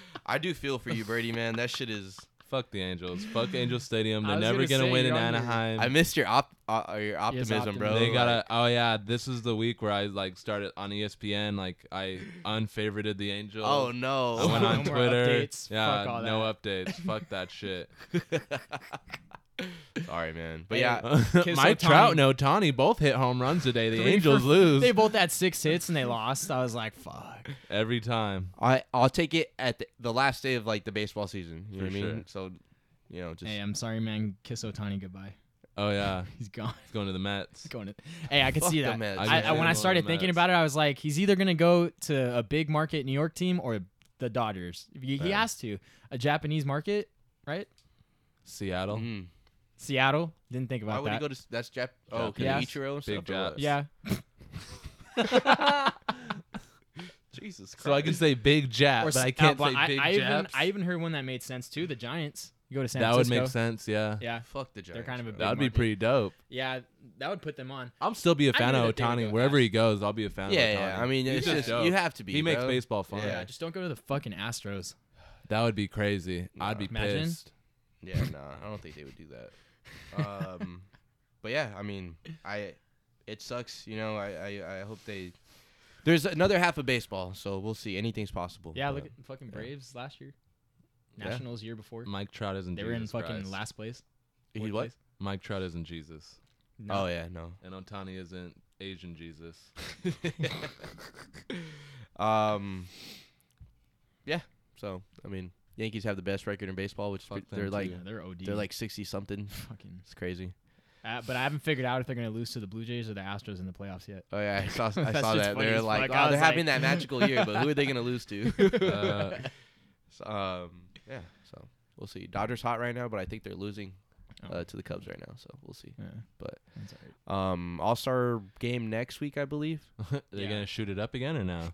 Speaker 4: [laughs] I do feel for you, Brady, man. That shit is.
Speaker 6: Fuck the Angels. Fuck Angel Stadium.
Speaker 5: I
Speaker 6: They're
Speaker 5: was
Speaker 6: never
Speaker 5: gonna
Speaker 6: gonna,
Speaker 5: say
Speaker 6: win in
Speaker 5: you're on your-
Speaker 6: Anaheim.
Speaker 4: I missed your op, uh, your optimism, bro.
Speaker 5: optimism.
Speaker 6: They
Speaker 4: Like,
Speaker 6: gotta. Oh yeah, this is the week where I like started on E ESPN. Like I unfavorited the Angels.
Speaker 4: oh no.
Speaker 6: I went
Speaker 4: [laughs]
Speaker 5: No [laughs]
Speaker 6: on
Speaker 5: more
Speaker 6: Twitter.
Speaker 5: updates.
Speaker 6: Yeah,
Speaker 5: Fuck all
Speaker 6: no updates. Fuck
Speaker 5: [laughs]
Speaker 6: that shit.
Speaker 4: Sorry, man. But yeah,
Speaker 6: [laughs]
Speaker 5: Kiss
Speaker 6: Mike
Speaker 5: Ohtani.
Speaker 6: Trout and Otani both hit home runs today. The
Speaker 5: [laughs] Three for-
Speaker 6: Angels lose
Speaker 5: They both had six hits and they lost. I was like,
Speaker 6: [laughs]
Speaker 5: fuck.
Speaker 6: every time.
Speaker 4: I I'll take it at the, the last day of like the baseball season. You know
Speaker 6: For
Speaker 4: what I mean?
Speaker 6: sure.
Speaker 4: So, you know, just
Speaker 5: Hey, I'm sorry, man. Kiss Otani goodbye.
Speaker 6: Oh yeah,
Speaker 5: He's gone. [laughs]
Speaker 6: he's going to the Mets.
Speaker 5: He's going to. Hey, I could
Speaker 4: Fuck
Speaker 5: see
Speaker 4: the
Speaker 5: that.
Speaker 4: Mets,
Speaker 5: I, I,
Speaker 6: man.
Speaker 5: when I started
Speaker 6: Fuck the
Speaker 5: thinking
Speaker 6: Mets.
Speaker 5: about it, I was like, he's either gonna go to a big market New York team or the Dodgers. He, he
Speaker 6: Yeah.
Speaker 5: has to. A Japanese market, right?
Speaker 6: Seattle.
Speaker 5: Mm-hmm.
Speaker 4: Mm.
Speaker 5: Seattle. Didn't think
Speaker 4: Why
Speaker 5: about
Speaker 4: would
Speaker 5: that.
Speaker 4: he go to s- that's Jap? Oh, okay.
Speaker 5: Yes.
Speaker 4: Ichiro and
Speaker 6: Big
Speaker 4: stuff or what?
Speaker 6: Japs.
Speaker 5: yeah.
Speaker 4: Jesus Christ.
Speaker 6: So I can say Big Jap, but
Speaker 5: s-
Speaker 6: I can't
Speaker 5: uh,
Speaker 6: say
Speaker 5: I,
Speaker 6: Big
Speaker 5: I even,
Speaker 6: Japs.
Speaker 5: I even heard one that made sense too. The Giants. You go to San
Speaker 6: that would
Speaker 5: Francisco.
Speaker 6: make sense. Yeah,
Speaker 5: Yeah.
Speaker 4: Fuck the Giants.
Speaker 5: They're kind of a
Speaker 4: bro.
Speaker 5: big
Speaker 6: that would be
Speaker 5: market.
Speaker 6: pretty dope.
Speaker 5: Yeah, that would put them on.
Speaker 6: I'm still be a
Speaker 5: I
Speaker 6: fan
Speaker 5: knew
Speaker 6: of
Speaker 5: that they would
Speaker 6: Otani
Speaker 5: go
Speaker 6: wherever
Speaker 5: fast.
Speaker 6: he goes. I'll be a fan.
Speaker 4: Yeah,
Speaker 6: of Otani.
Speaker 4: yeah. I mean,
Speaker 6: He's
Speaker 4: it's just
Speaker 6: dope.
Speaker 4: you have to be.
Speaker 6: He makes
Speaker 4: bro.
Speaker 6: baseball fun.
Speaker 5: Yeah,
Speaker 6: [laughs]
Speaker 4: Yeah.
Speaker 5: just don't go to the fucking Astros.
Speaker 6: That would be crazy. I'd be
Speaker 5: Imagine.
Speaker 6: pissed.
Speaker 4: Yeah, nah, I don't think they would do that. Um, [laughs] but yeah, I mean, I it sucks, you know. I, I I hope they. There's another half of baseball, so we'll see. Anything's possible.
Speaker 5: Yeah, look
Speaker 4: but-
Speaker 5: at fucking
Speaker 4: yeah.
Speaker 5: Braves last year.
Speaker 4: Yeah. Mm,
Speaker 5: Nationals year before.
Speaker 6: Mike Trout isn't.
Speaker 5: They were in
Speaker 6: Jesus
Speaker 5: fucking
Speaker 6: Christ.
Speaker 5: last place.
Speaker 4: Oh, He
Speaker 5: fourth
Speaker 4: what?
Speaker 5: place.
Speaker 6: Mike Trout isn't Jesus,
Speaker 4: Oh yeah, no.
Speaker 6: and Otani isn't Asian Jesus. Uh, [laughs]
Speaker 4: [laughs] um, yeah. So I mean, Yankees have the best record in baseball, which is
Speaker 6: Fuck
Speaker 4: pre-
Speaker 6: them
Speaker 4: they're like
Speaker 5: Yeah, they're OD.
Speaker 4: they're like sixty
Speaker 5: [laughs]
Speaker 4: something.
Speaker 5: fucking.
Speaker 4: It's crazy.
Speaker 5: Uh, but I haven't figured out if they're gonna lose to the Blue Jays or the Astros in the playoffs yet.
Speaker 4: Oh yeah, I
Speaker 5: [laughs]
Speaker 4: saw I
Speaker 5: That's
Speaker 4: saw
Speaker 5: just
Speaker 4: that.
Speaker 5: funny
Speaker 4: They're
Speaker 5: as
Speaker 4: like,
Speaker 5: fuck. I
Speaker 4: oh, they're
Speaker 5: was
Speaker 4: having
Speaker 5: like-
Speaker 4: that magical year, but who are they gonna lose
Speaker 5: [laughs]
Speaker 4: to? [laughs]
Speaker 6: Uh,
Speaker 4: So, um, yeah, so we'll see. Dodgers hot right now, but I think they're losing
Speaker 5: Oh.
Speaker 4: uh, to the Cubs right now, so we'll see.
Speaker 5: Yeah,
Speaker 4: But
Speaker 5: that's all right.
Speaker 4: um, All Star game next week, I believe.
Speaker 6: they're
Speaker 5: Yeah.
Speaker 6: gonna shoot it up again
Speaker 5: [laughs]
Speaker 6: or no?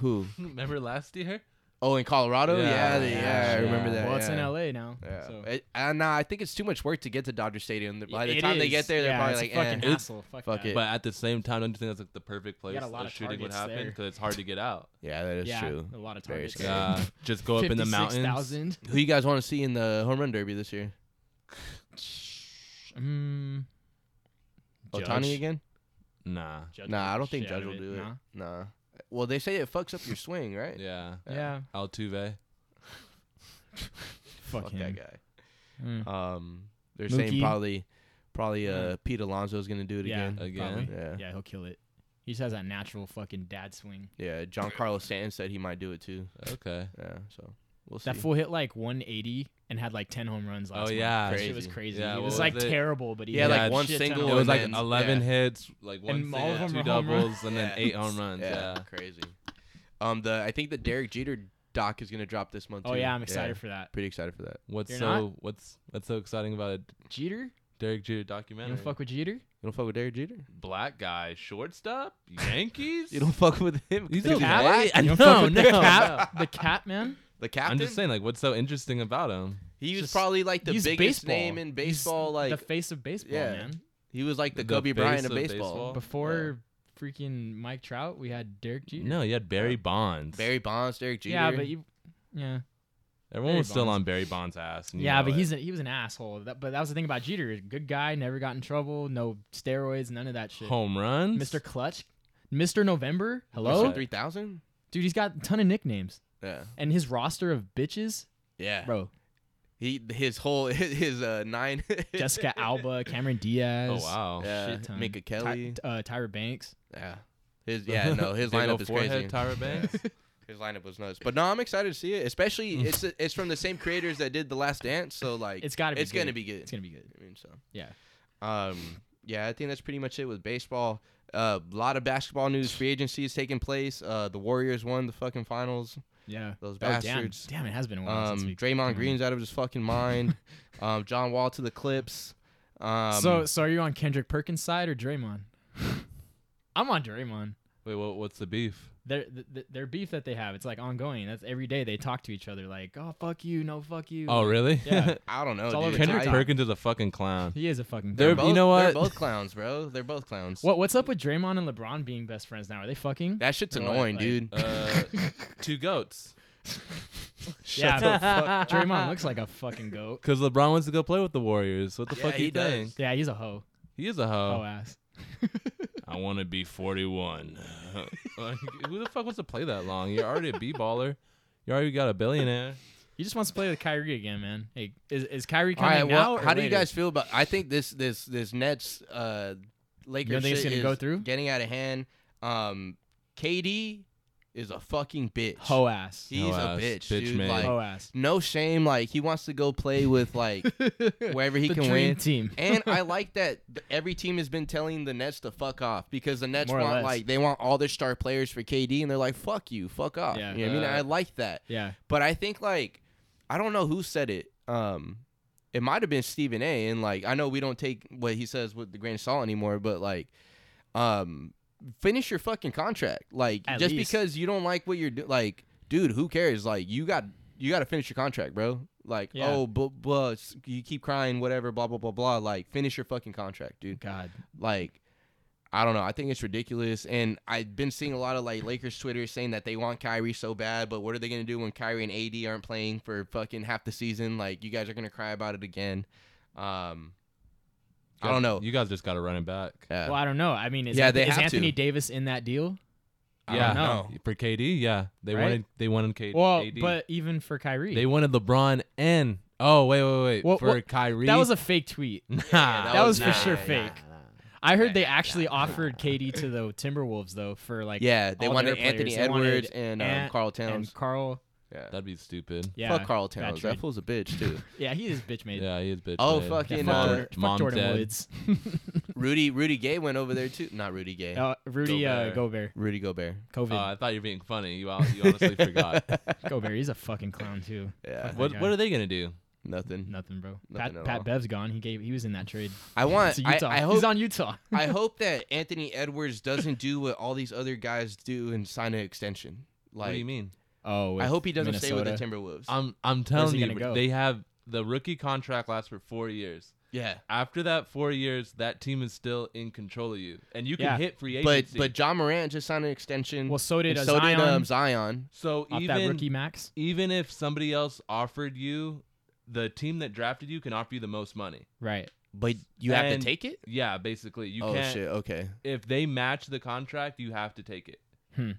Speaker 4: Who?
Speaker 6: Remember last year?
Speaker 4: Oh, in Colorado. Yeah,
Speaker 6: Yeah,
Speaker 4: they-
Speaker 6: yeah,
Speaker 4: yeah, I remember
Speaker 6: yeah.
Speaker 4: that.
Speaker 5: Well, it's
Speaker 4: yeah.
Speaker 5: in LA now.
Speaker 4: Yeah,
Speaker 5: So.
Speaker 4: It- and uh, I think it's too much work to get to Dodger Stadium. The- By the
Speaker 5: It
Speaker 4: time they
Speaker 5: is.
Speaker 4: get there, they're
Speaker 5: yeah,
Speaker 4: probably
Speaker 5: it's
Speaker 4: like,
Speaker 5: a fucking
Speaker 4: eh.
Speaker 5: hassle. Fuck
Speaker 4: fuck
Speaker 5: that.
Speaker 4: it.
Speaker 6: But at the same time, don't you think that's like the perfect place
Speaker 5: got a lot
Speaker 6: a
Speaker 5: of
Speaker 6: shooting would
Speaker 5: targets
Speaker 6: happen
Speaker 5: there.
Speaker 6: because it's hard to get out.
Speaker 4: yeah, that is
Speaker 5: yeah,
Speaker 4: true.
Speaker 5: a lot of
Speaker 4: Very
Speaker 5: targets.
Speaker 4: scary.
Speaker 6: Yeah, just go up in the mountains.
Speaker 5: 56,000.
Speaker 4: Who you guys want to see in the home run derby this year?
Speaker 5: [laughs] Mm, Judge.
Speaker 4: Otani again?
Speaker 6: Nah.
Speaker 5: Judge
Speaker 4: Nah,
Speaker 5: beat
Speaker 4: I
Speaker 5: the
Speaker 4: don't think
Speaker 5: shit
Speaker 4: Judge
Speaker 5: out of
Speaker 4: will do it.
Speaker 5: Nah.
Speaker 4: Nah. Well, they say it fucks up your swing, right?
Speaker 6: Yeah.
Speaker 5: Yeah.
Speaker 6: Altuve.
Speaker 5: Fuck,
Speaker 4: Fuck
Speaker 5: him.
Speaker 4: that guy.
Speaker 5: Mm.
Speaker 4: Um, they're
Speaker 5: Mookie.
Speaker 4: saying probably, probably uh, Pete Alonso's gonna do it
Speaker 5: yeah, Uh,
Speaker 4: again.
Speaker 6: Again?
Speaker 5: probably.
Speaker 4: Yeah.
Speaker 5: yeah, he'll kill it. He just has that natural fucking dad swing.
Speaker 4: Yeah, John Carlos Stanton said he might do it too.
Speaker 6: Okay.
Speaker 4: Yeah, so we'll see.
Speaker 5: That fool hit like 180 and had like 10 home runs last
Speaker 6: Oh,
Speaker 5: month.
Speaker 6: yeah.
Speaker 5: That shit was
Speaker 4: Crazy.
Speaker 5: crazy.
Speaker 6: Yeah,
Speaker 5: it
Speaker 6: what
Speaker 5: was
Speaker 6: was
Speaker 5: like
Speaker 6: it?
Speaker 5: terrible, but he
Speaker 4: He had,
Speaker 5: hit
Speaker 4: like,
Speaker 5: a
Speaker 4: one
Speaker 5: shit ton of
Speaker 4: single
Speaker 6: It was
Speaker 5: home
Speaker 6: like
Speaker 4: then-
Speaker 6: eleven
Speaker 4: yeah.
Speaker 6: hits, like one
Speaker 5: And all
Speaker 6: single,
Speaker 5: of them
Speaker 6: two
Speaker 5: are home
Speaker 6: doubles, and then
Speaker 4: Yeah.
Speaker 6: eight home runs. Yeah.
Speaker 5: uh,
Speaker 4: crazy. Um, the I think the Derek Jeter doc is gonna drop this month.
Speaker 5: Oh
Speaker 4: too.
Speaker 5: yeah, I'm excited for that.
Speaker 4: Pretty excited for that.
Speaker 6: What's
Speaker 5: You're
Speaker 6: so
Speaker 5: not?
Speaker 6: what's what's so exciting about a
Speaker 5: Jeter?
Speaker 6: Derek Jeter
Speaker 5: You
Speaker 6: documentary?
Speaker 5: don't fuck with Jeter?
Speaker 4: You don't fuck with Derek Jeter.
Speaker 6: black guy, shortstop,
Speaker 5: [laughs]
Speaker 6: Yankees.
Speaker 4: You don't [laughs] fuck with him.
Speaker 6: He's
Speaker 4: He's
Speaker 6: a
Speaker 4: black.
Speaker 6: black-
Speaker 5: You
Speaker 6: No,
Speaker 5: don't fuck with
Speaker 6: no,
Speaker 5: the cap,
Speaker 6: no.
Speaker 5: the cap man.
Speaker 4: The captain.
Speaker 6: I'm just saying, like, what's so interesting about him?
Speaker 4: he was
Speaker 5: just-
Speaker 4: probably like the
Speaker 5: He's
Speaker 4: biggest
Speaker 5: baseball.
Speaker 4: name in
Speaker 5: He's
Speaker 4: baseball. like
Speaker 5: the face of baseball,
Speaker 4: yeah.
Speaker 5: man.
Speaker 4: he was like the,
Speaker 6: The
Speaker 4: Kobe
Speaker 6: face
Speaker 4: Bryant of
Speaker 6: of
Speaker 4: baseball.
Speaker 6: baseball.
Speaker 5: Before freaking Mike Trout, we had Derek Jeter.
Speaker 6: No, he had
Speaker 5: Uh,
Speaker 6: Barry Bonds.
Speaker 4: Barry Bonds, Derek Jeter.
Speaker 5: yeah, but you, yeah,
Speaker 6: Everyone
Speaker 5: Barry
Speaker 6: was still
Speaker 5: Bonds.
Speaker 6: on Barry Bonds' ass. and you
Speaker 5: yeah,
Speaker 6: know
Speaker 5: but
Speaker 6: it.
Speaker 5: he's a, he was an asshole. That, but that was the thing about Jeter. Good guy, never got in trouble, no steroids, none of that shit.
Speaker 6: home runs.
Speaker 5: Mr. Clutch, Mr. November. Hello,
Speaker 4: Mr. three thousand.
Speaker 5: dude. He's got a ton of nicknames,
Speaker 4: Yeah,
Speaker 5: and his roster of bitches,
Speaker 4: yeah.
Speaker 5: bro.
Speaker 4: [laughs] He his whole [laughs] his uh nine. [laughs]
Speaker 5: Jessica Alba, Cameron Diaz.
Speaker 6: Oh wow.
Speaker 4: Yeah,
Speaker 5: shit ton.
Speaker 4: Minka
Speaker 5: Ty-
Speaker 4: Kelly.
Speaker 5: uh, Tyra Banks.
Speaker 4: yeah. His yeah no
Speaker 5: [laughs]
Speaker 4: his
Speaker 6: [laughs] Big ol'
Speaker 4: lineup is
Speaker 6: forehead,
Speaker 4: crazy.
Speaker 6: Tyra Banks.
Speaker 4: His lineup was nuts, but no, I'm excited to see it. Especially it's it's from the same creators that did The Last Dance, so like
Speaker 5: Mm. It's gotta be
Speaker 4: it's gonna
Speaker 5: good.
Speaker 4: be good.
Speaker 5: It's gonna be good.
Speaker 4: I mean, so
Speaker 5: Yeah.
Speaker 4: um, yeah, I think that's pretty much it with baseball. A lot of basketball news. Free agency is taking place. Uh, the Warriors won the fucking finals.
Speaker 5: Yeah. Oh,
Speaker 4: Those
Speaker 5: damn.
Speaker 4: bastards.
Speaker 5: Damn, it has been a while since
Speaker 4: Um,
Speaker 5: we.
Speaker 4: Draymond Green's out of his fucking
Speaker 5: [laughs]
Speaker 4: mind. um, John Wall to the Clips. Um,
Speaker 5: so, so are you on Kendrick Perkins' side or Draymond? [laughs] I'm on Draymond.
Speaker 6: Wait, what, what's the beef?
Speaker 5: Their th- th- their beef that they have, it's like ongoing. That's every day they talk to each other, like, "Oh fuck you, no fuck you."
Speaker 6: Oh really? [laughs]
Speaker 5: Yeah.
Speaker 4: I don't know.
Speaker 5: all
Speaker 4: dude.
Speaker 5: over
Speaker 6: Kendrick
Speaker 4: I-
Speaker 5: TikTok.
Speaker 6: Perkins is a
Speaker 4: [laughs]
Speaker 6: fucking clown.
Speaker 5: he is a fucking. They're
Speaker 6: They're
Speaker 4: They're
Speaker 6: You
Speaker 4: both,
Speaker 6: know
Speaker 4: They're
Speaker 6: what?
Speaker 4: both clowns, bro. They're both clowns.
Speaker 5: what what's up with Draymond and LeBron being best friends now? Are they fucking?
Speaker 4: That shit's
Speaker 6: Like-
Speaker 4: annoying,
Speaker 6: like,
Speaker 5: [laughs]
Speaker 4: dude.
Speaker 6: Uh, two goats.
Speaker 5: yeah,
Speaker 4: Shut the [laughs]
Speaker 5: [laughs]
Speaker 4: fuck.
Speaker 5: Draymond looks like a fucking goat.
Speaker 6: Cause LeBron wants to go play with the Warriors. What the
Speaker 4: Yeah,
Speaker 6: fuck
Speaker 4: he
Speaker 6: you think?
Speaker 4: does.
Speaker 5: Yeah, he's a hoe.
Speaker 6: He is a
Speaker 5: Hoe
Speaker 4: Oh.
Speaker 6: hoe.
Speaker 5: ass. [laughs]
Speaker 6: I want to be 41. [laughs] like, who the fuck wants to play that long? You're already a b baller. You already got a billionaire.
Speaker 5: He just wants to play with Kyrie again, man. Hey, is is Kyrie
Speaker 4: All
Speaker 5: coming
Speaker 4: right, well,
Speaker 5: now? or
Speaker 4: how do you
Speaker 5: later?
Speaker 4: guys feel about? I think this this this Nets uh Lakers
Speaker 5: think it's
Speaker 4: shit
Speaker 5: gonna
Speaker 4: is
Speaker 5: go through?
Speaker 4: getting out of hand. Um, KD is a fucking bitch.
Speaker 5: Hoe ass.
Speaker 4: He's
Speaker 6: Hoe
Speaker 4: a
Speaker 6: ass,
Speaker 4: bitch,
Speaker 6: bitch
Speaker 4: dude.
Speaker 6: made.
Speaker 4: Like, [laughs]
Speaker 5: Hoe ass.
Speaker 4: no shame. Like he wants to go play with
Speaker 5: [laughs]
Speaker 4: like wherever he
Speaker 5: the
Speaker 4: can
Speaker 5: dream
Speaker 4: win.
Speaker 5: team.
Speaker 4: and I like that th- every team has been telling the Nets to fuck off because the Nets
Speaker 5: More or
Speaker 4: want
Speaker 5: less.
Speaker 4: like they want all their star players for KD, and they're like, "Fuck you, fuck off."
Speaker 5: Yeah.
Speaker 4: You know what I mean?
Speaker 6: Yeah.
Speaker 4: I like that.
Speaker 5: Yeah.
Speaker 4: But I think like I don't know who said it. Um, it might have been Stephen A. And like I know we don't take what he says with the grain of salt anymore, but like, um, finish your fucking contract. Like
Speaker 5: At
Speaker 4: just
Speaker 5: least.
Speaker 4: because you don't like what you're do- like, dude, who cares? Like you got you got to finish your contract, bro. Like
Speaker 5: Yeah.
Speaker 4: oh, blah, blah, s- you keep crying, whatever, blah blah blah blah. Like finish your fucking contract, dude
Speaker 5: God.
Speaker 4: like I don't know. I think it's ridiculous, and I've been seeing a lot of like Lakers Twitter saying that they want Kyrie so bad, but what are they gonna do when Kyrie and AD aren't playing for fucking half the season? Like you guys are gonna cry about it again. Um, I don't know.
Speaker 6: You guys just got to run it back.
Speaker 4: yeah,
Speaker 5: Well, I don't know. I mean, is,
Speaker 4: Yeah,
Speaker 5: Anth-
Speaker 4: they
Speaker 5: is
Speaker 4: have
Speaker 5: Anthony
Speaker 4: to.
Speaker 5: Davis in that deal?
Speaker 4: I
Speaker 6: yeah.
Speaker 4: don't know.
Speaker 6: For KD, yeah, they
Speaker 5: Right?
Speaker 6: wanted they wanted KD.
Speaker 5: Well, but even for Kyrie,
Speaker 6: they wanted LeBron and oh wait wait wait
Speaker 5: Well,
Speaker 6: for
Speaker 5: well,
Speaker 6: Kyrie.
Speaker 5: that was a fake tweet.
Speaker 6: [laughs] nah.
Speaker 5: That, was, for sure fake. I heard they actually offered KD to the Timberwolves though for like
Speaker 4: yeah, they
Speaker 5: all
Speaker 4: wanted
Speaker 5: their
Speaker 4: Anthony
Speaker 5: players. They wanted
Speaker 4: Edwards and um,
Speaker 5: Ant
Speaker 4: Carl
Speaker 5: and
Speaker 4: Towns.
Speaker 5: Carl,
Speaker 4: yeah.
Speaker 6: That'd be stupid.
Speaker 5: yeah,
Speaker 4: fuck Carl
Speaker 5: that
Speaker 4: Towns.
Speaker 5: trade.
Speaker 4: That fool's a bitch too.
Speaker 5: Yeah, he is bitch made. Yeah,
Speaker 6: Yeah, he is bitch.
Speaker 4: Oh,
Speaker 6: made.
Speaker 4: fucking,
Speaker 5: fuck,
Speaker 4: And, uh,
Speaker 5: Jordan, fuck
Speaker 6: mom
Speaker 5: Jordan
Speaker 4: [laughs]
Speaker 6: dead.
Speaker 5: Woods. [laughs]
Speaker 4: Rudy Rudy Gay went over there too. Not Rudy Gay.
Speaker 5: Uh, Rudy Gobert. Uh,
Speaker 6: Gobert.
Speaker 5: Gobert.
Speaker 4: Rudy Gobert. Uh,
Speaker 5: COVID.
Speaker 6: Oh,
Speaker 4: [laughs]
Speaker 6: I thought you were being funny. You hon- you [laughs] honestly
Speaker 5: [laughs]
Speaker 6: forgot.
Speaker 5: Gobert, he's a fucking clown
Speaker 4: [laughs]
Speaker 5: too.
Speaker 4: Yeah,
Speaker 6: What
Speaker 5: Okay.
Speaker 6: what are they gonna do?
Speaker 5: [laughs]
Speaker 4: nothing.
Speaker 5: Nothing, bro.
Speaker 4: Nothing
Speaker 5: Pat
Speaker 4: at
Speaker 5: Pat
Speaker 4: all.
Speaker 5: Bev's gone. He gave. He was in that trade. [laughs]
Speaker 4: I want.
Speaker 5: To
Speaker 4: I,
Speaker 5: Utah.
Speaker 4: I
Speaker 5: he's
Speaker 4: hope
Speaker 5: on Utah.
Speaker 4: I hope that Anthony Edwards doesn't do what all these other guys do and sign an extension. Like,
Speaker 6: what do you mean?
Speaker 5: Oh,
Speaker 4: I hope he doesn't
Speaker 5: Minnesota.
Speaker 4: stay with the Timberwolves.
Speaker 6: I'm I'm
Speaker 5: he
Speaker 6: telling you,
Speaker 5: gonna go?
Speaker 6: they have the rookie contract lasts for four years.
Speaker 4: yeah,
Speaker 6: After that four years, that team is still in control of you, and you can
Speaker 5: Yeah.
Speaker 6: hit free
Speaker 4: but
Speaker 6: agency.
Speaker 4: but John Morant just signed an extension.
Speaker 5: Well, so did
Speaker 4: and
Speaker 5: uh,
Speaker 4: so
Speaker 5: Zion
Speaker 4: did um, Zion.
Speaker 6: so
Speaker 5: off
Speaker 6: even
Speaker 5: that rookie max.
Speaker 6: even if somebody else offered you, the team that drafted you can offer you the most money.
Speaker 5: Right.
Speaker 4: But you have
Speaker 6: And
Speaker 4: to take it.
Speaker 6: Yeah, basically, you
Speaker 4: oh
Speaker 6: can't.
Speaker 4: shit! Okay.
Speaker 6: If they match the contract, you have to take it. Mm,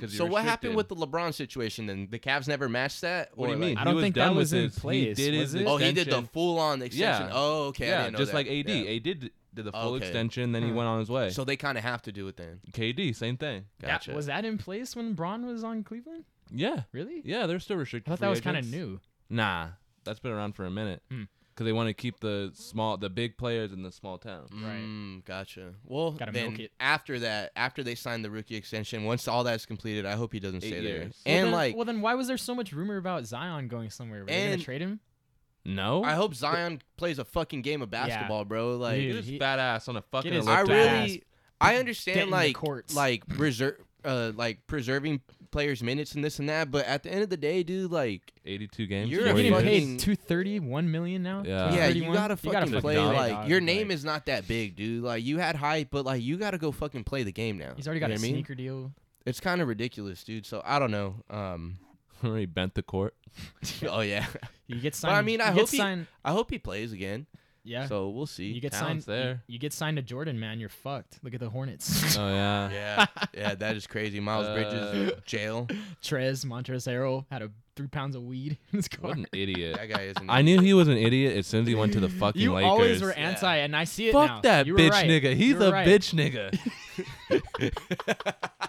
Speaker 6: 'Cause
Speaker 4: So
Speaker 6: you're
Speaker 4: what happened
Speaker 6: restricted.
Speaker 4: with the LeBron situation? Then the Cavs never matched that.
Speaker 6: What do
Speaker 4: Or,
Speaker 6: you
Speaker 4: like-
Speaker 6: mean?
Speaker 5: I
Speaker 6: He
Speaker 5: don't
Speaker 6: was
Speaker 5: think that
Speaker 6: done with
Speaker 5: was in
Speaker 6: his- he
Speaker 5: place,
Speaker 6: did his
Speaker 5: was it?
Speaker 4: Oh, he did the
Speaker 6: extension.
Speaker 4: full on extension.
Speaker 6: Yeah.
Speaker 4: Oh, okay. I
Speaker 6: yeah,
Speaker 4: didn't know
Speaker 6: just
Speaker 4: that.
Speaker 6: like AD.
Speaker 4: Yeah.
Speaker 6: AD did did the full
Speaker 4: Okay.
Speaker 6: extension, then he
Speaker 5: Hmm.
Speaker 6: went on his way.
Speaker 4: So they kind of have to do it then.
Speaker 6: KD, same thing.
Speaker 4: Gotcha.
Speaker 5: That, was that in place when Braun was on Cleveland?
Speaker 6: Yeah,
Speaker 5: Really?
Speaker 6: yeah, they're still
Speaker 5: I
Speaker 6: restricted.
Speaker 5: thought that
Speaker 6: free
Speaker 5: was kind of
Speaker 6: agents.
Speaker 5: new.
Speaker 6: Nah, that's been around for a minute
Speaker 5: Hmm.
Speaker 6: because they want to keep the small, the big players in the small town.
Speaker 5: Right.
Speaker 4: Mm, gotcha. Well,
Speaker 5: Gotta milk
Speaker 4: then
Speaker 5: it.
Speaker 4: after that, after they sign the rookie extension, once all that's completed, I hope he doesn't
Speaker 6: Eight
Speaker 4: stay there.
Speaker 6: years.
Speaker 4: And
Speaker 5: well, then,
Speaker 4: like,
Speaker 5: well, then why was there so much rumor about Zion going somewhere? Were they
Speaker 4: And-
Speaker 5: gonna trade him?
Speaker 6: No,
Speaker 4: I hope Zion plays a fucking game of basketball, bro. Like,
Speaker 5: Dude,
Speaker 6: Get his
Speaker 5: he-
Speaker 6: fat ass on a fucking.
Speaker 5: his
Speaker 4: I
Speaker 5: looked
Speaker 6: elliptical.
Speaker 5: fat
Speaker 4: really, I understand
Speaker 5: Denton the
Speaker 4: like
Speaker 5: courts.
Speaker 4: like preserve, uh, like preserving players' minutes and this and that. But at the end of the day, dude, like,
Speaker 6: 82 games.
Speaker 4: You're
Speaker 5: You're
Speaker 4: a
Speaker 6: four
Speaker 5: getting
Speaker 6: years.
Speaker 5: paid
Speaker 4: fucking-
Speaker 5: two thirty one million now.
Speaker 6: Yeah.
Speaker 4: yeah, you
Speaker 5: 31?
Speaker 4: gotta fucking play.
Speaker 6: fucking
Speaker 4: like,
Speaker 5: dog.
Speaker 4: your name
Speaker 5: Like,
Speaker 4: is not that big, dude. Like, you had hype, but like, you gotta go fucking play the game now.
Speaker 5: He's
Speaker 4: You
Speaker 5: already got
Speaker 4: know
Speaker 5: a
Speaker 4: what I mean?
Speaker 5: sneaker deal.
Speaker 4: It's kind of ridiculous, dude. So I don't know.
Speaker 5: [laughs]
Speaker 4: Um,
Speaker 6: he bent the court.
Speaker 4: oh yeah. [laughs]
Speaker 5: You
Speaker 4: But
Speaker 5: get signed.
Speaker 4: I mean, I
Speaker 5: you get
Speaker 4: hope he-
Speaker 5: signed,
Speaker 4: I hope he plays again.
Speaker 5: Yeah.
Speaker 4: So we'll see.
Speaker 5: you get signed
Speaker 6: talent's there.
Speaker 5: You, you get signed to Jordan, man. You're fucked. Look at the
Speaker 6: [laughs]
Speaker 5: Hornets. [laughs]
Speaker 6: Oh yeah.
Speaker 4: [laughs] yeah, yeah, that is crazy. Miles
Speaker 6: Uh,
Speaker 4: Bridges jail.
Speaker 5: Trez Montrezl Harrell had a three pounds of weed in his car.
Speaker 6: What an idiot.
Speaker 4: [laughs] That guy isn't.
Speaker 6: I knew he was an idiot as soon as he went to the
Speaker 5: [laughs]
Speaker 6: fucking
Speaker 5: You
Speaker 6: Lakers.
Speaker 5: always were anti, and I see it
Speaker 6: Fuck
Speaker 5: now.
Speaker 6: that
Speaker 5: You were
Speaker 6: bitch
Speaker 5: right.
Speaker 6: nigga. He's
Speaker 5: You were [laughs]
Speaker 6: a
Speaker 5: right.
Speaker 6: bitch nigga.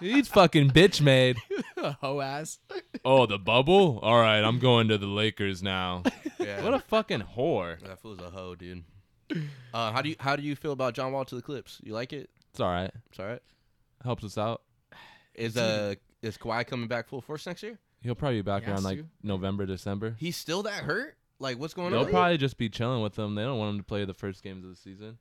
Speaker 5: [laughs]
Speaker 6: He's fucking bitch made.
Speaker 5: Ho ass.
Speaker 6: Oh, the bubble? All right, I'm going to the Lakers now.
Speaker 4: Yeah.
Speaker 6: What a fucking whore.
Speaker 4: that fool's a hoe, dude. Uh, how do you how do you feel about John Wall to the Clips? You like it?
Speaker 6: It's all right.
Speaker 4: It's all right.
Speaker 6: Helps us out.
Speaker 4: Is uh is Kawhi coming back full force next year?
Speaker 6: He'll probably be back
Speaker 5: He has
Speaker 6: around like
Speaker 5: to.
Speaker 6: November, December.
Speaker 4: He's still that hurt? Like what's going
Speaker 6: They'll
Speaker 4: on?
Speaker 6: probably just be chilling with him. They don't want him to play the first games of the season.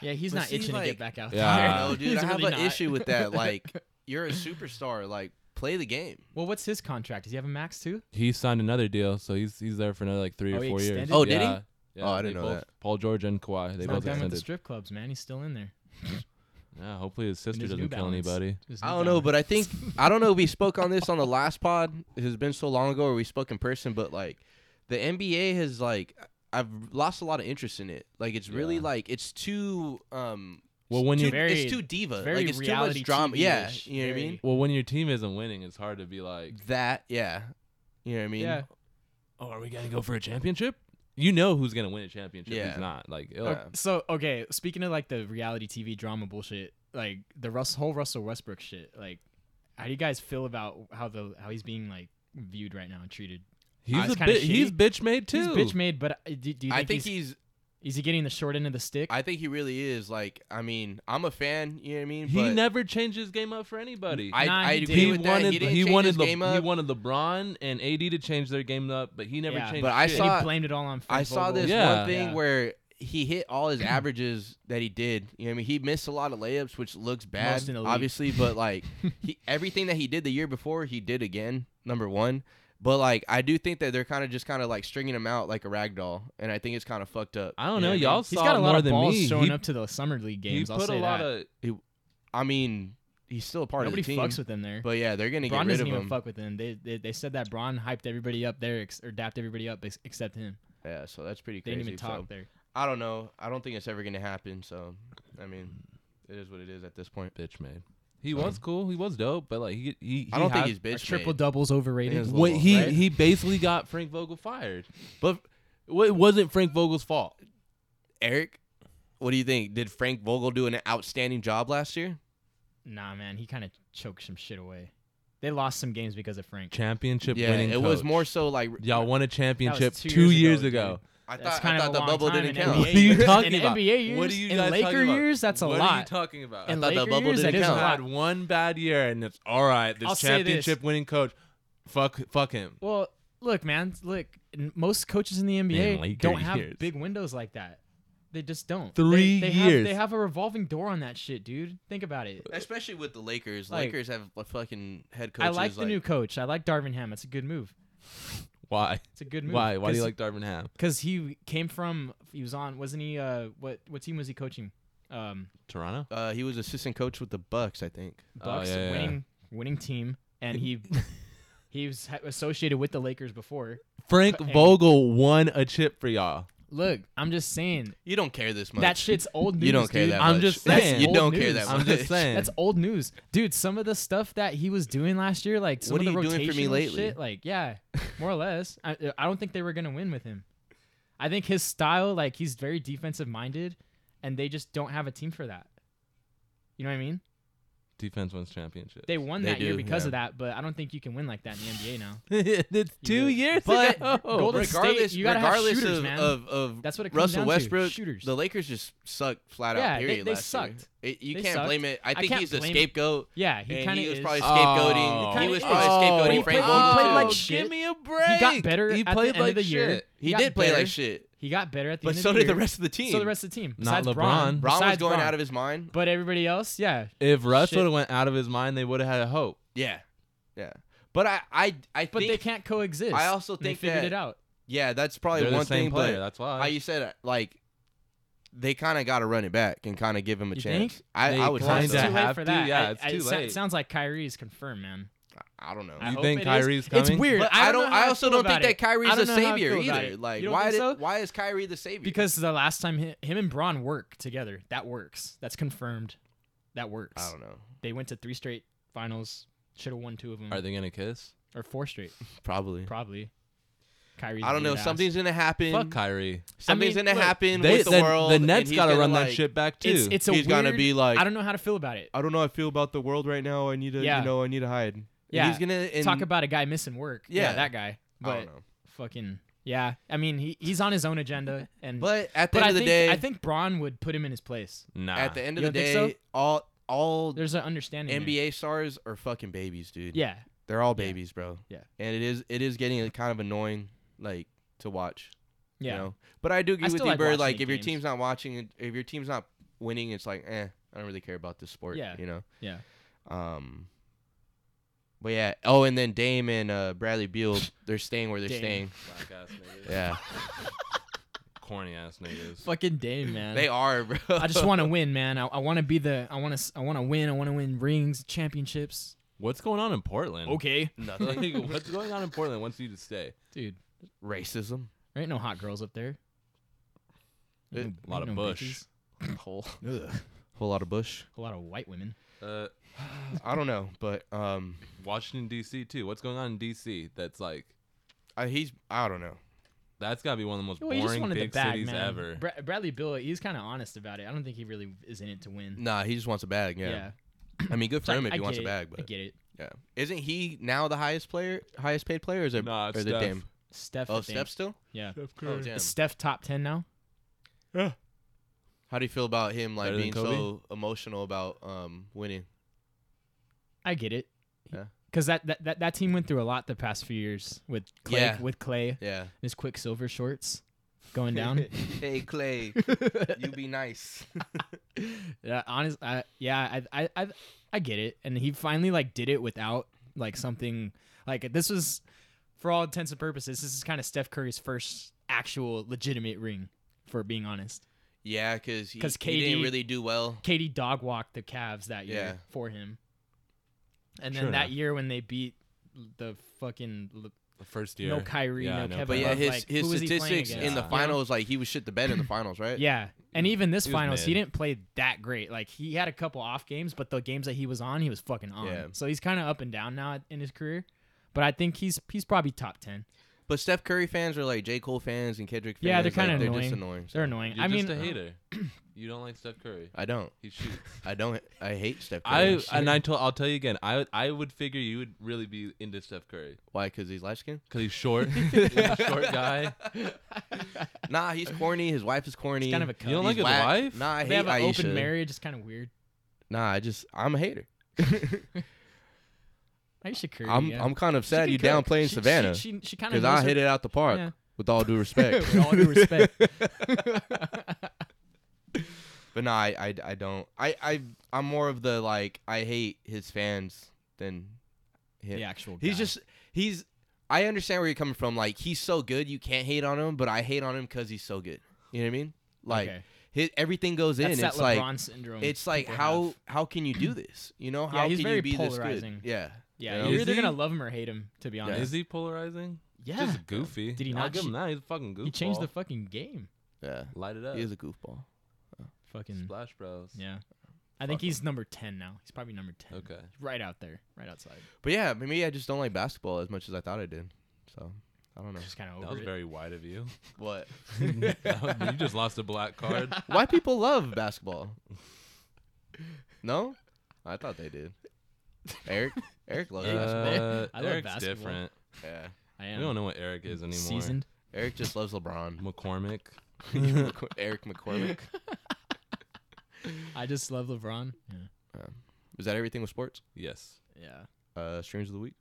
Speaker 5: Yeah, he's
Speaker 4: But
Speaker 5: not
Speaker 4: see,
Speaker 5: itching to
Speaker 4: like-
Speaker 5: get back out
Speaker 6: Yeah.
Speaker 5: there.
Speaker 4: I don't know, dude.
Speaker 5: [laughs] He's
Speaker 4: I have
Speaker 5: really
Speaker 4: an
Speaker 5: not.
Speaker 4: issue with
Speaker 5: [laughs]
Speaker 4: that. Like you're a superstar. Like play the game.
Speaker 5: Well, what's his contract? Does he have a max too?
Speaker 6: He signed another deal, so he's he's there for another like three
Speaker 5: Oh,
Speaker 6: or
Speaker 5: he
Speaker 6: four years.
Speaker 5: extended?
Speaker 4: Oh, did he?
Speaker 6: Yeah. Yeah,
Speaker 4: Oh, I
Speaker 6: they
Speaker 4: didn't know
Speaker 6: both- Paul George and Kawhi, they
Speaker 5: He's not
Speaker 6: both
Speaker 5: done with the
Speaker 6: extended.
Speaker 5: strip clubs, man. He's still in there.
Speaker 6: Yeah, hopefully his sister
Speaker 5: his
Speaker 6: doesn't
Speaker 5: New
Speaker 6: kill
Speaker 5: Balance.
Speaker 6: anybody.
Speaker 5: His
Speaker 4: I
Speaker 5: new
Speaker 4: don't know, but
Speaker 5: balance.
Speaker 4: I
Speaker 5: [laughs]
Speaker 4: think I don't know. if We spoke on this on the last pod. It has been so long ago, or we spoke in person. But like, the NBA has like, I've lost a lot of interest in it. Like, it's really
Speaker 6: Yeah.
Speaker 4: like it's too um.
Speaker 6: Well, when
Speaker 4: too,
Speaker 6: you
Speaker 5: Very-
Speaker 4: it's too diva.
Speaker 5: very
Speaker 4: like it's too
Speaker 5: reality
Speaker 4: much drama. Yeah,
Speaker 5: TV-ish,
Speaker 4: you know what I
Speaker 5: very-
Speaker 4: mean.
Speaker 6: well when your team isn't winning, it's hard to be like,
Speaker 4: That yeah, you know what I mean.
Speaker 5: Yeah.
Speaker 6: oh, are we gonna go for a championship? You know who's gonna win a championship?
Speaker 4: Yeah. Uh,
Speaker 6: Who's not? Like, it'll-
Speaker 5: Okay, so okay, speaking of like the reality TV drama bullshit, like the Russ whole Russell Westbrook shit, like how do you guys feel about how the how he's being like viewed right now and treated?
Speaker 6: he's
Speaker 5: it's
Speaker 6: a
Speaker 5: kinda
Speaker 6: bit. He's
Speaker 5: shitty.
Speaker 6: bitch made too.
Speaker 5: He's bitch made, but uh, do, do you think,
Speaker 4: I think
Speaker 5: he's,
Speaker 4: he's.
Speaker 5: is he getting the short end of the stick?
Speaker 4: I think he really is. Like, I mean, I'm a fan. You know what I mean.
Speaker 6: He
Speaker 4: but
Speaker 6: never changed his game up for anybody.
Speaker 4: I,
Speaker 5: Nah,
Speaker 4: I
Speaker 5: he
Speaker 4: agree
Speaker 5: did.
Speaker 6: he
Speaker 4: with that.
Speaker 6: wanted
Speaker 4: He, didn't
Speaker 6: he
Speaker 4: change
Speaker 6: wanted
Speaker 4: his
Speaker 6: Le,
Speaker 4: game up.
Speaker 6: he wanted LeBron and AD to change their game up, but he never
Speaker 5: Yeah.
Speaker 6: changed.
Speaker 4: But I
Speaker 6: shit.
Speaker 4: saw-
Speaker 5: he blamed it all on. Frank
Speaker 4: I saw
Speaker 5: Vogel.
Speaker 4: this
Speaker 6: Yeah.
Speaker 4: one thing
Speaker 5: Yeah.
Speaker 4: where he hit all
Speaker 5: [clears throat]
Speaker 4: his averages that he did. You know, what I mean, he missed a lot of layups, which looks bad,
Speaker 5: Most in the league.
Speaker 4: obviously. But
Speaker 5: [laughs]
Speaker 4: like, he everything that he did the year before, he did again. Number one. But like, I do think that they're kind of just kind of like stringing him out like a rag doll, and I think it's kind of fucked up.
Speaker 6: I don't
Speaker 4: You
Speaker 6: know,
Speaker 4: what I
Speaker 6: y'all
Speaker 4: mean?
Speaker 5: [laughs] He's
Speaker 6: saw
Speaker 5: got
Speaker 6: it
Speaker 5: a
Speaker 6: more
Speaker 5: lot of
Speaker 6: than
Speaker 5: balls
Speaker 6: me.
Speaker 5: showing
Speaker 6: He-
Speaker 5: up to the summer league
Speaker 6: he
Speaker 5: games. I'll
Speaker 6: put
Speaker 5: say
Speaker 6: a lot
Speaker 5: that.
Speaker 6: of
Speaker 4: I mean, he's still a part
Speaker 5: Nobody
Speaker 4: of the team.
Speaker 5: fucks with him there.
Speaker 4: but yeah, they're gonna
Speaker 5: Bron
Speaker 4: get rid
Speaker 5: doesn't
Speaker 4: of
Speaker 5: even
Speaker 4: him.
Speaker 5: fuck with him. They, they they said that Bron hyped everybody up there ex- or dapped everybody up ex- except him.
Speaker 4: Yeah, so that's pretty
Speaker 5: They
Speaker 4: crazy.
Speaker 5: didn't even talk
Speaker 4: so-
Speaker 5: there.
Speaker 4: I don't know. I don't think it's ever gonna happen. So, I mean, it is what it is at this point.
Speaker 6: bitch made. He was cool. He was dope, but like he he. he
Speaker 4: I don't think
Speaker 6: had-
Speaker 4: he's bitch.
Speaker 5: Triple
Speaker 4: made.
Speaker 5: doubles
Speaker 4: It
Speaker 5: overrated.
Speaker 4: is
Speaker 6: What he
Speaker 4: Right?
Speaker 6: he basically got Frank Vogel fired, but well, it wasn't Frank Vogel's fault.
Speaker 4: Eric, what do you think? Did Frank Vogel do an outstanding job last year?
Speaker 5: Nah, man, he kind of choked some shit away. They lost some games because of Frank.
Speaker 6: Championship
Speaker 4: Yeah,
Speaker 6: winning.
Speaker 4: it was
Speaker 6: coach.
Speaker 4: more so like
Speaker 6: Y'all won a championship
Speaker 5: two
Speaker 6: two,
Speaker 5: years
Speaker 6: years,
Speaker 5: ago,
Speaker 6: ago.
Speaker 4: I
Speaker 5: That's
Speaker 4: thought, I
Speaker 5: kind
Speaker 4: thought
Speaker 5: of
Speaker 4: the bubble didn't count.
Speaker 6: NBA. What are [laughs] you talking
Speaker 5: in
Speaker 6: about?
Speaker 5: NBA years,
Speaker 6: What are you
Speaker 5: in
Speaker 6: guys
Speaker 5: Laker
Speaker 6: talking about?
Speaker 5: years, that's a
Speaker 6: what are you
Speaker 5: lot.
Speaker 6: talking about?
Speaker 5: in
Speaker 4: thought the
Speaker 5: Laker
Speaker 4: bubble
Speaker 5: years, that
Speaker 4: didn't
Speaker 5: is a
Speaker 4: count.
Speaker 5: lot.
Speaker 6: had one bad year, and it's all right. This
Speaker 5: I'll say this.
Speaker 6: championship winning coach, fuck, fuck him.
Speaker 5: Well, look, man, look. n- Most coaches in the
Speaker 6: In
Speaker 5: NBA
Speaker 6: Laker
Speaker 5: don't have
Speaker 6: years.
Speaker 5: big windows like that. They just don't.
Speaker 6: Three
Speaker 5: they, they Have,
Speaker 6: years.
Speaker 5: they have a revolving door on that shit, dude. Think about it.
Speaker 4: Especially with the Lakers.
Speaker 5: Like-
Speaker 4: Lakers have a fucking head coaches.
Speaker 5: I like the new coach. I like Darvin Ham. It's a good move.
Speaker 6: Why?
Speaker 5: It's a good move.
Speaker 6: Why? Why do you
Speaker 5: Cause-
Speaker 6: like Darvin Ham?
Speaker 5: Because he came from, he was on, wasn't he? Uh, what what team was he coaching? Um,
Speaker 6: Toronto.
Speaker 4: Uh, he was assistant coach with the Bucks, I think.
Speaker 6: Oh,
Speaker 5: Bucks
Speaker 6: yeah, yeah, yeah.
Speaker 5: winning winning team, and
Speaker 4: [laughs]
Speaker 5: he he was ha- associated with the Lakers before.
Speaker 6: Frank
Speaker 5: Hey.
Speaker 6: Vogel won a chip for y'all.
Speaker 5: Look, I'm just saying
Speaker 4: You don't care this much.
Speaker 5: that shit's old news.
Speaker 4: You don't care
Speaker 5: dude.
Speaker 4: that much.
Speaker 6: I'm just
Speaker 4: That's- [laughs]
Speaker 6: saying.
Speaker 4: You
Speaker 5: Old
Speaker 4: don't care
Speaker 5: news.
Speaker 4: that much. [laughs]
Speaker 6: I'm just saying.
Speaker 5: That's old news, dude. Some of the stuff that he was doing last year, like some
Speaker 4: What
Speaker 5: of
Speaker 4: are
Speaker 5: the
Speaker 4: you doing for me
Speaker 5: rotational
Speaker 4: lately?
Speaker 5: shit, like
Speaker 4: [laughs]
Speaker 5: yeah, more or less. I, I don't think they were gonna win with him. I think his style, like he's very defensive minded, and they just don't have a team for that. You know what I mean?
Speaker 6: Defense wins championships.
Speaker 5: [laughs] They won
Speaker 4: They
Speaker 5: that year
Speaker 4: do,
Speaker 5: because
Speaker 4: yeah.
Speaker 5: of that, but I don't think you can win like that in the NBA now.
Speaker 6: it's two years
Speaker 5: [laughs] But
Speaker 6: ago.
Speaker 5: Golden State,
Speaker 4: regardless,
Speaker 5: you gotta have
Speaker 4: regardless
Speaker 5: shooters,
Speaker 4: of,
Speaker 5: man.
Speaker 4: of of
Speaker 5: That's what it comes
Speaker 4: Russell
Speaker 5: down to,
Speaker 4: Westbrook,
Speaker 5: shooters.
Speaker 4: the Lakers just sucked flat
Speaker 5: Yeah,
Speaker 4: out.
Speaker 5: they-
Speaker 4: Period.
Speaker 5: they
Speaker 4: last year.
Speaker 5: sucked.
Speaker 4: It- you
Speaker 5: They
Speaker 4: can't
Speaker 5: sucked.
Speaker 4: blame it. I
Speaker 5: I
Speaker 4: think
Speaker 5: can't
Speaker 4: he's a
Speaker 5: blame-
Speaker 4: scapegoat.
Speaker 5: Yeah, he
Speaker 4: and
Speaker 5: kind of
Speaker 4: he was
Speaker 5: is.
Speaker 4: probably
Speaker 6: [laughs] Oh.
Speaker 4: scapegoating.
Speaker 5: He
Speaker 4: he
Speaker 5: kinda
Speaker 4: was
Speaker 5: is.
Speaker 4: probably
Speaker 5: Oh.
Speaker 4: scapegoating
Speaker 5: He
Speaker 4: Frank
Speaker 5: played-
Speaker 4: Vogel,
Speaker 5: he played
Speaker 4: too.
Speaker 5: like
Speaker 6: Oh,
Speaker 5: shit.
Speaker 6: Give me a break.
Speaker 5: better
Speaker 6: He
Speaker 5: at the
Speaker 6: played
Speaker 5: end of
Speaker 6: like
Speaker 5: the year.
Speaker 6: shit.
Speaker 4: He,
Speaker 5: He
Speaker 4: did
Speaker 5: got
Speaker 4: play
Speaker 5: better.
Speaker 4: like shit,
Speaker 5: He got better at the
Speaker 4: but
Speaker 5: end
Speaker 4: so
Speaker 5: of the
Speaker 4: did the
Speaker 5: year.
Speaker 4: rest of the team.
Speaker 5: So the rest of the team,
Speaker 6: Not
Speaker 5: besides
Speaker 6: LeBron.
Speaker 5: Bron,
Speaker 4: Bron was
Speaker 5: besides
Speaker 4: going
Speaker 5: Bron.
Speaker 4: out of his mind.
Speaker 5: But everybody else, yeah,
Speaker 6: If Russ
Speaker 5: Shit.
Speaker 6: would have went out of his mind, they would have had hope.
Speaker 4: Yeah, yeah. But I, I, I
Speaker 5: but
Speaker 4: think
Speaker 5: they can't coexist.
Speaker 4: I also
Speaker 5: And
Speaker 4: think
Speaker 5: they figured
Speaker 4: that-
Speaker 5: it out.
Speaker 4: Yeah, that's probably
Speaker 6: They're
Speaker 4: one
Speaker 6: the same
Speaker 4: thing.
Speaker 6: player.
Speaker 4: But
Speaker 6: That's why.
Speaker 4: how you said it, like they kind of got to run it back and kind of give him a
Speaker 5: You
Speaker 4: chance.
Speaker 5: think?
Speaker 4: I,
Speaker 6: They
Speaker 4: I would
Speaker 5: Well,
Speaker 4: say
Speaker 5: it's
Speaker 6: kinda
Speaker 5: too
Speaker 4: so.
Speaker 5: late
Speaker 6: have
Speaker 5: for
Speaker 6: to.
Speaker 5: that.
Speaker 6: Yeah,
Speaker 5: I-
Speaker 6: it's
Speaker 5: I-
Speaker 6: too
Speaker 5: it sa-
Speaker 6: late.
Speaker 5: sounds like Kyrie's confirmed, man.
Speaker 4: I don't know.
Speaker 5: I
Speaker 6: You
Speaker 5: hope
Speaker 6: think
Speaker 5: it is.
Speaker 6: Kyrie's
Speaker 5: It's
Speaker 6: coming?
Speaker 5: weird.
Speaker 4: But
Speaker 5: I,
Speaker 4: I don't.
Speaker 5: know how
Speaker 4: I also don't
Speaker 5: feel
Speaker 4: think
Speaker 5: about
Speaker 4: that
Speaker 5: it.
Speaker 4: Kyrie
Speaker 5: I
Speaker 4: is
Speaker 5: don't
Speaker 4: a
Speaker 5: know how I
Speaker 4: savior
Speaker 5: feel about
Speaker 4: either.
Speaker 5: it.
Speaker 4: Like
Speaker 5: You don't
Speaker 4: why?
Speaker 5: think
Speaker 4: Did,
Speaker 5: so?
Speaker 4: Why is Kyrie the savior?
Speaker 5: because the last time hi- him and Braun work together, that works. That's confirmed. That works.
Speaker 4: I don't know.
Speaker 5: They went to three straight finals. Should have won two of them,
Speaker 6: Are they gonna kiss?
Speaker 5: or four straight,
Speaker 4: Probably.
Speaker 5: probably. Kyrie's
Speaker 4: I don't know.
Speaker 5: weird ass.
Speaker 4: Something's gonna happen.
Speaker 6: Fuck Kyrie.
Speaker 4: Something's
Speaker 5: I mean,
Speaker 4: gonna
Speaker 5: look,
Speaker 4: happen
Speaker 6: They-
Speaker 4: with the, world.
Speaker 6: the
Speaker 4: and
Speaker 6: Nets
Speaker 4: he's
Speaker 6: gotta
Speaker 4: gonna,
Speaker 6: run that
Speaker 4: like-
Speaker 6: shit back too.
Speaker 5: It's it's a
Speaker 4: He's
Speaker 5: weird,
Speaker 4: gonna be like-
Speaker 5: I don't know how to feel about it.
Speaker 4: I don't know. how I feel about the world right now. I need to.
Speaker 5: Yeah.
Speaker 4: know. I need to hide. And
Speaker 5: Yeah.
Speaker 4: He's gonna and,
Speaker 5: Talk about a guy missing work. Yeah,
Speaker 4: Yeah.
Speaker 5: that guy. But
Speaker 4: I don't know.
Speaker 5: fucking yeah. I mean, he, he's on his own agenda, and
Speaker 4: But at the end
Speaker 5: but I
Speaker 4: of the
Speaker 5: think
Speaker 4: day,
Speaker 5: I think Braun would put him in his place.
Speaker 6: nah.
Speaker 4: at the end of
Speaker 5: You
Speaker 4: the
Speaker 5: don't think
Speaker 4: day, all all
Speaker 5: There's an understanding. there.
Speaker 4: NBA stars are fucking babies, dude.
Speaker 5: Yeah,
Speaker 4: They're all babies, bro.
Speaker 5: Yeah.
Speaker 4: And it is it is getting kind of annoying, like to watch.
Speaker 5: yeah.
Speaker 4: You know? But I do agree
Speaker 5: I
Speaker 4: with
Speaker 5: still
Speaker 4: you,
Speaker 5: like
Speaker 4: Bird.
Speaker 5: watching
Speaker 4: Like,
Speaker 5: the
Speaker 4: if your
Speaker 5: games.
Speaker 4: team's not watching, it- if your team's not winning, it's like, eh, I don't really care about this sport.
Speaker 5: Yeah.
Speaker 4: You know.
Speaker 5: Yeah.
Speaker 4: Um. But yeah. Oh, and then Dame and uh, Bradley
Speaker 5: [laughs]
Speaker 4: Beal, they're staying where they're
Speaker 5: Dame.
Speaker 4: staying.
Speaker 6: Black ass
Speaker 5: [laughs]
Speaker 6: niggas.
Speaker 4: Yeah.
Speaker 6: Corny ass niggas.
Speaker 5: Fucking Dame, man.
Speaker 4: they are, bro.
Speaker 5: I just want to win, man. I, I want to be the. I want to. I want to win. I want to win rings, championships.
Speaker 6: What's going on in Portland?
Speaker 5: Okay,
Speaker 4: nothing.
Speaker 6: [laughs] Like, what's going on in Portland wants you to stay?
Speaker 5: dude.
Speaker 4: [laughs]
Speaker 5: [laughs]
Speaker 4: Racism.
Speaker 5: There ain't no hot girls up there.
Speaker 4: Eh,
Speaker 5: Ain't
Speaker 6: a lot
Speaker 5: ain't
Speaker 6: of bush.
Speaker 5: bitches.
Speaker 4: Whole
Speaker 5: [laughs] Ugh.
Speaker 4: whole lot of bush.
Speaker 5: A lot of white women.
Speaker 6: Uh,
Speaker 4: I don't know, but um,
Speaker 6: Washington D.C. too. What's going on in D.C. That's like
Speaker 4: I, he's I don't know.
Speaker 6: that's gotta be one of the most
Speaker 5: Well, he just
Speaker 6: boring
Speaker 5: wanted the
Speaker 6: big
Speaker 5: bag,
Speaker 6: cities
Speaker 5: man.
Speaker 6: ever.
Speaker 5: Bra- Bradley Bill, he's kind of honest about it. I don't think he really is in it to win.
Speaker 4: Nah, he just wants a bag. Yeah. I mean, good for
Speaker 5: I-
Speaker 4: him if
Speaker 5: I
Speaker 4: he wants
Speaker 5: get
Speaker 4: a
Speaker 5: it.
Speaker 4: bag,
Speaker 5: I
Speaker 4: but
Speaker 5: get it.
Speaker 4: yeah. Isn't he now the highest player, highest paid player? Or is it
Speaker 6: Nah, it's
Speaker 4: or is it
Speaker 6: Steph.
Speaker 4: Dame?
Speaker 5: Steph. I
Speaker 4: Oh,
Speaker 5: think.
Speaker 4: Steph still?
Speaker 5: Yeah.
Speaker 4: Oh, damn.
Speaker 5: Is Steph top ten now?
Speaker 4: How do you feel about him like
Speaker 6: Better than
Speaker 4: being
Speaker 6: Kobe?
Speaker 4: so emotional about um winning?
Speaker 5: I get it.
Speaker 4: Yeah.
Speaker 5: Because that, that, that, that team went through a lot the past few years with Clay,
Speaker 4: Yeah.
Speaker 5: with Clay and [laughs]
Speaker 4: Yeah.
Speaker 5: his Quicksilver shorts going down.
Speaker 4: hey
Speaker 6: [laughs]
Speaker 4: Clay, you be nice.
Speaker 5: yeah, honest, I, yeah, I, I, I, I get it. And he finally like did it without like something like this was, for all intents and purposes, this is kind of Steph Curry's first actual legitimate ring. For being honest,
Speaker 4: [laughs] yeah, because he,
Speaker 5: 'Cause
Speaker 4: he didn't
Speaker 5: KD
Speaker 4: really do well.
Speaker 5: Katie dog walked the Cavs that year
Speaker 4: Yeah.
Speaker 5: for him, and then
Speaker 6: Sure
Speaker 5: that
Speaker 6: enough.
Speaker 5: year when they beat the fucking L-
Speaker 6: The first year.
Speaker 5: no Kyrie,
Speaker 6: Yeah,
Speaker 5: no,
Speaker 6: no
Speaker 5: Kevin.
Speaker 4: But
Speaker 6: Kyrie.
Speaker 4: yeah,
Speaker 5: Love,
Speaker 4: his
Speaker 5: like,
Speaker 4: his
Speaker 5: who is he playing
Speaker 4: statistics in
Speaker 5: against?
Speaker 4: the
Speaker 5: You know?
Speaker 4: finals, like he was shit the bed in the finals, right?
Speaker 5: Yeah. And even this
Speaker 6: he was
Speaker 5: finals, he
Speaker 6: mid.
Speaker 5: didn't play that great. Like he had a couple off games, but the games that he was on, he was fucking on.
Speaker 4: Yeah.
Speaker 5: So he's kind of up and down now in his career. But I think he's he's probably top ten.
Speaker 4: But Steph Curry fans are like J Cole fans and Kendrick fans.
Speaker 5: Yeah, they're
Speaker 4: kind of
Speaker 5: kinda
Speaker 4: They're just
Speaker 5: annoying.
Speaker 4: annoying. so.
Speaker 5: They're annoying.
Speaker 6: You're
Speaker 5: I mean, uh,
Speaker 6: just a hater. you don't like Steph Curry.
Speaker 4: I don't.
Speaker 5: [laughs]
Speaker 6: He shoots.
Speaker 4: I don't. I hate Steph Curry. [laughs]
Speaker 6: I and I told I'll tell you again. I would- I would figure you would really be into Steph Curry
Speaker 4: Why? Because he's light skinned?
Speaker 6: because
Speaker 5: [laughs]
Speaker 6: he's short. he's a short guy.
Speaker 4: Nah,
Speaker 5: [laughs]
Speaker 4: he's corny. His wife is corny.
Speaker 5: kind of a cunt.
Speaker 6: You don't like
Speaker 4: He's
Speaker 6: his
Speaker 4: whack.
Speaker 6: wife?
Speaker 4: Nah, I
Speaker 5: they
Speaker 4: hate
Speaker 5: have an
Speaker 4: Aisha.
Speaker 5: open marriage. It's kind of weird.
Speaker 4: Nah, I just I'm a hater.
Speaker 5: Aisha Curry.
Speaker 4: I'm
Speaker 5: yeah.
Speaker 4: I'm kind of
Speaker 5: She
Speaker 4: sad
Speaker 5: can
Speaker 4: you
Speaker 5: cook.
Speaker 4: downplaying
Speaker 5: She-
Speaker 4: Savannah
Speaker 5: She, she, she kind of
Speaker 4: because I hit it out the park.
Speaker 5: Yeah.
Speaker 4: With all
Speaker 5: [laughs]
Speaker 4: due respect,
Speaker 5: With all due respect.
Speaker 4: [laughs] but nah, I, I I don't. I I I'm more of the like I hate his fans than him.
Speaker 5: the actual.
Speaker 4: He's
Speaker 5: guy.
Speaker 4: just he's. I understand where you're coming from. Like he's so good, you can't hate on him. But I hate on him because he's so good. You know what I mean? Like
Speaker 5: Okay.
Speaker 4: his, everything goes in.
Speaker 5: that's that
Speaker 4: it's like
Speaker 5: LeBron syndrome.
Speaker 4: it's like
Speaker 5: people
Speaker 4: how
Speaker 5: have.
Speaker 4: how can you do this? You know how
Speaker 5: Mm-hmm. he's
Speaker 4: can
Speaker 5: very
Speaker 4: you be
Speaker 5: polarizing.
Speaker 4: this good? Yeah,
Speaker 5: Yeah,
Speaker 6: Yeah.
Speaker 5: you're
Speaker 6: Is
Speaker 5: either
Speaker 6: he-
Speaker 5: gonna love him or hate him. To be honest,
Speaker 6: Is he polarizing?
Speaker 5: yeah,
Speaker 6: Just goofy.
Speaker 5: Did he
Speaker 6: I'll
Speaker 5: not
Speaker 6: give him
Speaker 5: sh-
Speaker 6: that? He's a fucking goofy.
Speaker 5: he changed the fucking game.
Speaker 4: Yeah.
Speaker 6: Light it up.
Speaker 4: He is a goofball.
Speaker 5: Fucking
Speaker 6: Splash Bros.
Speaker 5: yeah. I think he's number ten now. He's probably number ten.
Speaker 6: Okay.
Speaker 5: Right out there, right outside.
Speaker 4: But yeah, maybe I just don't like basketball as much as I thought I did. So I don't know.
Speaker 5: Just kind of over
Speaker 6: That was
Speaker 5: it.
Speaker 6: very wide of you.
Speaker 4: What?
Speaker 6: [laughs] That was- you just lost a
Speaker 5: [laughs]
Speaker 6: black card.
Speaker 4: Why people love basketball? [laughs] No? I thought they did. Eric? Eric loves basketball.
Speaker 6: Uh,
Speaker 5: I love
Speaker 6: Eric's
Speaker 5: basketball.
Speaker 6: different.
Speaker 4: Yeah.
Speaker 5: I
Speaker 6: We
Speaker 5: am
Speaker 6: don't know what Eric is anymore.
Speaker 5: seasoned.
Speaker 4: Eric just loves
Speaker 6: [laughs]
Speaker 4: LeBron. [laughs]
Speaker 6: McCormick.
Speaker 5: [laughs]
Speaker 4: Eric McCormick.
Speaker 5: I just love LeBron. Yeah.
Speaker 4: Is that everything with sports?
Speaker 6: Yes.
Speaker 5: Yeah.
Speaker 4: Uh, streams of the week.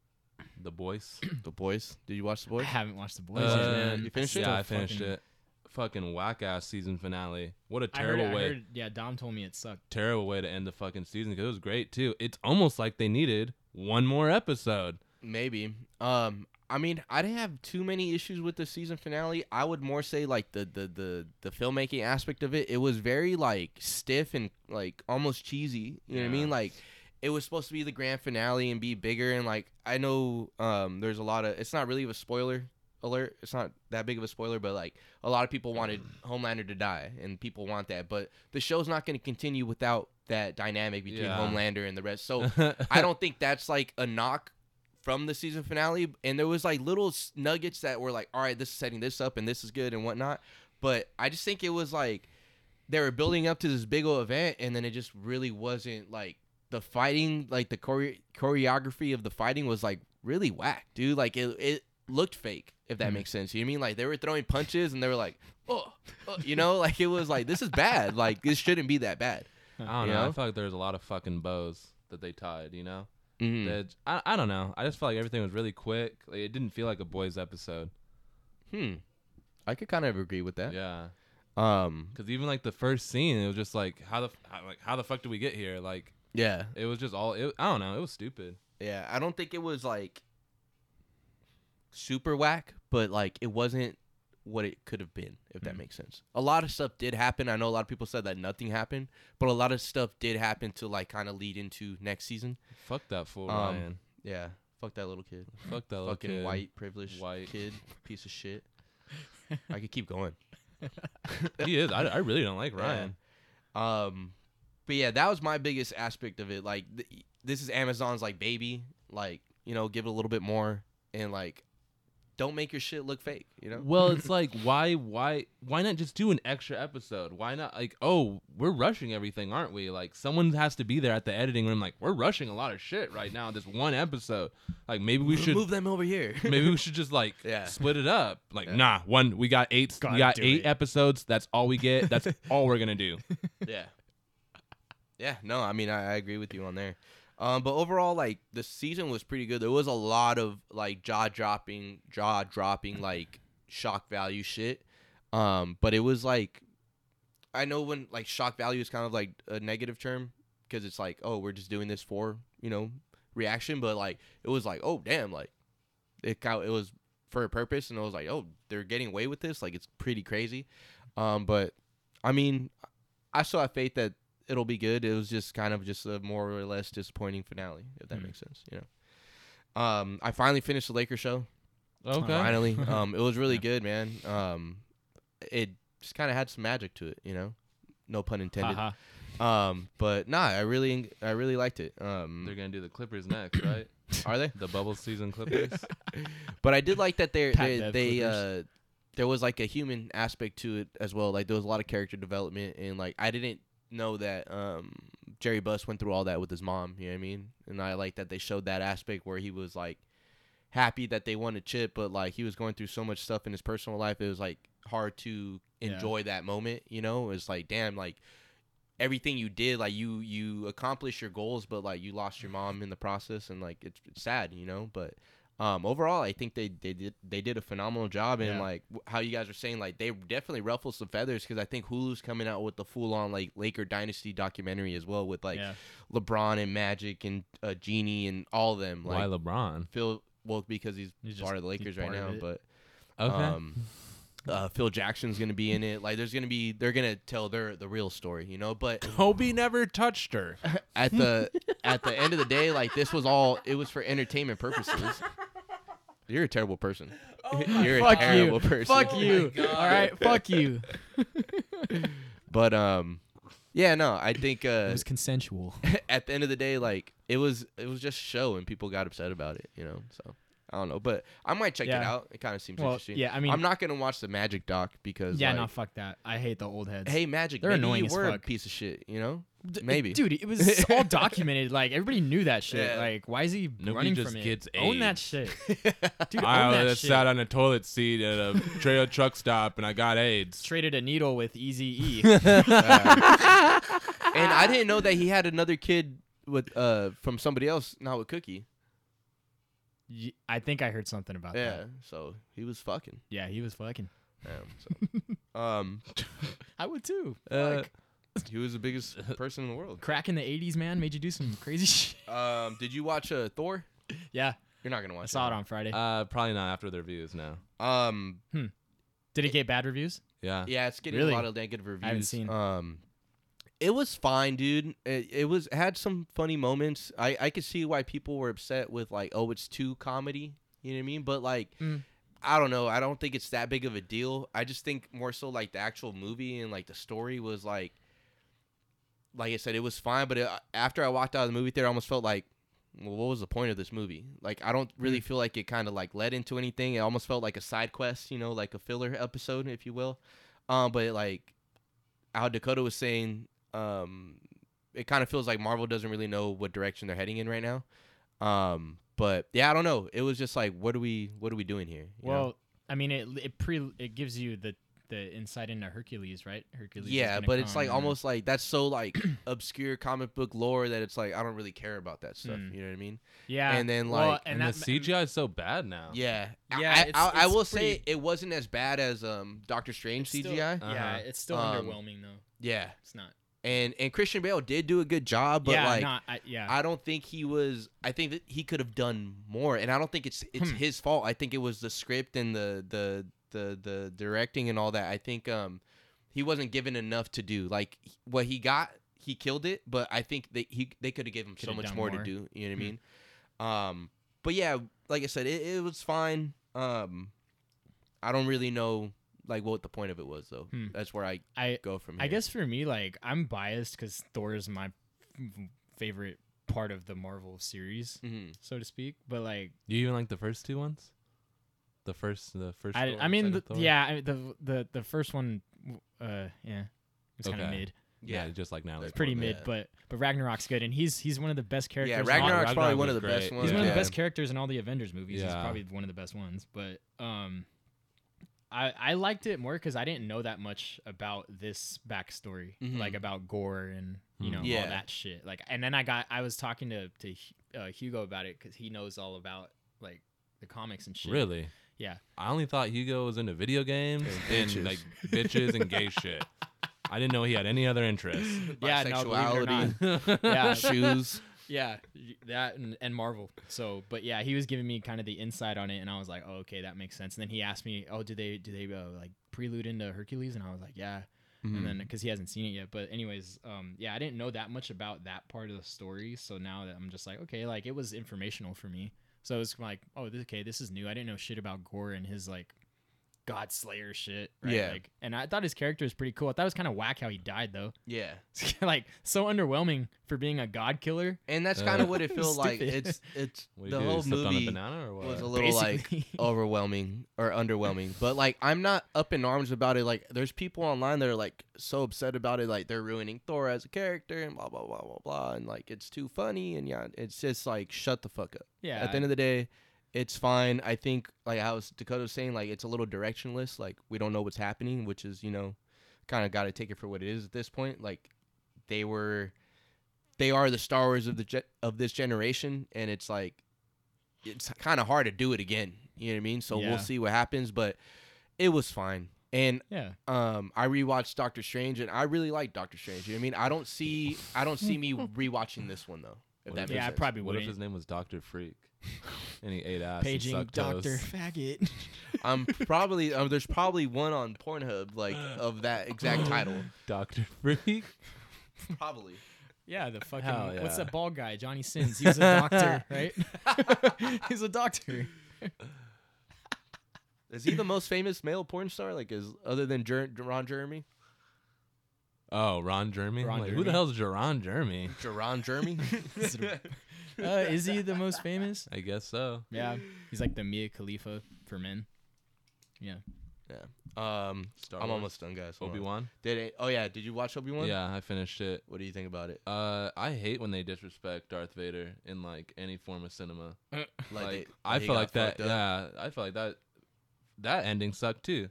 Speaker 6: The Boys.
Speaker 4: The boys. Did you watch the
Speaker 5: I
Speaker 4: boys?
Speaker 5: haven't watched the boys.
Speaker 6: Uh,
Speaker 5: yet, man.
Speaker 4: you finished it?
Speaker 6: yeah,
Speaker 5: Still
Speaker 6: I finished
Speaker 5: fucking-
Speaker 6: it. Fucking whack ass season finale. What a
Speaker 5: I heard,
Speaker 6: terrible
Speaker 5: I
Speaker 6: way.
Speaker 5: heard. Yeah, Dom told me it sucked.
Speaker 6: terrible way to end the fucking season because it was great too. It's almost like they needed one more episode.
Speaker 4: Maybe. Um, I mean, I didn't have too many issues with the season finale. I would more say like the the the the filmmaking aspect of it. It was very like stiff and like almost cheesy. You know what I mean?
Speaker 6: Yeah.
Speaker 4: Like it was supposed to be the grand finale and be bigger and like I know um there's a lot of it's not really a spoiler alert. It's not that big of a spoiler, but like a lot of people wanted Homelander to die and people want that, but the show's not going to continue without that dynamic between
Speaker 6: Yeah.
Speaker 4: Homelander and the rest. So
Speaker 6: [laughs]
Speaker 4: I don't think that's like a knock from the season finale. And there was like little s- nuggets that were like, all right, this is setting this up and this is good and whatnot. But I just think it was like they were building up to this big old event and then it just really wasn't like the fighting, like the chore- choreography of the fighting was like really whack, dude. Like it, it looked fake, if that makes sense. You know what I mean? Like they were throwing punches and they were like, oh, oh," you know, [laughs] like it was like, this is bad. Like this shouldn't be that bad.
Speaker 6: I don't
Speaker 4: You
Speaker 6: know.
Speaker 4: know?
Speaker 6: I feel like there's a lot of fucking bows that they tied. You know,
Speaker 4: Mhm.
Speaker 6: That- I, I don't know. I just felt like everything was really quick. Like, it didn't feel like a boys episode.
Speaker 4: Hmm. I could kind of agree with that.
Speaker 6: Yeah,
Speaker 4: Um.
Speaker 6: because even like the first scene, it was just like how the f- how, like how the fuck did we get here? Like
Speaker 4: Yeah.
Speaker 6: it was just all. It, I don't know. It was stupid.
Speaker 4: Yeah. I don't think it was like super whack, but like it wasn't what it could have been, if that makes sense. A lot of stuff did happen. I know a lot of people said that nothing happened, but a lot of stuff did happen to like kind of lead into next season.
Speaker 6: Fuck that fool
Speaker 4: Um,
Speaker 6: Ryan.
Speaker 4: Yeah. Fuck that little kid.
Speaker 6: Fuck that little
Speaker 4: Fucking
Speaker 6: kid.
Speaker 4: white privileged
Speaker 6: White.
Speaker 4: kid, piece of [laughs] shit. I could keep going.
Speaker 6: He is. I, I really don't like Ryan.
Speaker 4: Um, but yeah, that was my biggest aspect of it. Like, th- this is Amazon's like baby. Like, you know, give it a little bit more and like, don't make your shit look fake. You
Speaker 6: [laughs]
Speaker 4: know?
Speaker 6: Well, it's like why why why not just do an extra episode? Why not like oh we're rushing everything, aren't we? Like someone has to be there at the editing room. Like we're rushing a lot of shit right now. This one episode. Like maybe we should
Speaker 4: move
Speaker 6: [laughs]
Speaker 4: them over here. [laughs]
Speaker 6: maybe we should just like
Speaker 4: Yeah.
Speaker 6: split it up. Like nah, one we got 8
Speaker 5: Gotta
Speaker 6: we got
Speaker 5: do
Speaker 6: eight
Speaker 5: it.
Speaker 6: episodes. That's all we get. [laughs] That's all we're gonna do.
Speaker 4: yeah. Yeah. No, I mean, I, I agree with you on there. Um, but overall, like the season was pretty good. There was a lot of like jaw dropping, jaw dropping, like shock value shit. Um, but it was like I know when like shock value is kind of like a negative term because it's like oh we're just doing this for you know reaction, but like it was like oh damn like it got, it was for a purpose and it was like oh they're getting away with this like it's pretty crazy. Um, but I mean I still have faith that it'll be good. It was just kind of just a more or less disappointing finale if that
Speaker 5: Hmm.
Speaker 4: makes sense, you know. Um, I finally finished the Lakers show.
Speaker 6: Okay.
Speaker 4: Finally, um, it was really good, man. Um, it just kind of had some magic to it, you know, no pun intended.
Speaker 5: Haha.
Speaker 4: Um, but nah, I really, I really liked it. Um,
Speaker 6: They're gonna do the Clippers next, right?
Speaker 4: are they?
Speaker 6: The bubble season Clippers.
Speaker 4: But I did like that they
Speaker 5: Pat
Speaker 4: they,
Speaker 5: Bev
Speaker 4: they uh,
Speaker 5: Clippers.
Speaker 4: there was like a human aspect to it as well. Like there was a lot of character development, and like I didn't know that um Jerry Buss went through all that with his mom. You know what I mean? And I like that they showed that aspect where he was like happy that they won a chip, but like he was going through so much stuff in his personal life. It was like hard to
Speaker 5: Yeah.
Speaker 4: enjoy that moment. You know, it's like damn, like everything you did like you you accomplished your goals but like you lost your mom in the process and like it's, it's sad you know but um overall i think they they did they did a phenomenal job and
Speaker 5: Yeah.
Speaker 4: like w- how you guys are saying like they definitely ruffled some feathers because i think hulu's coming out with the full-on like laker dynasty documentary as well with like
Speaker 5: yeah.
Speaker 4: lebron and magic and uh, genie and all of them
Speaker 6: Why
Speaker 4: like
Speaker 6: LeBron?
Speaker 4: phil well because he's,
Speaker 5: He's just-
Speaker 4: part of the
Speaker 5: he's
Speaker 4: lakers right
Speaker 5: part of
Speaker 4: now
Speaker 5: it.
Speaker 4: but
Speaker 6: Okay.
Speaker 4: um, uh, Phil Jackson's gonna be in it. Like, there's gonna be they're gonna tell their the real story, you know. But
Speaker 6: Kobe never touched her.
Speaker 4: at the at the
Speaker 5: [laughs]
Speaker 4: end of the day, like this was all it was for entertainment purposes. You're a terrible person. [laughs] You're a
Speaker 5: Oh fuck
Speaker 4: terrible
Speaker 5: you.
Speaker 4: person.
Speaker 5: Fuck you.
Speaker 6: Oh God.
Speaker 5: [laughs] All right, fuck you.
Speaker 4: [laughs]
Speaker 6: [laughs]
Speaker 4: But um, yeah, no, I think
Speaker 5: It
Speaker 4: uh,
Speaker 5: was consensual.
Speaker 4: [laughs] at the end of the day, like it was, it was just show, and people got upset about it, you know. So I don't know, but I might check it
Speaker 5: Yeah.
Speaker 4: out. It kind of seems
Speaker 5: Well,
Speaker 4: interesting.
Speaker 5: yeah, I mean-
Speaker 4: I'm not gonna watch the Magic Doc because
Speaker 5: Yeah,
Speaker 4: like,
Speaker 5: no, fuck that. I hate the old heads.
Speaker 4: hey, Magic,
Speaker 5: They're
Speaker 4: maybe
Speaker 5: annoying
Speaker 4: you
Speaker 5: as
Speaker 4: were a
Speaker 5: fuck.
Speaker 4: piece of shit, you know?
Speaker 5: D-
Speaker 4: Maybe.
Speaker 5: dude, it
Speaker 6: [laughs]
Speaker 5: was all documented. Like everybody knew that shit.
Speaker 4: Yeah.
Speaker 5: Like, why is he
Speaker 6: Nobody
Speaker 5: running
Speaker 6: just
Speaker 5: from it?
Speaker 6: gets
Speaker 5: Own that
Speaker 6: AIDS. [laughs]
Speaker 5: shit, dude. own
Speaker 6: I
Speaker 5: that
Speaker 6: was
Speaker 5: shit.
Speaker 6: sat on a toilet seat
Speaker 5: [laughs]
Speaker 6: at a trailer truck stop and I got AIDS.
Speaker 5: Traded a needle with Easy E.
Speaker 6: [laughs]
Speaker 4: and
Speaker 5: [laughs]
Speaker 4: I didn't know that he had another kid with uh from somebody else, not with Cookie.
Speaker 5: Y- I think I heard something about
Speaker 4: Yeah,
Speaker 5: that.
Speaker 4: so he was fucking.
Speaker 5: Yeah, he was fucking.
Speaker 4: Yeah, so. um,
Speaker 5: I would too.
Speaker 4: uh,
Speaker 5: Fuck.
Speaker 4: he was the biggest person in the world.
Speaker 5: Crack in the '80s, man, made you do some crazy [laughs] shit.
Speaker 4: Um, did you watch uh, Thor?
Speaker 5: Yeah,
Speaker 4: You're not gonna watch.
Speaker 5: I saw it on Friday.
Speaker 6: Uh, probably not after their views now.
Speaker 4: on. Um,
Speaker 5: Did it get bad reviews?
Speaker 6: Yeah.
Speaker 4: yeah, it's getting
Speaker 5: Really?
Speaker 4: a lot of negative reviews.
Speaker 5: I haven't seen.
Speaker 4: Um, it was fine, dude. It, it was it had some funny moments. I I could see why people were upset with like, oh, it's too comedy. You know what I mean? But like.
Speaker 5: Mm.
Speaker 4: I don't know. I don't think it's that big of a deal. I just think more so like the actual movie and like the story was like, like I said, it was fine. But it, after I walked out of the movie theater, I almost felt like, well, what was the point of this movie? Like, I don't
Speaker 5: Mm.
Speaker 4: really feel like it kind of like led into anything. It almost felt like a side quest, you know, like a filler episode, if you will. Um, but like how Dakota was saying, um, it kind of feels like Marvel doesn't really know what direction they're heading in right now. Um, but yeah, I don't know. It was just like, what are we, what are we doing here? you know?
Speaker 5: Well, I mean, it it pre it gives you the the insight into Hercules, right? Hercules. is
Speaker 4: yeah,
Speaker 5: gonna
Speaker 4: but it's
Speaker 5: come
Speaker 4: like
Speaker 5: and-
Speaker 4: almost like that's so
Speaker 5: [clears throat]
Speaker 4: like obscure comic book lore that it's like I don't really care about that stuff.
Speaker 5: Mm.
Speaker 4: You know what I mean?
Speaker 5: yeah,
Speaker 4: and then,
Speaker 5: well,
Speaker 4: like-
Speaker 6: And,
Speaker 5: that,
Speaker 6: the CGI is so bad now.
Speaker 4: Yeah, I-
Speaker 5: Yeah,
Speaker 4: I,
Speaker 5: it's-
Speaker 4: I, I
Speaker 5: it's
Speaker 4: will say
Speaker 5: pretty-
Speaker 4: it wasn't as bad as um Doctor Strange
Speaker 5: it's still-
Speaker 4: CGI.
Speaker 5: yeah,
Speaker 6: Uh-huh.
Speaker 5: it's still
Speaker 4: Um,
Speaker 5: underwhelming though.
Speaker 4: yeah,
Speaker 5: It's not.
Speaker 4: and and Christian Bale did do a good job, but
Speaker 5: yeah,
Speaker 4: like
Speaker 5: not, I, yeah.
Speaker 4: I don't think he was. I think that he could have done more, and I don't think it's it's
Speaker 5: Hmm.
Speaker 4: his fault. I think it was the script and the the the the directing and all that. I think um he wasn't given enough to do. Like he- what he got, he killed it, but I think they he they could have given him so
Speaker 5: Coulda
Speaker 4: much
Speaker 5: done
Speaker 4: more, to
Speaker 5: more. Hmm.
Speaker 4: do. You know what I mean? Um, but yeah, like I said, it, it was fine. Um, I don't really know like what the point of it was though.
Speaker 5: Hmm.
Speaker 4: That's where I
Speaker 5: I
Speaker 4: go from. Here.
Speaker 5: I guess for me, like I'm biased because Thor is my f- favorite part of the Marvel series,
Speaker 4: hmm
Speaker 5: so to speak. But like,
Speaker 6: You even like the first two ones? The first, the first.
Speaker 5: I,
Speaker 6: Thor
Speaker 5: I
Speaker 6: and
Speaker 5: mean,
Speaker 6: second
Speaker 5: the,
Speaker 6: Thor?
Speaker 5: yeah, I mean, the the the first one, uh, yeah, it's kind of
Speaker 6: Okay.
Speaker 5: mid,
Speaker 6: yeah,
Speaker 4: Yeah.
Speaker 6: just like now.
Speaker 4: That's
Speaker 6: It's
Speaker 5: It's pretty mid,
Speaker 4: Yeah.
Speaker 5: but but Ragnarok's good, and he's he's one of the best characters.
Speaker 4: Yeah,
Speaker 5: in all-
Speaker 4: Ragnarok's probably
Speaker 6: Ragnarok
Speaker 4: one of
Speaker 6: was
Speaker 4: the best
Speaker 6: great.
Speaker 4: ones.
Speaker 5: He's one of
Speaker 4: yeah.
Speaker 5: the best characters in all the Avengers movies. He's
Speaker 6: Yeah.
Speaker 5: probably one of the best ones. But um, I I liked it more because I didn't know that much about this backstory,
Speaker 6: Mm-hmm.
Speaker 4: Mhm.
Speaker 5: like about gore and you
Speaker 6: Mhm.
Speaker 5: know
Speaker 4: Yeah.
Speaker 5: all that shit. Like, and then I got I was talking to to Hu- uh, Hugo about it because he knows all about like the comics and shit.
Speaker 6: Really?
Speaker 5: Yeah.
Speaker 6: I only thought Hugo was into video games
Speaker 4: And
Speaker 6: and,
Speaker 4: bitches.
Speaker 6: like bitches
Speaker 4: [laughs]
Speaker 6: and gay shit. I didn't know he had any other interests. [laughs]
Speaker 5: Yeah, no, believe it or not. [laughs] Yeah.
Speaker 4: shoes.
Speaker 5: Yeah, y- that and, and Marvel. So, but yeah, he was giving me kind of the insight on it, and I was like, oh, okay, that makes sense. And then he asked me, oh, do they do they uh, like prelude into Hercules? And I was like, yeah. [laughs] And
Speaker 4: Mm.
Speaker 5: then because he hasn't seen it yet, but anyways, um, yeah, I didn't know that much about that part of the story. So now that I'm just like, okay, like it was informational for me. So it's like, oh, this, okay, this is new. I didn't know shit about Gore and his like God Slayer shit. Right?
Speaker 4: Yeah.
Speaker 5: Like, and I thought his character was pretty cool. I thought it was kind of whack how he died though. [laughs]
Speaker 4: Yeah.
Speaker 5: like so underwhelming for being a god killer.
Speaker 4: And that's kind of
Speaker 6: Uh,
Speaker 4: what
Speaker 5: [laughs]
Speaker 4: it feels like.
Speaker 5: Stupid.
Speaker 4: It's it's
Speaker 6: What do
Speaker 4: the
Speaker 6: you do?
Speaker 4: whole
Speaker 6: Stepped on a
Speaker 4: movie
Speaker 6: banana or what?
Speaker 4: was a little like
Speaker 5: Basically. [laughs]
Speaker 4: overwhelming or underwhelming. But like I'm not up in arms about it. Like there's people online that are like so upset about it, like they're ruining Thor as a character and blah blah blah blah blah, and like it's too funny and yeah, it's just like shut the fuck up.
Speaker 5: Yeah.
Speaker 4: At the end of the day. It's fine. I think, like I was Dakota was saying, like it's a little directionless. Like we don't know what's happening, which is you know, kind of got to take it for what it is at this point. Like they were they are the Star Wars of the ge- of this generation, and it's like it's kind of hard to do it again. You know what I mean? So
Speaker 5: Yeah.
Speaker 4: we'll see what happens, but it was fine. And
Speaker 5: yeah.
Speaker 4: um, I rewatched Doctor Strange, and I really like Doctor Strange. You know what I mean? I don't see I don't see me rewatching this one though. If
Speaker 6: What
Speaker 4: that
Speaker 6: if-
Speaker 4: makes
Speaker 5: Yeah, I
Speaker 4: sense.
Speaker 5: probably
Speaker 6: What if
Speaker 5: wouldn't.
Speaker 6: his name was
Speaker 5: [laughs]
Speaker 6: Doctor Freak? And he ate ass. and
Speaker 5: Paging
Speaker 6: sucked toes?
Speaker 5: Doctor Faggot. [laughs]
Speaker 4: I'm probably um, there's probably one on Pornhub like of that
Speaker 6: [gasps]
Speaker 4: exact title.
Speaker 6: Doctor Freak.
Speaker 4: Probably.
Speaker 5: yeah, the fucking
Speaker 6: Hell
Speaker 5: what's
Speaker 6: yeah.
Speaker 5: that bald guy?
Speaker 4: [laughs]
Speaker 5: Johnny Sins. He was a [laughs]
Speaker 4: [laughs]
Speaker 5: doctor, right? He's a doctor.
Speaker 4: Is he the most famous male porn star? Like, is other than Jer- Ron Jeremy?
Speaker 6: Oh, Ron Jeremy.
Speaker 5: Ron
Speaker 6: like,
Speaker 5: Jeremy.
Speaker 6: Who the hell's Jerron Jeremy?
Speaker 4: Jerron
Speaker 6: [laughs]
Speaker 4: Jeremy?
Speaker 5: Uh, is he the most famous?
Speaker 6: I guess so.
Speaker 5: Yeah, he's like the Mia Khalifa for men. Yeah,
Speaker 4: yeah. Um,
Speaker 6: Star
Speaker 4: I'm
Speaker 6: Wars.
Speaker 4: almost done, guys. Hold on.
Speaker 6: Obi Wan.
Speaker 4: Did it, oh yeah? Did you watch Obi Wan?
Speaker 6: Yeah, I finished it.
Speaker 4: What do you think about it?
Speaker 6: Uh, I hate when they disrespect Darth Vader in like any form of cinema. Like,
Speaker 4: they-
Speaker 6: I
Speaker 4: he
Speaker 6: feel
Speaker 4: got
Speaker 6: like that.
Speaker 4: fucked up?
Speaker 6: Yeah, I feel like that. That ending sucked too.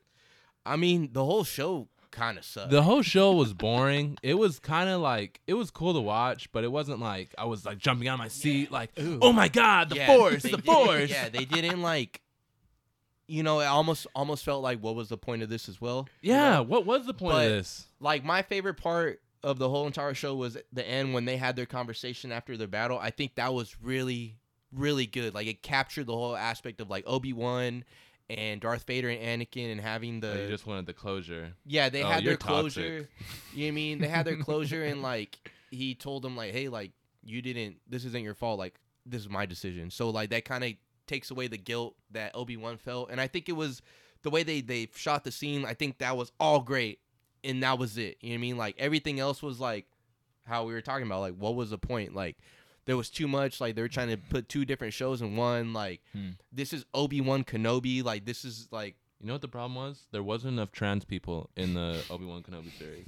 Speaker 4: I mean, the whole show kind of sucked.
Speaker 6: The whole show was boring. [laughs] it was kind of like it was cool to watch, but it wasn't like I was like jumping out of my seat, like oh my god, the
Speaker 4: Yeah,
Speaker 6: force,
Speaker 4: they
Speaker 6: the
Speaker 4: did- [laughs]
Speaker 6: force.
Speaker 4: Yeah, they didn't like. You know, it almost almost felt like what was the point of this as well? you
Speaker 6: Yeah,
Speaker 4: know?
Speaker 6: what was the point
Speaker 4: But-
Speaker 6: of this?
Speaker 4: Like my favorite part of the whole entire show was the end when they had their conversation after their battle. I think that was really really good. Like it captured the whole aspect of like Obi Wan and Darth Vader and Anakin and having
Speaker 6: They
Speaker 4: the
Speaker 6: Oh, just wanted the closure.
Speaker 4: Yeah, they
Speaker 6: Oh,
Speaker 4: had their
Speaker 6: you're toxic.
Speaker 4: closure. You know what I mean they had their closure and like he told them like, hey, like you didn't. This isn't your fault. Like this is my decision. So like that kind of takes away the guilt that Obi Wan felt. And I think it was the way they they shot the scene. I think that was all great, and that was it. You know what I mean? Like everything else was like how we were talking about. Like what was the point? Like there was too much. Like they were trying to put two different shows in one. Like
Speaker 5: Hmm.
Speaker 4: this is Obi Wan Kenobi. Like this is like.
Speaker 6: You know what the problem was? There wasn't enough trans people
Speaker 4: [laughs]
Speaker 6: in the Obi Wan Kenobi series.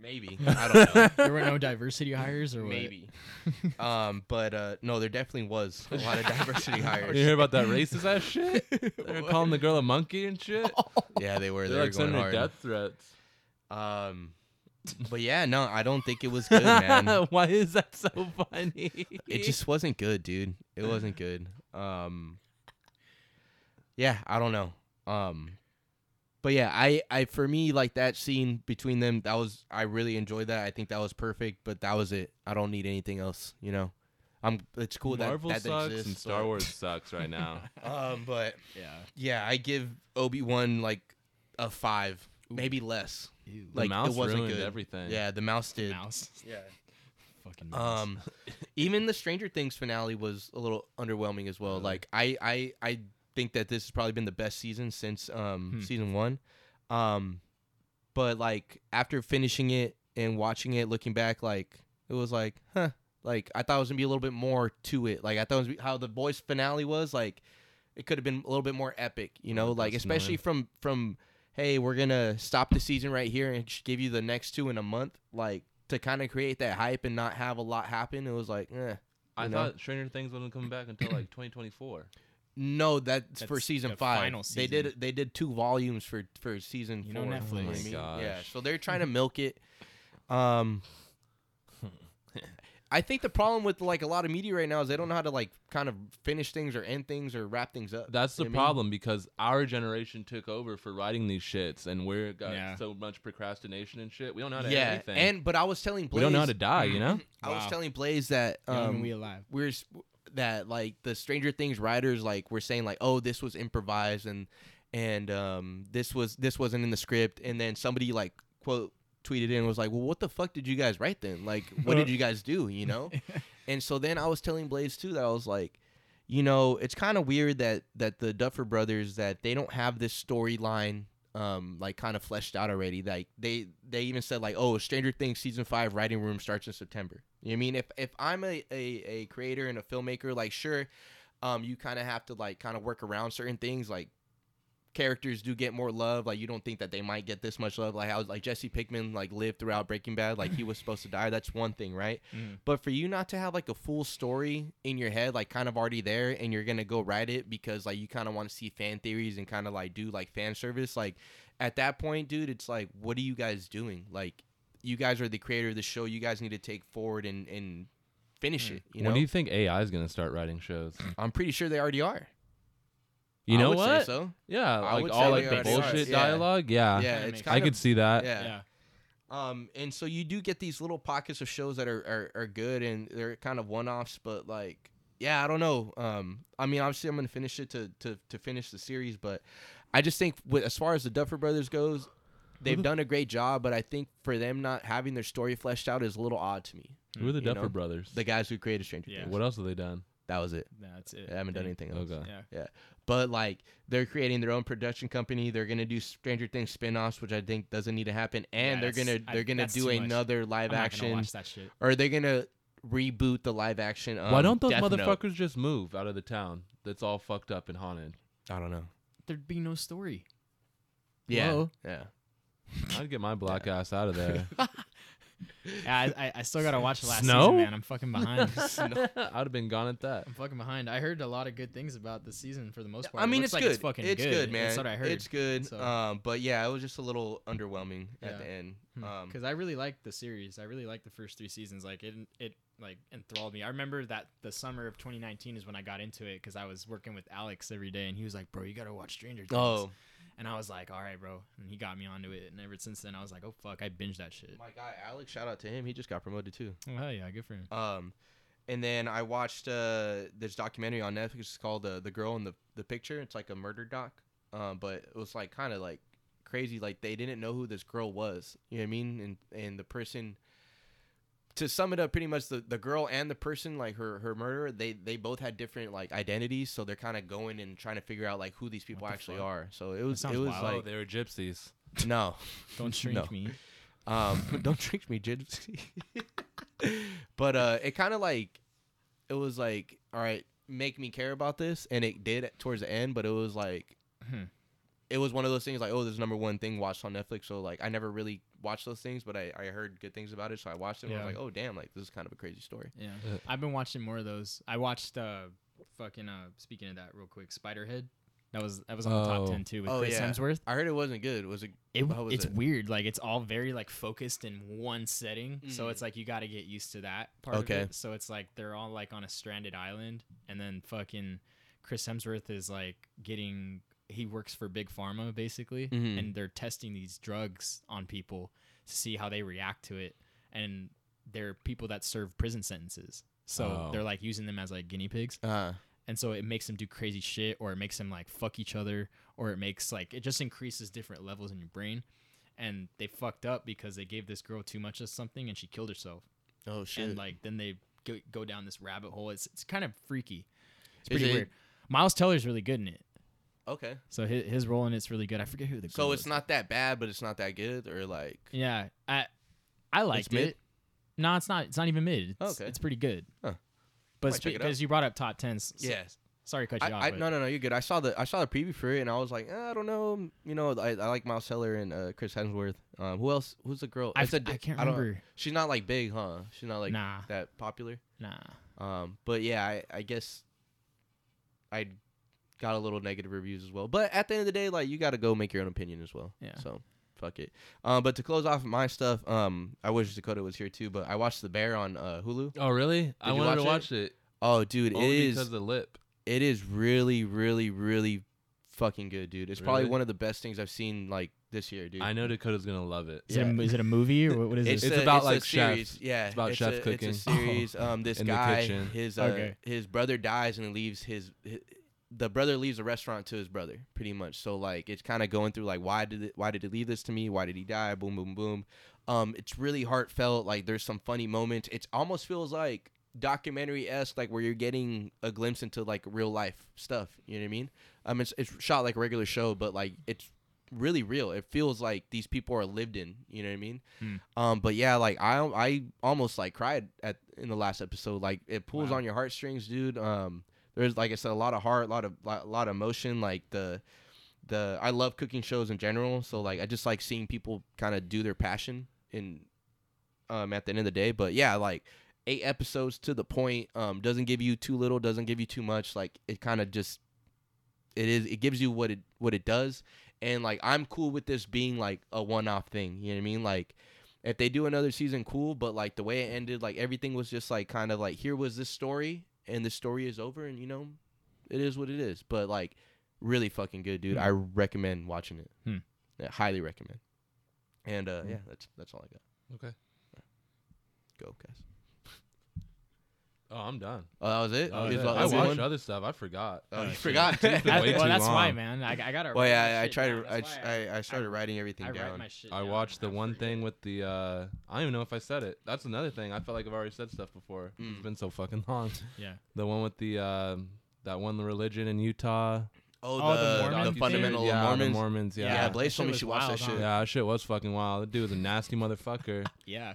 Speaker 4: Maybe I don't know.
Speaker 5: there were
Speaker 4: [laughs]
Speaker 5: no diversity hires or what? [laughs]
Speaker 4: maybe. um, but uh, no, there definitely was a lot of
Speaker 6: [laughs]
Speaker 4: diversity
Speaker 6: Did you hear
Speaker 4: hires.
Speaker 6: about that
Speaker 4: [laughs]
Speaker 6: racist ass shit? They're calling the girl a monkey and shit.
Speaker 4: Oh. Yeah, they were. They
Speaker 6: They're
Speaker 4: were
Speaker 6: like
Speaker 4: going
Speaker 6: sending her
Speaker 4: hard.
Speaker 6: death threats. [laughs]
Speaker 4: Um, but yeah, no, I don't think it was good, [laughs] man.
Speaker 6: Why is
Speaker 5: [laughs]
Speaker 6: that so funny?
Speaker 4: it just wasn't good, dude. It wasn't good. Um, yeah, I don't know. Um, but yeah, I, I for me like that scene between them, that was I really enjoyed that. I think that was perfect. But that was it. I don't need anything else. You know, I'm. It's cool
Speaker 6: Marvel
Speaker 4: that that
Speaker 6: sucks
Speaker 4: exists
Speaker 6: and Star
Speaker 4: but- [laughs]
Speaker 6: Wars sucks right now.
Speaker 4: Um, but
Speaker 5: [laughs] Yeah.
Speaker 4: Yeah, I give Obi Wan like a five, maybe less.
Speaker 5: Ew.
Speaker 4: Like
Speaker 6: mouse
Speaker 4: it wasn't
Speaker 6: ruined
Speaker 4: good.
Speaker 6: everything.
Speaker 4: Yeah, the mouse did.
Speaker 6: [laughs]
Speaker 5: mouse.
Speaker 4: Yeah.
Speaker 5: Fucking mouse.
Speaker 4: Um, even the Stranger Things finale was a little underwhelming as well. Like I, I, I think that this has probably been the best season since um
Speaker 5: Hmm.
Speaker 4: season one. Um, but like after finishing it and watching it, looking back, like it was like, huh. Like I thought it was gonna be a little bit more to it. Like I thought it was gonna be- how the boys finale was. Like it could have been a little bit more epic. You know,
Speaker 6: Oh,
Speaker 4: like
Speaker 6: that's
Speaker 4: especially
Speaker 6: annoying.
Speaker 4: from from hey, we're gonna stop the season right here and just give you the next two in a month, like to kind of create that hype and not have a lot happen. It was like, eh.
Speaker 6: I
Speaker 4: you know?
Speaker 6: thought Stranger Things wouldn't come back until like 2024.
Speaker 4: No, that's, for
Speaker 5: That's
Speaker 4: season
Speaker 5: the
Speaker 4: five.
Speaker 5: final
Speaker 4: They did
Speaker 5: season.
Speaker 4: they did two volumes for for season
Speaker 5: You know
Speaker 4: four.
Speaker 5: Netflix.
Speaker 4: what I
Speaker 5: Oh my
Speaker 4: mean?
Speaker 6: gosh.
Speaker 4: Yeah, so they're [laughs] trying to milk it. Um, I think the problem with like a lot of media right now is they don't know how to like kind of finish things or end things or wrap things up.
Speaker 6: That's the
Speaker 4: You know what I mean?
Speaker 6: problem because our generation took over for writing these shits, and we're got
Speaker 5: Yeah.
Speaker 6: so much procrastination and shit. We don't know how to
Speaker 4: Yeah,
Speaker 6: edit anything.
Speaker 4: and but I was telling Blaze,
Speaker 6: we don't know how to die.
Speaker 4: [clears throat]
Speaker 6: You know,
Speaker 4: I was
Speaker 5: Wow.
Speaker 4: telling Blaze that
Speaker 5: Young and
Speaker 4: um,
Speaker 5: we alive.
Speaker 4: we're s- that like the Stranger Things writers like were saying like oh this was improvised and and um this was this wasn't in the script and then somebody like quote tweeted in and was like well what the fuck did you guys write then like what did you guys do you know and so then I was telling Blaze too that I was like you know it's kind of weird that that the Duffer brothers that they don't have this storyline um like kind of fleshed out already like they they even said like oh stranger things season five writing room starts in september you know what i mean if if i'm a a, a creator and a filmmaker like sure um you kind of have to like kind of work around certain things like characters do get more love like you don't think that they might get this much love like how like jesse pickman like lived throughout breaking bad like
Speaker 6: [laughs]
Speaker 4: he was supposed to die that's one thing right
Speaker 6: Mm.
Speaker 5: Mhm.
Speaker 4: but for you not to have like a full story in your head like kind of already there and you're gonna go write it because like you kind of want to see fan theories and kind of like do like fan service like at that point dude it's like what are you guys doing like you guys are the creator of the show you guys need to take forward and and finish it you know
Speaker 6: when Mm. do you think AI is gonna start
Speaker 4: [sniffs]
Speaker 6: writing shows?
Speaker 4: i'm pretty sure they already are
Speaker 6: You
Speaker 4: I
Speaker 6: know
Speaker 4: would say
Speaker 6: what?
Speaker 4: so
Speaker 6: Yeah,
Speaker 4: I
Speaker 6: like
Speaker 4: would
Speaker 6: all
Speaker 4: say
Speaker 6: like
Speaker 4: they
Speaker 6: the
Speaker 4: already are.
Speaker 6: bullshit
Speaker 4: Yeah.
Speaker 6: dialogue. Yeah,
Speaker 4: yeah
Speaker 5: that
Speaker 4: it's
Speaker 5: makes
Speaker 4: kind
Speaker 6: I could uh,
Speaker 4: of
Speaker 6: see that.
Speaker 4: yeah.
Speaker 5: yeah.
Speaker 4: Um, and so you do get these little pockets of shows that are, are, are good and they're kind of one offs, but like, yeah, I don't know. Um, I mean, obviously, I'm gonna finish it to, to, to finish the series, but I just think with, as far as the Duffer Brothers goes,
Speaker 6: Mm-hmm.
Speaker 4: they've done a great job, but I think for them not having their story fleshed out is a little odd to me.
Speaker 6: Who are the
Speaker 4: You know?
Speaker 6: Duffer Brothers?
Speaker 4: The guys who created Stranger
Speaker 5: Yeah.
Speaker 4: Things.
Speaker 6: what else have they done?
Speaker 4: That was it.
Speaker 5: Nah, that's it.
Speaker 4: I haven't done anything else.
Speaker 6: Okay.
Speaker 5: Yeah.
Speaker 4: Yeah. But like they're creating their own production company. They're gonna do Stranger Things spin-offs, which I think doesn't need to happen. And
Speaker 5: Yeah,
Speaker 4: they're
Speaker 5: that's-
Speaker 4: gonna
Speaker 5: I-
Speaker 4: they're gonna
Speaker 5: that's
Speaker 4: do
Speaker 5: too much.
Speaker 4: another
Speaker 5: I'm
Speaker 4: live
Speaker 5: not gonna
Speaker 4: action.
Speaker 5: watch that shit.
Speaker 4: Or they're gonna reboot the live action. Um,
Speaker 6: Why don't those
Speaker 4: Death Note.
Speaker 6: motherfuckers just move out of the town that's all fucked up and haunted?
Speaker 4: I don't know.
Speaker 5: There'd be no story.
Speaker 4: Yeah.
Speaker 5: Whoa.
Speaker 4: Yeah. [laughs]
Speaker 6: I'd get my black ass out of there. [laughs]
Speaker 5: I, I, I still gotta watch the last
Speaker 6: Snow?
Speaker 5: season, man. I'm fucking behind. [laughs]
Speaker 6: I'd have been gone at that.
Speaker 5: I'm fucking behind. I heard a lot of good things about the season for the most part.
Speaker 4: I
Speaker 5: It
Speaker 4: mean, it's
Speaker 5: looks like
Speaker 4: good.
Speaker 5: It's fucking
Speaker 4: it's good, man.
Speaker 5: That's what I heard.
Speaker 4: It's good.
Speaker 5: so-
Speaker 4: Um, but yeah, it was just a little underwhelming at
Speaker 5: Yeah. Hmm.
Speaker 4: the end. Um,
Speaker 5: because I really liked the series. I really liked the first three seasons. Like it, it like enthralled me. I remember that the summer of 2019 is when I got into it because I was working with Alex every day, and he was like, "Bro, you gotta watch Stranger Things."
Speaker 4: oh,
Speaker 5: and I was like, "All right, bro," and he got me onto it. And ever since then, I was like, "Oh fuck, I binged that shit."
Speaker 4: my guy Alex, shout out to him. He just got promoted too.
Speaker 5: Oh hell yeah, good for him.
Speaker 4: Um, and then I watched uh, this documentary on Netflix it's called uh, "The Girl in the the Picture." It's like a murder doc, um, but it was like kind of like crazy. Like they didn't know who this girl was. You know what I mean? And and the person. To sum it up, pretty much the, the girl and the person, like her her murderer, they they both had different like identities, so they're kind of going and trying to figure out like who these people
Speaker 5: the
Speaker 4: actually
Speaker 5: fuck?
Speaker 4: are. So it was it
Speaker 5: sounds
Speaker 4: was
Speaker 5: wild.
Speaker 6: Oh,
Speaker 4: like
Speaker 6: they were gypsies.
Speaker 5: [laughs]
Speaker 4: no,
Speaker 5: Don't shrink
Speaker 4: No.
Speaker 5: me.
Speaker 4: um, [laughs] don't drink me, Jim. [laughs] but uh, it kind of like it was like, all right, make me care about this, and it did towards the end. But it was like,
Speaker 5: Hmm.
Speaker 4: it was one of those things like, oh, this is number one thing watched on Netflix. So like, I never really watched those things, but I, I heard good things about it, so I watched it. And I was
Speaker 5: Yeah.
Speaker 4: like, oh damn, like this is kind of a crazy story.
Speaker 5: Yeah,
Speaker 6: Uh.
Speaker 5: I've been watching more of those. I watched uh, fucking uh, speaking of that real quick, Spiderhead. That was that was on the
Speaker 6: Oh.
Speaker 5: top ten too with
Speaker 4: Oh,
Speaker 5: Chris
Speaker 4: yeah.
Speaker 5: Hemsworth.
Speaker 4: I heard it wasn't good. Was it?
Speaker 5: It,
Speaker 4: How was
Speaker 5: it's
Speaker 4: it?
Speaker 5: weird. Like it's all very like focused in one setting. So it's like you got to get used to that part.
Speaker 4: Mm. Okay.
Speaker 5: Of it. So it's like they're all like on a stranded island, and then fucking Chris Hemsworth is like getting. He works for big pharma basically,
Speaker 4: Mhm.
Speaker 5: and they're testing these drugs on people to see how they react to it. And they're people that serve prison sentences, so
Speaker 6: Oh.
Speaker 5: they're like using them as like guinea pigs
Speaker 4: Uh,
Speaker 5: and so it makes them do crazy shit or it makes them like fuck each other or it makes like it just increases different levels in your brain and they fucked up because they gave this girl too much of something and she killed herself
Speaker 4: oh shit.
Speaker 5: and like then they go, go down this rabbit hole it's, it's kind of freaky it's
Speaker 4: Is
Speaker 5: pretty
Speaker 4: it-
Speaker 5: weird miles teller's really good in it
Speaker 4: okay,
Speaker 5: so his, his role in it's really good i forget who the girl
Speaker 4: so it's
Speaker 5: was.
Speaker 4: not that bad, but it's not that good, or like,
Speaker 5: yeah i i liked
Speaker 4: mid?
Speaker 5: it no it's not it's not even mid it's,
Speaker 4: Okay.
Speaker 5: it's pretty good
Speaker 4: Huh. Might
Speaker 5: but
Speaker 4: check it out.
Speaker 5: because you brought up top tens so-
Speaker 4: yes.
Speaker 5: sorry to cut you off
Speaker 4: I, I,
Speaker 5: but-
Speaker 4: no, no, no. You're good. I saw the I saw the preview for it, and I was like, eh, I don't know. mm, You know, I, I like Miles Teller and uh, Chris Hemsworth. Um, who else? Who's the girl?
Speaker 5: I
Speaker 4: It's a
Speaker 5: f- I
Speaker 4: di-
Speaker 5: can't
Speaker 4: don't-
Speaker 5: remember.
Speaker 4: she's not like big, huh? She's not like
Speaker 5: Nah.
Speaker 4: that popular.
Speaker 5: nah
Speaker 4: Um, but yeah, I, I guess I got a little negative reviews as well. But at the end of the day, like you got to go make your own opinion as well.
Speaker 5: Yeah.
Speaker 4: So fuck it. Um, but to close off my stuff, um, I wish Dakota was here too. But I watched The Bear on uh, Hulu.
Speaker 6: Oh, really? I
Speaker 4: you
Speaker 6: wanted to
Speaker 4: watch
Speaker 6: watch it.
Speaker 4: Oh, dude, it
Speaker 6: only
Speaker 4: is
Speaker 6: because of the lip.
Speaker 4: it is really, really, really fucking good, dude. It's probably
Speaker 6: Really?
Speaker 4: one of the best things I've seen like this year, dude.
Speaker 6: I know Dakota's gonna love it.
Speaker 5: Is, it
Speaker 4: Yeah.
Speaker 5: a, is it a movie or what- what is
Speaker 4: It's,
Speaker 5: this?
Speaker 6: It's
Speaker 4: a-
Speaker 6: about,
Speaker 4: it's a
Speaker 6: like, chef.
Speaker 4: series. Yeah,
Speaker 6: It's about chef
Speaker 4: a-
Speaker 6: cooking. Oh,
Speaker 4: It's a
Speaker 6: [laughs]
Speaker 4: series. Um, this
Speaker 6: In the
Speaker 4: guy,
Speaker 6: kitchen.
Speaker 4: his uh,
Speaker 5: Okay.
Speaker 4: his brother dies and leaves his, hi the brother leaves the restaurant to his brother, pretty much. So like, it's kind of going through like, why did it, why did he leave this to me? Why did he die? Boom, boom, boom. Um, it's really heartfelt. Like, there's some funny moments. It almost feels like documentary esque, like where you're getting a glimpse into like real life stuff. You know what I mean? Um, it's it's shot like a regular show, but like it's really real. It feels like these people are lived in. You know what I mean? Um, but yeah, like I I almost like cried at in the last episode. Like it pulls
Speaker 5: Wow.
Speaker 4: on your heartstrings, dude. Um, there's like I said, a lot of heart, a lot of lot, lot of emotion. Like the the I love cooking shows in general. So like I just like seeing people kind of do their passion in um at the end of the day. But yeah, like eight episodes to the point. Um, doesn't give you too little, doesn't give you too much. Like it kind of just it is it gives you what it what it does. And like I'm cool with this being like a one off thing. You know what I mean? Like if they do another season, cool. But like the way it ended, like everything was just like kind of like here was this story, and the story is over, and you know, it is what it is. But like, really fucking good, dude. I recommend watching it.
Speaker 5: Hmm.
Speaker 4: Yeah, highly recommend. And uh, yeah, that's that's all I got.
Speaker 6: Okay.
Speaker 4: Go, guys.
Speaker 6: Oh, I'm done.
Speaker 4: Oh, that was it.
Speaker 6: Oh,
Speaker 4: Is
Speaker 6: yeah.
Speaker 4: that-
Speaker 6: I
Speaker 4: that's the
Speaker 6: watched
Speaker 4: one?
Speaker 6: other stuff. I forgot.
Speaker 4: Oh, you
Speaker 6: shit.
Speaker 4: forgot. [laughs]
Speaker 6: Took
Speaker 5: That's,
Speaker 6: way
Speaker 5: well,
Speaker 6: too
Speaker 5: that's
Speaker 6: long.
Speaker 5: why, man. I, I gotta.
Speaker 4: Well,
Speaker 5: write
Speaker 4: yeah,
Speaker 5: my
Speaker 4: I, I
Speaker 5: shit
Speaker 4: tried
Speaker 5: down.
Speaker 4: to. I,
Speaker 5: That's
Speaker 4: sh-
Speaker 5: why
Speaker 4: I I started writing everything
Speaker 5: I write
Speaker 4: down.
Speaker 5: my shit
Speaker 6: I
Speaker 5: down
Speaker 6: watched the
Speaker 5: when I
Speaker 6: one
Speaker 5: forget.
Speaker 6: thing with the. uh I don't even know if I said it. That's another thing. I felt like I've already said stuff before. It's been so fucking [laughs] long.
Speaker 5: Mm. Yeah.
Speaker 6: The one with the. um that one, the religion in Utah.
Speaker 4: Oh,
Speaker 5: Oh,
Speaker 4: the,
Speaker 5: the Mormon
Speaker 4: the
Speaker 5: dude?
Speaker 4: fundamental
Speaker 6: yeah,
Speaker 4: Mormons.
Speaker 6: The Mormons. Yeah.
Speaker 4: yeah,
Speaker 5: Yeah,
Speaker 4: Blaze
Speaker 5: that
Speaker 4: told
Speaker 5: shit
Speaker 4: me
Speaker 5: was
Speaker 4: she watched
Speaker 5: wild,
Speaker 4: that
Speaker 5: huh?
Speaker 4: shit.
Speaker 6: Yeah, that shit was fucking wild. That dude was a nasty motherfucker.
Speaker 5: [laughs] Yeah.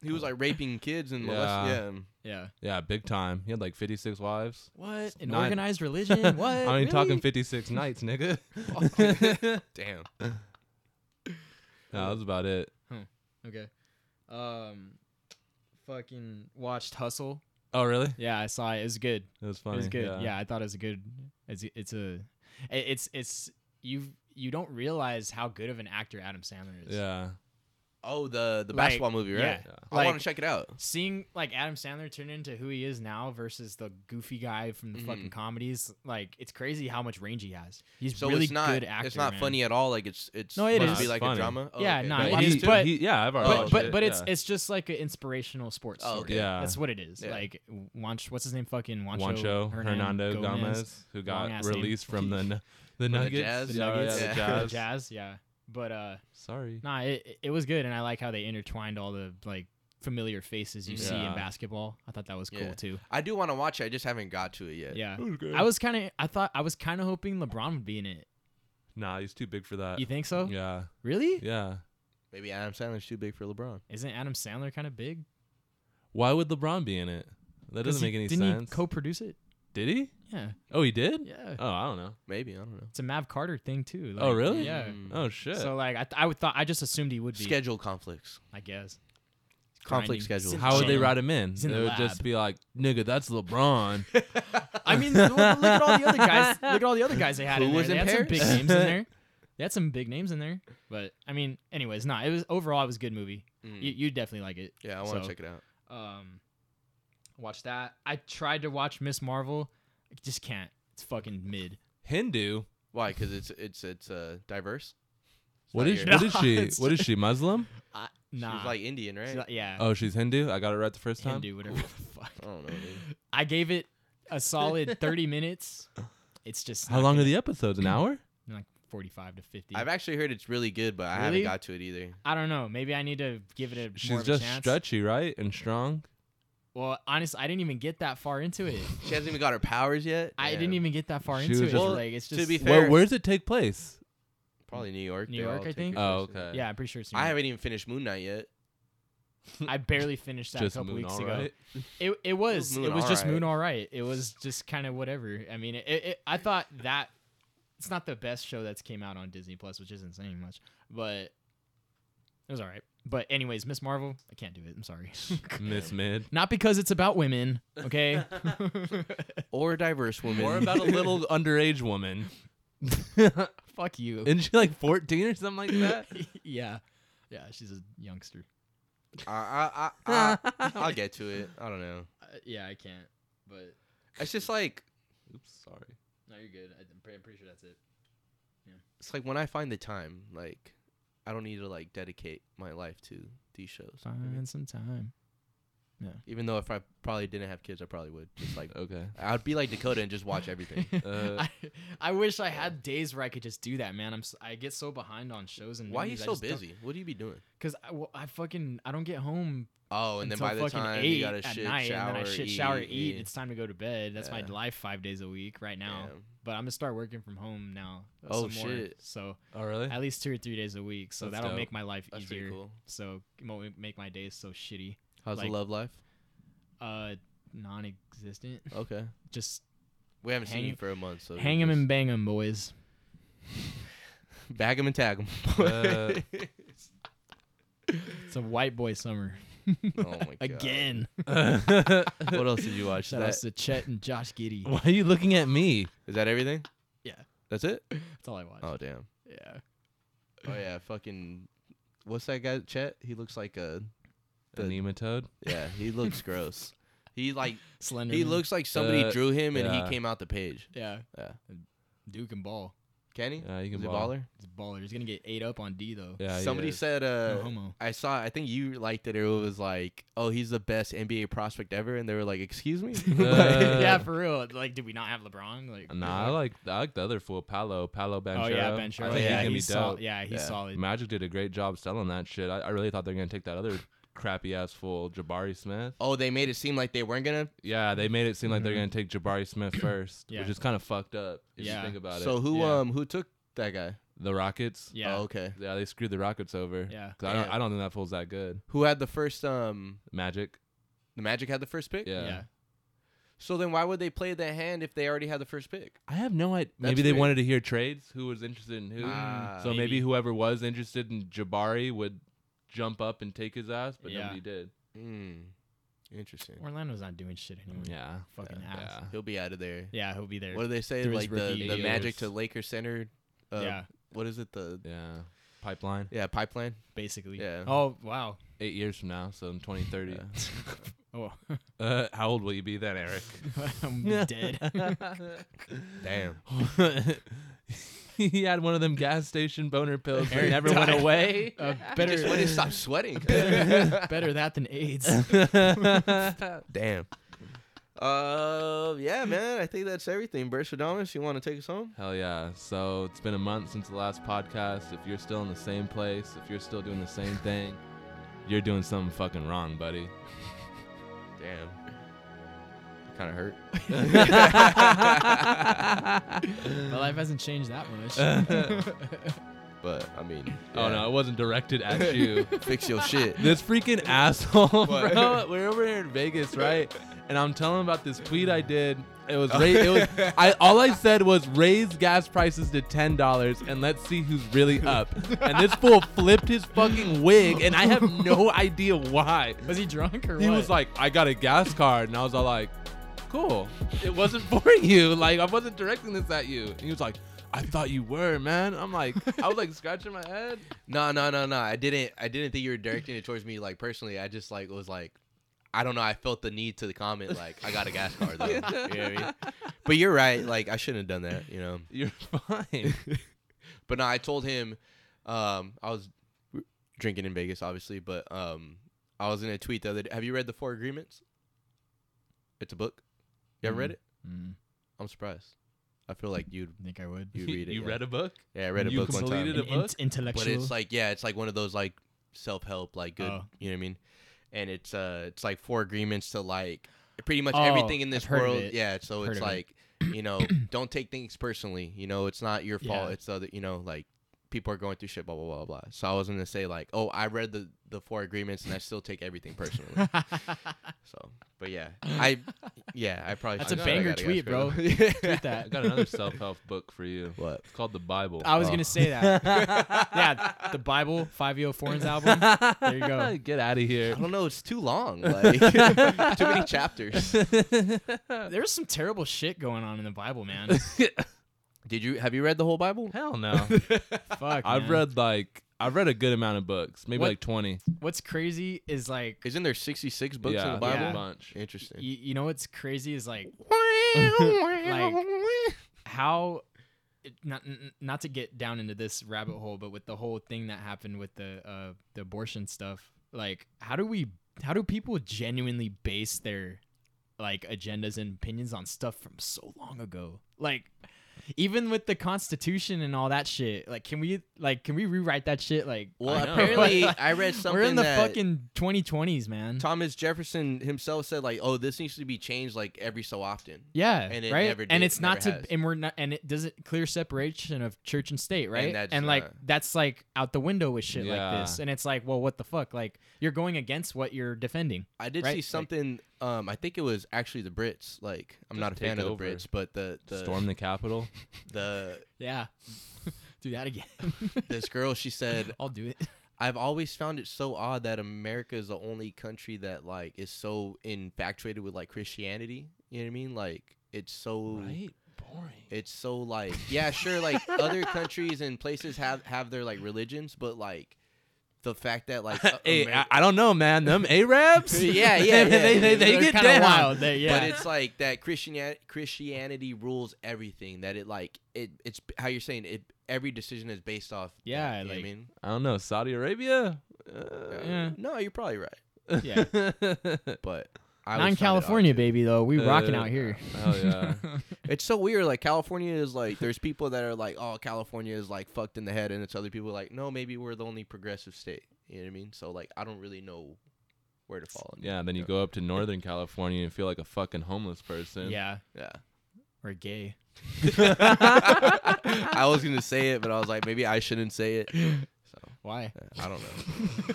Speaker 4: He was like raping kids and
Speaker 6: Yeah.
Speaker 4: molesting. Yeah.
Speaker 5: Yeah.
Speaker 6: Yeah, big time. He had like 56 wives.
Speaker 4: What?
Speaker 5: An [laughs]
Speaker 6: Nine-
Speaker 5: organized religion. [laughs] What?
Speaker 6: [laughs] I ain't
Speaker 5: Really?
Speaker 6: talking 56
Speaker 5: [laughs]
Speaker 6: nights, nigga. [laughs]
Speaker 4: Damn.
Speaker 6: no, that was about it.
Speaker 5: Okay. Um, fucking watched Hustle.
Speaker 6: Oh, really?
Speaker 5: Yeah, I saw it. It was good.
Speaker 6: It was funny.
Speaker 5: It was good.
Speaker 6: Yeah.
Speaker 5: Yeah. I thought it was a good. It's it's a, i- it's it's you you don't realize how good of an actor Adam Sandler is.
Speaker 6: Yeah.
Speaker 4: Oh, the the
Speaker 5: Like,
Speaker 4: basketball movie, right?
Speaker 5: yeah.
Speaker 6: Yeah.
Speaker 4: I want
Speaker 5: Like-
Speaker 4: to check it out.
Speaker 5: Seeing like Adam Sandler turn into who he is now versus the goofy guy from the fucking comedies, like it's crazy how much range he has. He's
Speaker 4: Mm-hmm. So
Speaker 5: really
Speaker 4: it's not
Speaker 5: good actor.
Speaker 4: it's not
Speaker 5: man.
Speaker 4: funny at all. Like it's it's
Speaker 5: No, it
Speaker 4: supposed
Speaker 5: is.
Speaker 4: to be like
Speaker 6: Funny.
Speaker 4: a drama. Oh,
Speaker 5: Yeah,
Speaker 4: okay.
Speaker 5: nah,
Speaker 4: But
Speaker 5: it
Speaker 4: watch
Speaker 5: is,
Speaker 4: too?
Speaker 5: but-
Speaker 6: he- yeah, I've already
Speaker 5: But
Speaker 4: Oh,
Speaker 6: watched
Speaker 5: but
Speaker 6: it,
Speaker 5: but it's
Speaker 6: yeah.
Speaker 5: it's just like an inspirational sports.
Speaker 4: Oh,
Speaker 5: story.
Speaker 4: okay.
Speaker 6: Yeah.
Speaker 5: that's what it is.
Speaker 4: Yeah.
Speaker 5: Like Wanch, what's his name? Fucking Wancho,
Speaker 6: Juancho
Speaker 5: Hernan
Speaker 6: Hernando Gomez, who got
Speaker 5: Long-ass name.
Speaker 6: released
Speaker 5: [laughs]
Speaker 6: from the nu- the Nuggets.
Speaker 4: Jazz?
Speaker 5: The
Speaker 4: Yeah, yeah,
Speaker 5: Nuggets,
Speaker 4: the
Speaker 5: for the
Speaker 6: Jazz.
Speaker 5: Jazz, yeah. But uh,
Speaker 6: Sorry.
Speaker 5: nah, it it was good, and I like how they intertwined all the like familiar faces you see in
Speaker 6: Yeah.
Speaker 5: basketball. I thought that was cool
Speaker 4: Mm-hmm. Yeah.
Speaker 5: too.
Speaker 4: I do want to watch it. I just haven't got to it yet.
Speaker 5: Yeah,
Speaker 6: was good.
Speaker 5: I was kind of I thought I was kind of hoping LeBron would be in it.
Speaker 6: Nah, he's too big for that.
Speaker 5: You think so?
Speaker 6: Yeah.
Speaker 5: Really?
Speaker 6: Yeah.
Speaker 4: Maybe Adam Sandler's too big for LeBron.
Speaker 5: Isn't Adam Sandler kind of big?
Speaker 6: Why would LeBron be in it? That
Speaker 5: 'Cause
Speaker 6: doesn't
Speaker 5: he-
Speaker 6: make any
Speaker 5: didn't
Speaker 6: sense.
Speaker 5: he co-produce it?
Speaker 6: did he?
Speaker 5: Yeah,
Speaker 6: Oh, he did?
Speaker 5: yeah.
Speaker 6: Oh, I don't know.
Speaker 4: Maybe I don't know.
Speaker 5: It's a Mav Carter thing too.
Speaker 6: Oh,
Speaker 5: like,
Speaker 6: really?
Speaker 5: Yeah.
Speaker 6: Oh shit.
Speaker 5: So like I, th- I would thought I just assumed he would be.
Speaker 4: Schedule conflicts.
Speaker 5: I
Speaker 6: [laughs]
Speaker 5: guess.
Speaker 4: Conflict
Speaker 5: Grinding.
Speaker 4: schedule.
Speaker 6: How would they
Speaker 5: Shame.
Speaker 6: write him in?
Speaker 5: in
Speaker 6: they
Speaker 5: the
Speaker 6: would just
Speaker 5: lab.
Speaker 6: be like, "Nigga,
Speaker 5: [laughs]
Speaker 6: that's LeBron."
Speaker 5: I mean, look, look at all the other
Speaker 6: [laughs]
Speaker 5: guys. Look at all the other guys they had
Speaker 4: Who
Speaker 5: in there.
Speaker 4: was in
Speaker 5: they had some big
Speaker 4: Paris?
Speaker 5: names in there. They had some big names in there. But I mean, anyways, nah. It was overall it was a good movie.
Speaker 4: Mm.
Speaker 5: You you definitely like it.
Speaker 4: yeah, I want to
Speaker 5: So,
Speaker 4: check it out.
Speaker 5: Um, watch that. I tried to watch Miss Marvel. I just can't. It's fucking mid.
Speaker 6: Hindu.
Speaker 4: Why? Because it's it's it's uh diverse. It's
Speaker 6: What
Speaker 4: not
Speaker 6: is
Speaker 4: your-
Speaker 6: what
Speaker 5: [laughs]
Speaker 6: is she?
Speaker 5: it's
Speaker 6: What is
Speaker 5: [laughs]
Speaker 6: she? Muslim?
Speaker 5: I, nah.
Speaker 4: She's like Indian, right?
Speaker 5: She's like- yeah.
Speaker 6: Oh, she's Hindu. I got it right the first time.
Speaker 5: Hindu, whatever the fuck.
Speaker 4: I don't know. Dude.
Speaker 5: [laughs] I gave it
Speaker 4: [laughs]
Speaker 5: a solid 30 minutes. It's just
Speaker 6: How long are the episodes? An hour?
Speaker 5: like 45 to 50.
Speaker 4: I've actually heard it's really good, but I
Speaker 5: Really?
Speaker 4: haven't got to it either.
Speaker 5: I don't know. Maybe I need to give it a more
Speaker 6: She's
Speaker 5: of a
Speaker 6: just
Speaker 5: chance.
Speaker 6: stretchy, right, and strong.
Speaker 5: Well, honestly, I didn't even get that far
Speaker 4: [laughs]
Speaker 5: into it.
Speaker 4: She hasn't even got her powers yet.
Speaker 5: I
Speaker 4: Damn.
Speaker 5: didn't even get that far
Speaker 6: She
Speaker 5: into
Speaker 6: was
Speaker 5: it.
Speaker 6: just-
Speaker 5: like it's
Speaker 4: to
Speaker 5: just
Speaker 4: be
Speaker 6: Where,
Speaker 4: Fair.
Speaker 6: where does it take place?
Speaker 4: Probably New York.
Speaker 5: New
Speaker 4: They
Speaker 5: York,
Speaker 4: all
Speaker 5: I
Speaker 4: take
Speaker 5: think?
Speaker 4: her
Speaker 6: Oh,
Speaker 4: places.
Speaker 6: okay.
Speaker 5: yeah, I'm pretty sure it's. New
Speaker 4: I
Speaker 5: York.
Speaker 4: haven't even finished Moon Knight yet.
Speaker 5: I barely finished that
Speaker 6: Just
Speaker 5: a couple
Speaker 6: Moon,
Speaker 5: weeks
Speaker 6: all
Speaker 5: ago.
Speaker 6: right.
Speaker 5: It it was
Speaker 4: Moon,
Speaker 5: it was
Speaker 4: all
Speaker 5: just
Speaker 4: right.
Speaker 5: Moon all right. It was just kind of whatever. I mean, it, it, I thought that it's not the best show that's came out on Disney Plus, which isn't saying much, but it was all right. But anyways, Miss Marvel, I can't do it. I'm sorry. [laughs]
Speaker 6: Miss [laughs] Mid.
Speaker 5: not because it's about women, okay? [laughs]
Speaker 4: Or a diverse woman.
Speaker 6: Or
Speaker 4: [laughs]
Speaker 6: [laughs] about a little underage woman.
Speaker 5: Fuck you.
Speaker 6: Isn't she like 14 or something like that?
Speaker 5: [laughs] yeah. Yeah, she's a youngster.
Speaker 4: I, I, I, I, I'll get to it. I don't know.
Speaker 5: Uh, yeah, I can't. But
Speaker 4: It's just like
Speaker 6: [laughs] Oops, sorry.
Speaker 5: no, you're good. I, I'm pre- I'm pretty sure that's it.
Speaker 4: it's like when I find the time, like I don't need to like dedicate my life to these shows.
Speaker 5: Find some time.
Speaker 4: Even though if I probably didn't have kids, I probably would just like
Speaker 6: Okay.
Speaker 4: I'd be like Dakota and just watch
Speaker 5: [laughs]
Speaker 4: everything.
Speaker 6: Uh,
Speaker 5: I, I wish I had days where I could just do that, man. I'm s- I get so behind on shows and
Speaker 4: Why are you so busy? What do you be doing?
Speaker 5: Because I, well, I fucking I don't get home
Speaker 4: Oh, and then
Speaker 5: until
Speaker 4: by the
Speaker 5: fucking
Speaker 4: time
Speaker 5: eight
Speaker 4: you gotta
Speaker 5: at
Speaker 4: shit,
Speaker 5: night,
Speaker 4: shower,
Speaker 5: and then I shit,
Speaker 4: eat,
Speaker 5: shower, eat. It's time to go to bed. That's my
Speaker 4: Yeah.
Speaker 5: life five days a week right now.
Speaker 4: Yeah.
Speaker 5: But I'm gonna start working from home now. uh,
Speaker 4: Oh,
Speaker 5: some more.
Speaker 4: shit.
Speaker 5: So
Speaker 6: oh, [laughs] really?
Speaker 5: at least two or three days a week. So
Speaker 6: That's
Speaker 5: that'll
Speaker 6: dope.
Speaker 5: make my life
Speaker 4: That's pretty
Speaker 5: easier.
Speaker 4: cool.
Speaker 5: So it won't make my days so shitty.
Speaker 4: How's
Speaker 5: like-
Speaker 4: the love life?
Speaker 5: Uh, non-existent.
Speaker 4: Okay,
Speaker 5: Just
Speaker 4: we haven't
Speaker 5: Hang-
Speaker 4: seen you for a month, so
Speaker 5: hang 'em and bang 'em, boys.
Speaker 4: and bag 'em and tag 'em. [laughs]
Speaker 6: Uh,
Speaker 5: It's a white boy summer
Speaker 4: oh my god!
Speaker 5: again.
Speaker 4: what else did you watch? Is
Speaker 5: [laughs] Shout
Speaker 4: that,
Speaker 5: outs
Speaker 4: is
Speaker 5: to Chet and Josh
Speaker 6: [laughs]
Speaker 5: Giddy.
Speaker 6: Why are you looking at me?
Speaker 4: that everything?
Speaker 5: Yeah.
Speaker 4: that's it.
Speaker 5: That's all I watch.
Speaker 4: Oh damn.
Speaker 5: Yeah.
Speaker 4: Oh yeah, fucking. What's that guy? Chet. He looks like a.
Speaker 6: The
Speaker 4: The-
Speaker 6: nematode.
Speaker 4: Yeah, he looks gross. He like
Speaker 5: Slender.
Speaker 4: he looks like somebody
Speaker 6: Uh,
Speaker 4: drew him and
Speaker 6: yeah.
Speaker 4: he came out the page.
Speaker 5: Yeah.
Speaker 4: Yeah.
Speaker 5: Duke and Ball.
Speaker 4: Can he?
Speaker 6: Yeah, he can
Speaker 4: Is it
Speaker 6: ball.
Speaker 4: baller?
Speaker 5: It's baller. He's gonna get ate up on D though.
Speaker 6: Yeah, he
Speaker 4: Somebody
Speaker 6: is.
Speaker 4: said, uh,
Speaker 5: No homo.
Speaker 4: I saw, I think you liked it. It was like, oh, he's the best NBA prospect ever. And they were like, excuse me? [laughs]
Speaker 5: [laughs]
Speaker 6: Uh,
Speaker 5: [laughs] yeah, for real. Like, did we not have LeBron? Like,
Speaker 6: Nah, I like I like the other fool, Paolo Paolo
Speaker 5: Oh
Speaker 6: Banchero.
Speaker 5: yeah, Ben Sherrill.
Speaker 6: I think
Speaker 5: yeah,
Speaker 6: he can
Speaker 5: he's
Speaker 6: be dope.
Speaker 5: solid. Yeah, he's
Speaker 4: Yeah.
Speaker 5: solid.
Speaker 6: Magic did a great job selling that shit. I, I really thought they're gonna take that other crappy ass fool, Jabari Smith.
Speaker 4: oh, they made it seem like they weren't going to.
Speaker 6: Yeah, they made it seem like they're gonna take Jabari
Speaker 5: [clears throat]
Speaker 6: Smith first,
Speaker 5: Mm-hmm. Yeah.
Speaker 6: which is kind of fucked up if
Speaker 5: Yeah.
Speaker 6: you think about
Speaker 4: So
Speaker 6: it.
Speaker 4: who,
Speaker 5: Yeah.
Speaker 4: um, who took that guy?
Speaker 6: The Rockets.
Speaker 5: Yeah.
Speaker 4: Oh, okay.
Speaker 6: Yeah, they screwed the Rockets over.
Speaker 5: Yeah.
Speaker 6: 'Cause I don't,
Speaker 4: Yeah.
Speaker 6: I don't think that fool's that good.
Speaker 4: Who had the first, um,
Speaker 6: Magic.
Speaker 4: the Magic had the first pick?
Speaker 6: Yeah.
Speaker 5: yeah.
Speaker 4: So then why would they play that hand if they already had the first pick?
Speaker 6: I have no idea. Maybe
Speaker 4: That's
Speaker 6: they
Speaker 4: weird.
Speaker 6: wanted to hear trades. Who was interested in who?
Speaker 4: Ah.
Speaker 6: so maybe.
Speaker 5: Maybe.
Speaker 6: whoever was interested in Jabari would jump up and take his ass, but
Speaker 5: Yeah.
Speaker 6: nobody did.
Speaker 4: Mm. Interesting.
Speaker 5: Orlando's not doing shit anymore.
Speaker 6: Yeah.
Speaker 5: Fucking
Speaker 6: Yeah.
Speaker 5: ass. Yeah.
Speaker 4: He'll be out of there.
Speaker 5: he'll be there.
Speaker 4: What do they say?
Speaker 5: Through his
Speaker 4: Like the,
Speaker 5: rookie
Speaker 4: the
Speaker 6: years.
Speaker 4: Magic to Lakers Center. Uh,
Speaker 5: yeah,
Speaker 4: What is it? The
Speaker 6: Yeah. Pipeline.
Speaker 4: yeah pipeline.
Speaker 5: basically.
Speaker 4: yeah.
Speaker 5: Oh wow.
Speaker 6: Eight years from now, so in 2030. [laughs]
Speaker 5: Oh, [laughs]
Speaker 6: Uh, how old will you be then, Eric?
Speaker 5: I'm
Speaker 6: [laughs]
Speaker 5: [laughs] dead.
Speaker 4: Damn.
Speaker 6: he had one of them gas station boner pills that
Speaker 5: Eric
Speaker 6: never went
Speaker 5: died. [laughs]
Speaker 6: away.
Speaker 5: Uh,
Speaker 4: Just when
Speaker 5: better,
Speaker 4: it stops
Speaker 5: [laughs]
Speaker 4: sweating.
Speaker 5: better that than AIDS.
Speaker 4: Damn. Uh, yeah, man. I think that's everything. Bershadamas, you want to take us home?
Speaker 6: Hell yeah. So it's been a month since the last podcast. If you're still in the same place, if you're still doing the same thing, you're doing something fucking wrong, buddy. [laughs]
Speaker 4: Damn. Kind of hurt.
Speaker 5: My life hasn't changed that much.
Speaker 6: [laughs]
Speaker 4: But I mean,
Speaker 6: Oh
Speaker 4: yeah.
Speaker 6: no, it wasn't directed at you.
Speaker 4: fix your
Speaker 5: [laughs]
Speaker 4: shit.
Speaker 6: this freaking asshole, [laughs] bro. We're over here in Vegas, right? And I'm telling him about this tweet I did.
Speaker 4: [laughs]
Speaker 6: It was, ra- it was I all I said was raise gas prices to ten dollars and let's see who's really up. And this fool flipped his fucking wig, and I have
Speaker 4: [laughs]
Speaker 6: no idea why.
Speaker 5: [laughs] was he drunk or
Speaker 6: He
Speaker 5: what?
Speaker 6: was like, I got a gas card, and I was all like, cool. It wasn't [laughs] for you. Like I wasn't directing this at you. And he was like. I thought you were, man. I'm like, I was like scratching my head. [laughs]
Speaker 4: No, no, no, no. I didn't. I didn't think you were directing it towards me, like personally. I just like was like, I don't know. I felt the need to comment, like I got a gas card though. you know what I mean? But you're right. Like I shouldn't have done that. You know.
Speaker 6: You're fine.
Speaker 4: But no, I told him, um, I was drinking in Vegas, obviously, but um, I was in a tweet the other day. Have you read the Four Agreements? It's a book. You ever read it?
Speaker 5: Mm,
Speaker 4: I'm surprised. I feel like you'd
Speaker 5: I think I would.
Speaker 4: you read it.
Speaker 6: [laughs] You
Speaker 4: yeah.
Speaker 6: read a book?
Speaker 4: Yeah, I read a
Speaker 6: you
Speaker 4: book one time.
Speaker 6: completed
Speaker 5: An
Speaker 6: a book?
Speaker 5: int- intellectual.
Speaker 4: but it's like yeah it's like one of those like self-help like good
Speaker 5: Oh.
Speaker 4: you know what i mean and it's uh it's like four agreements to like pretty much
Speaker 5: Oh,
Speaker 4: everything in this
Speaker 5: I've heard of
Speaker 4: world
Speaker 5: it.
Speaker 4: yeah so
Speaker 5: Heard
Speaker 4: it's
Speaker 5: of it.
Speaker 4: like you
Speaker 5: [clears throat]
Speaker 4: know don't take things personally you know it's not your fault
Speaker 5: Yeah.
Speaker 4: it's other you know like people are going through shit blah blah blah blah so i was gonna say like oh i read the the four agreements and i still take everything
Speaker 5: [laughs]
Speaker 4: personally so but yeah i yeah i probably
Speaker 5: That's
Speaker 4: should-
Speaker 6: a
Speaker 4: I
Speaker 5: banger
Speaker 4: gotta
Speaker 5: tweet, bro.
Speaker 4: ask
Speaker 5: Tweet
Speaker 4: her.
Speaker 6: I
Speaker 4: [laughs]
Speaker 5: that.
Speaker 6: got another self help book for you.
Speaker 4: what
Speaker 6: It's called The Bible.
Speaker 5: I was
Speaker 4: Oh.
Speaker 5: gonna say that. yeah, the Bible, Five Yo Foreign's
Speaker 6: [laughs]
Speaker 5: album. There you go.
Speaker 6: Get out of here.
Speaker 4: [laughs] i don't know it's too
Speaker 5: [laughs]
Speaker 4: long like [laughs] too many chapters
Speaker 5: There's some terrible shit going on in the Bible, man.
Speaker 4: [laughs] did you have you read the whole bible
Speaker 6: [laughs] Hell [laughs] no.
Speaker 5: Fuck.
Speaker 6: I've
Speaker 5: man.
Speaker 6: read like I've read a good amount of books, maybe
Speaker 5: What-
Speaker 6: like twenty.
Speaker 5: What's crazy is like
Speaker 4: Isn't there 66 books
Speaker 6: yeah,
Speaker 4: in the Bible?
Speaker 5: Yeah.
Speaker 6: a bunch.
Speaker 4: Interesting.
Speaker 5: you, you know what's crazy is like [laughs] like how it- not n- not to get down into this rabbit hole but with the whole thing that happened with the uh the abortion stuff like how do we how do people genuinely base their like agendas and opinions on stuff from so long ago like even with the constitution and all that shit like can we like can we rewrite that shit like
Speaker 4: Well,
Speaker 6: I know.
Speaker 4: apparently, I read something
Speaker 5: [laughs] we're in the
Speaker 4: that
Speaker 5: fucking 2020s man
Speaker 4: Thomas Jefferson himself said, like, "Oh, this needs to be changed like every so often."
Speaker 5: Yeah,
Speaker 4: And it
Speaker 5: right.
Speaker 4: never
Speaker 5: and
Speaker 4: did,
Speaker 5: it's not to,
Speaker 4: never has.
Speaker 5: and we're not, and it doesn't clear separation of church and state, right? And,
Speaker 4: that's uh,
Speaker 5: like
Speaker 4: not-
Speaker 5: that's like out the window with shit
Speaker 6: Yeah.
Speaker 5: like this, and it's like, well, what the fuck? Like you're going against what you're defending.
Speaker 4: I did
Speaker 5: Right,
Speaker 4: see
Speaker 5: like-
Speaker 4: something. um, I think it was actually the Brits. Like, I'm
Speaker 6: Just
Speaker 4: not a fan
Speaker 6: take
Speaker 4: of the
Speaker 6: over.
Speaker 4: Brits, but the the
Speaker 6: Storm the [laughs] Capitol.
Speaker 4: the
Speaker 6: [laughs]
Speaker 5: Yeah, do that again.
Speaker 4: this girl, she
Speaker 6: [laughs]
Speaker 4: said,
Speaker 5: [laughs] I'll do it.
Speaker 4: "I've always found it so odd that America is the only country that like is so infatuated with like Christianity. You know what I mean? Like, it's so
Speaker 6: Boring.
Speaker 4: it's so
Speaker 5: [laughs]
Speaker 4: like yeah sure like other countries and places have have their like religions but like the fact that like a-
Speaker 6: [laughs] hey,
Speaker 4: Ameri-
Speaker 6: I, I don't know, man. Them Arabs.
Speaker 5: [laughs]
Speaker 6: [laughs]
Speaker 4: Yeah, yeah,
Speaker 6: they,
Speaker 4: yeah.
Speaker 6: They, they, they
Speaker 5: They're
Speaker 6: get
Speaker 5: kinda
Speaker 6: down.
Speaker 5: wild. They, yeah.
Speaker 4: But it's like that Christianity, Christianity rules everything. That it like it. It's how you're saying it. Every decision is based off. that, you
Speaker 5: Yeah,
Speaker 4: know what I
Speaker 5: like-
Speaker 4: mean,
Speaker 6: I don't know, Saudi Arabia.
Speaker 4: Uh, no, you're probably right.
Speaker 5: Yeah.
Speaker 4: [laughs] But I
Speaker 5: Not
Speaker 4: always found it
Speaker 5: in
Speaker 4: odd,
Speaker 5: California,
Speaker 4: too.
Speaker 5: baby, though. We rocking
Speaker 6: Uh,
Speaker 5: out here.
Speaker 6: oh,
Speaker 5: [laughs]
Speaker 6: yeah.
Speaker 4: It's so weird. Like California is like there's people that are like, oh, California is like fucked in the head, and it's other people like, no, maybe we're the only progressive state. You know what I mean? So like, I don't really know where to fall. in.
Speaker 6: yeah. Then you go up to Northern California and feel like a fucking homeless person.
Speaker 5: yeah.
Speaker 4: Yeah.
Speaker 5: We're gay.
Speaker 4: I was gonna say it, but I was like, maybe I shouldn't say it. So
Speaker 5: Why?
Speaker 4: I don't know. [laughs]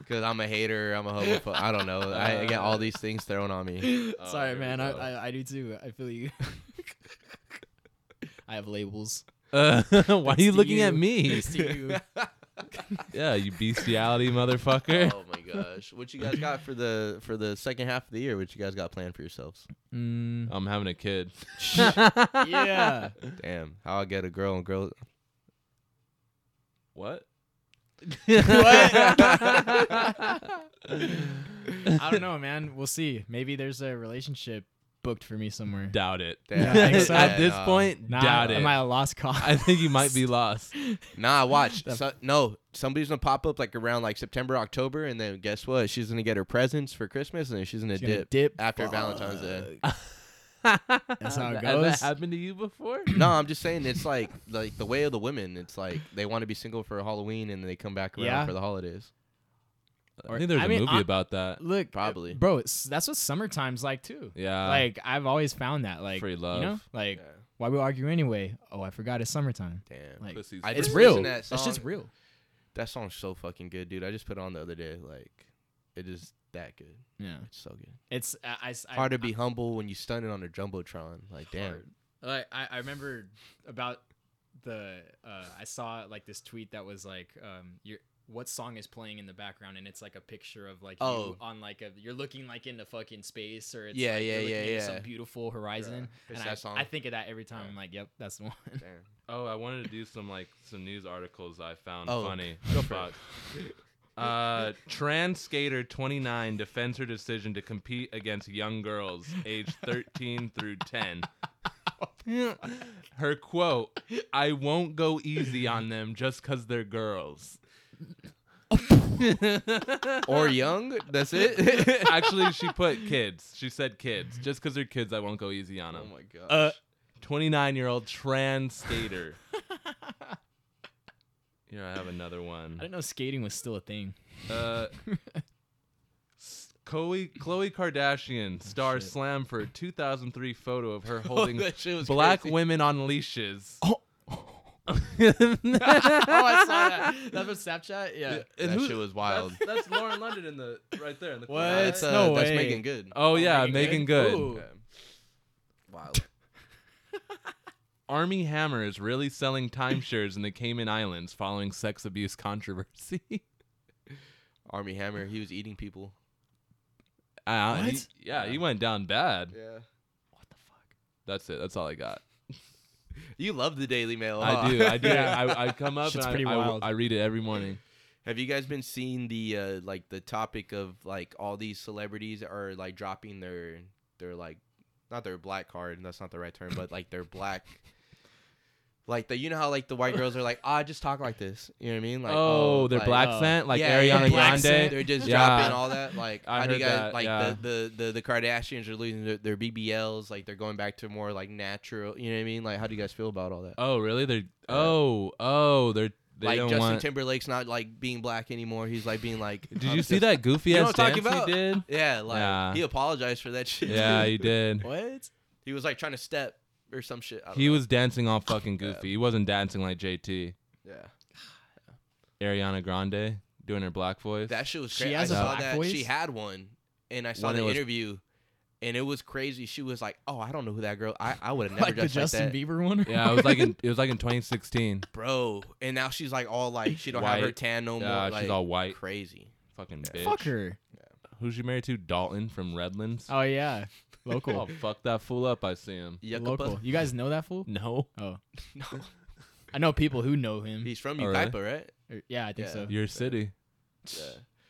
Speaker 4: Because I'm a hater, I'm a homophobe. I don't know. I, I get all these things thrown on me.
Speaker 6: [laughs] Oh,
Speaker 5: Sorry,
Speaker 6: here we
Speaker 5: man. I,
Speaker 6: go.
Speaker 5: I I do too. I feel you. [laughs] I have labels.
Speaker 6: Uh, [laughs] why are
Speaker 5: It's
Speaker 6: you
Speaker 5: to
Speaker 6: looking at
Speaker 5: you. [laughs]
Speaker 6: me?
Speaker 5: It's [laughs] to
Speaker 4: [laughs]
Speaker 5: you.
Speaker 6: yeah, you bestiality motherfucker.
Speaker 4: Oh my gosh! What you guys got for the for the second half of the year? What you guys got planned for yourselves? [laughs]
Speaker 5: Mm,
Speaker 6: I'm having a kid. [laughs]
Speaker 5: yeah.
Speaker 4: Damn, how I get a girl and girl.
Speaker 6: What?
Speaker 4: [laughs]
Speaker 5: I
Speaker 6: [laughs]
Speaker 5: don't know, man. We'll see. Maybe there's a relationship booked for me somewhere.
Speaker 6: Doubt it.
Speaker 4: Damn.
Speaker 5: Yeah, I think so.
Speaker 6: [laughs] At this
Speaker 4: Yeah, no.
Speaker 6: point,
Speaker 5: Nah,
Speaker 6: doubt it.
Speaker 5: am I a lost cause?
Speaker 6: [laughs] I think you might
Speaker 5: [laughs]
Speaker 6: be lost.
Speaker 4: Nah, watch. So, no, somebody's gonna pop up like around like September, October, and then guess what? She's gonna get her presents for Christmas, and then she's gonna,
Speaker 5: She's gonna
Speaker 4: dip,
Speaker 5: dip.
Speaker 4: after Valentine's
Speaker 6: [laughs]
Speaker 4: Day.
Speaker 5: That's how it
Speaker 6: Has
Speaker 5: goes.
Speaker 6: that happened to
Speaker 5: [clears throat]
Speaker 6: you before?
Speaker 4: No, I'm just saying it's like like the way of the women. It's like they want to be single for Halloween, and they come back around
Speaker 5: Yeah.
Speaker 4: for the holidays.
Speaker 6: I think there's
Speaker 5: I
Speaker 6: a
Speaker 5: mean,
Speaker 6: movie
Speaker 5: I-
Speaker 6: about that.
Speaker 5: Look,
Speaker 4: Probably.
Speaker 5: bro. It's, that's what summertime's like too.
Speaker 6: Yeah.
Speaker 5: like I've always found that, like
Speaker 6: Free
Speaker 5: you know,
Speaker 6: love.
Speaker 5: like why we argue anyway? Oh, I forgot it's summertime.
Speaker 4: Damn.
Speaker 5: Like
Speaker 6: Pussy's
Speaker 4: I
Speaker 5: it's
Speaker 4: just
Speaker 5: real.
Speaker 4: listened to that
Speaker 5: That shit's
Speaker 4: song.
Speaker 5: real.
Speaker 4: That song's so fucking good, dude. I just put it on the other day. Like, it is that good.
Speaker 5: Yeah,
Speaker 4: It's so good.
Speaker 5: it's I- I, I,
Speaker 4: Hard to be humble when you stunning on a jumbotron. Like, damn.
Speaker 5: hard. Like I, I remember about the uh, I saw like this tweet that was like um your what song is playing in the background and it's like a picture of like
Speaker 4: Oh.
Speaker 5: you on like a you're looking like into fucking space or it's
Speaker 4: Yeah,
Speaker 5: like,
Speaker 4: yeah,
Speaker 5: you're looking
Speaker 4: yeah,
Speaker 5: into
Speaker 4: yeah.
Speaker 5: some beautiful horizon
Speaker 4: It's
Speaker 5: and
Speaker 4: that
Speaker 5: I,
Speaker 4: song. Hmm.
Speaker 5: I think of that every time I'm like yep that's the one [laughs]
Speaker 4: Damn.
Speaker 6: Oh, I wanted to do some like some news articles I found
Speaker 4: Oh,
Speaker 6: funny.
Speaker 4: go for
Speaker 6: Fuck.
Speaker 4: it.
Speaker 6: [laughs] Uh, trans skater 29 defends her decision to compete against young girls
Speaker 4: [laughs]
Speaker 6: aged 13 through 10. Her quote, I won't go easy on them just because they're girls.
Speaker 4: Or young. That's
Speaker 5: [laughs]
Speaker 4: it.
Speaker 6: Actually, she put kids. She said kids. Just because they're kids, I won't go easy on
Speaker 4: oh
Speaker 6: them.
Speaker 4: my god.
Speaker 5: Uh,
Speaker 6: 29 year old trans
Speaker 4: [laughs]
Speaker 6: skater. Here, I have another one.
Speaker 5: I didn't know skating was still a thing
Speaker 4: [laughs]
Speaker 6: Uh, [laughs] Chloe, Chloe Kardashian star
Speaker 5: shit.
Speaker 6: slam for a 2003 photo of
Speaker 5: [laughs]
Speaker 6: her holding
Speaker 4: Oh, that shit was
Speaker 6: black
Speaker 4: crazy.
Speaker 6: women on leashes. [laughs]
Speaker 5: Oh. [laughs] oh I saw
Speaker 4: [laughs]
Speaker 5: that that's from Snapchat yeah
Speaker 6: And
Speaker 4: that
Speaker 6: who-
Speaker 4: shit was [laughs] wild.
Speaker 6: That's, that's Lauren London in the right there in the
Speaker 5: What?
Speaker 4: Nah,
Speaker 6: corner.
Speaker 4: that's, uh,
Speaker 5: It's no
Speaker 4: that's
Speaker 5: way.
Speaker 4: making good.
Speaker 6: Oh yeah,
Speaker 5: Megan
Speaker 6: Megan
Speaker 5: Good?
Speaker 6: Good.
Speaker 5: Ooh.
Speaker 4: Yeah. Wild.
Speaker 6: Army Hammer is really selling timeshares in the Cayman Islands following sex abuse controversy.
Speaker 4: [laughs]
Speaker 6: [laughs]
Speaker 4: Army Hammer. He was eating people.
Speaker 6: Uh, he-
Speaker 5: What?
Speaker 6: yeah, he went down bad.
Speaker 4: Yeah.
Speaker 5: what the fuck
Speaker 6: That's it. That's all I got.
Speaker 4: You love the Daily Mail. huh?
Speaker 6: I do.
Speaker 4: [laughs]
Speaker 6: I do.
Speaker 5: Yeah.
Speaker 6: I, I come up
Speaker 5: Shit's
Speaker 6: and
Speaker 5: pretty
Speaker 6: I, I-
Speaker 5: wild.
Speaker 6: I read it every morning.
Speaker 4: Have you guys been seeing the uh, like the topic of like all these celebrities are like dropping their their like not their black card and that's not the right term but like their black like the you know how like the white girls are like ah just talk like this you know what I mean like
Speaker 6: oh, they're
Speaker 4: like-
Speaker 6: black
Speaker 5: oh.
Speaker 6: scent like
Speaker 4: Yeah, yeah,
Speaker 6: Ariana
Speaker 4: yeah.
Speaker 6: Grande.
Speaker 4: they're just
Speaker 6: Yeah.
Speaker 4: dropping all that like
Speaker 6: I
Speaker 4: how do you
Speaker 6: heard
Speaker 4: guys
Speaker 6: that,
Speaker 4: like
Speaker 6: yeah.
Speaker 4: the, the the the Kardashians are losing their, their BBLs like they're going back to more like natural you know what I mean like how do you guys feel about all that
Speaker 6: Oh, really? They're oh oh they're they
Speaker 4: like
Speaker 6: don't
Speaker 4: Justin
Speaker 6: want.
Speaker 4: Timberlake's not like being black anymore he's like being like
Speaker 6: did
Speaker 4: I'm
Speaker 6: you see
Speaker 4: just-
Speaker 6: that goofy
Speaker 4: You know
Speaker 6: ass
Speaker 4: what I'm
Speaker 6: dance
Speaker 4: talking about?
Speaker 6: he did?
Speaker 4: Yeah, like
Speaker 6: Yeah.
Speaker 4: he apologized for that [laughs] shit.
Speaker 6: Yeah, he did.
Speaker 5: what
Speaker 4: he was like trying to step or some shit. I don't
Speaker 6: He
Speaker 4: know.
Speaker 6: was dancing all fucking goofy. He wasn't dancing like JT.
Speaker 4: Yeah,
Speaker 6: Ariana Grande doing her black voice.
Speaker 4: that shit was
Speaker 5: She
Speaker 4: crazy. I
Speaker 5: has a
Speaker 4: saw
Speaker 5: black
Speaker 4: that
Speaker 5: voice?
Speaker 4: she had one, and I saw
Speaker 6: One
Speaker 4: the
Speaker 6: that was-
Speaker 4: interview, and it was crazy. She was like, "Oh, I don't know who that girl. I I
Speaker 5: [laughs]
Speaker 4: would have never
Speaker 5: like the
Speaker 4: dressed like that,
Speaker 5: Justin Bieber one
Speaker 6: yeah, it was
Speaker 5: [laughs]
Speaker 6: like in, it was like in 2016.
Speaker 4: bro." And now she's like all like she don't have her
Speaker 6: White.
Speaker 4: tan no more.
Speaker 6: Yeah,
Speaker 4: like,
Speaker 6: she's all white.
Speaker 4: Crazy.
Speaker 6: Fucking bitch.
Speaker 5: fuck her
Speaker 6: Who's she married to? Dalton from Redlands.
Speaker 5: oh yeah local
Speaker 6: Oh, fuck that fool up. I see him.
Speaker 4: Yucca
Speaker 5: local.
Speaker 4: puss- [laughs]
Speaker 5: You guys know that fool?
Speaker 6: No.
Speaker 5: Oh,
Speaker 4: No,
Speaker 5: I know people who know him.
Speaker 4: he's from
Speaker 6: Oh, really?
Speaker 4: Yucaipa, right?
Speaker 5: Or- yeah, I think
Speaker 4: Yeah.
Speaker 5: so.
Speaker 6: Your city.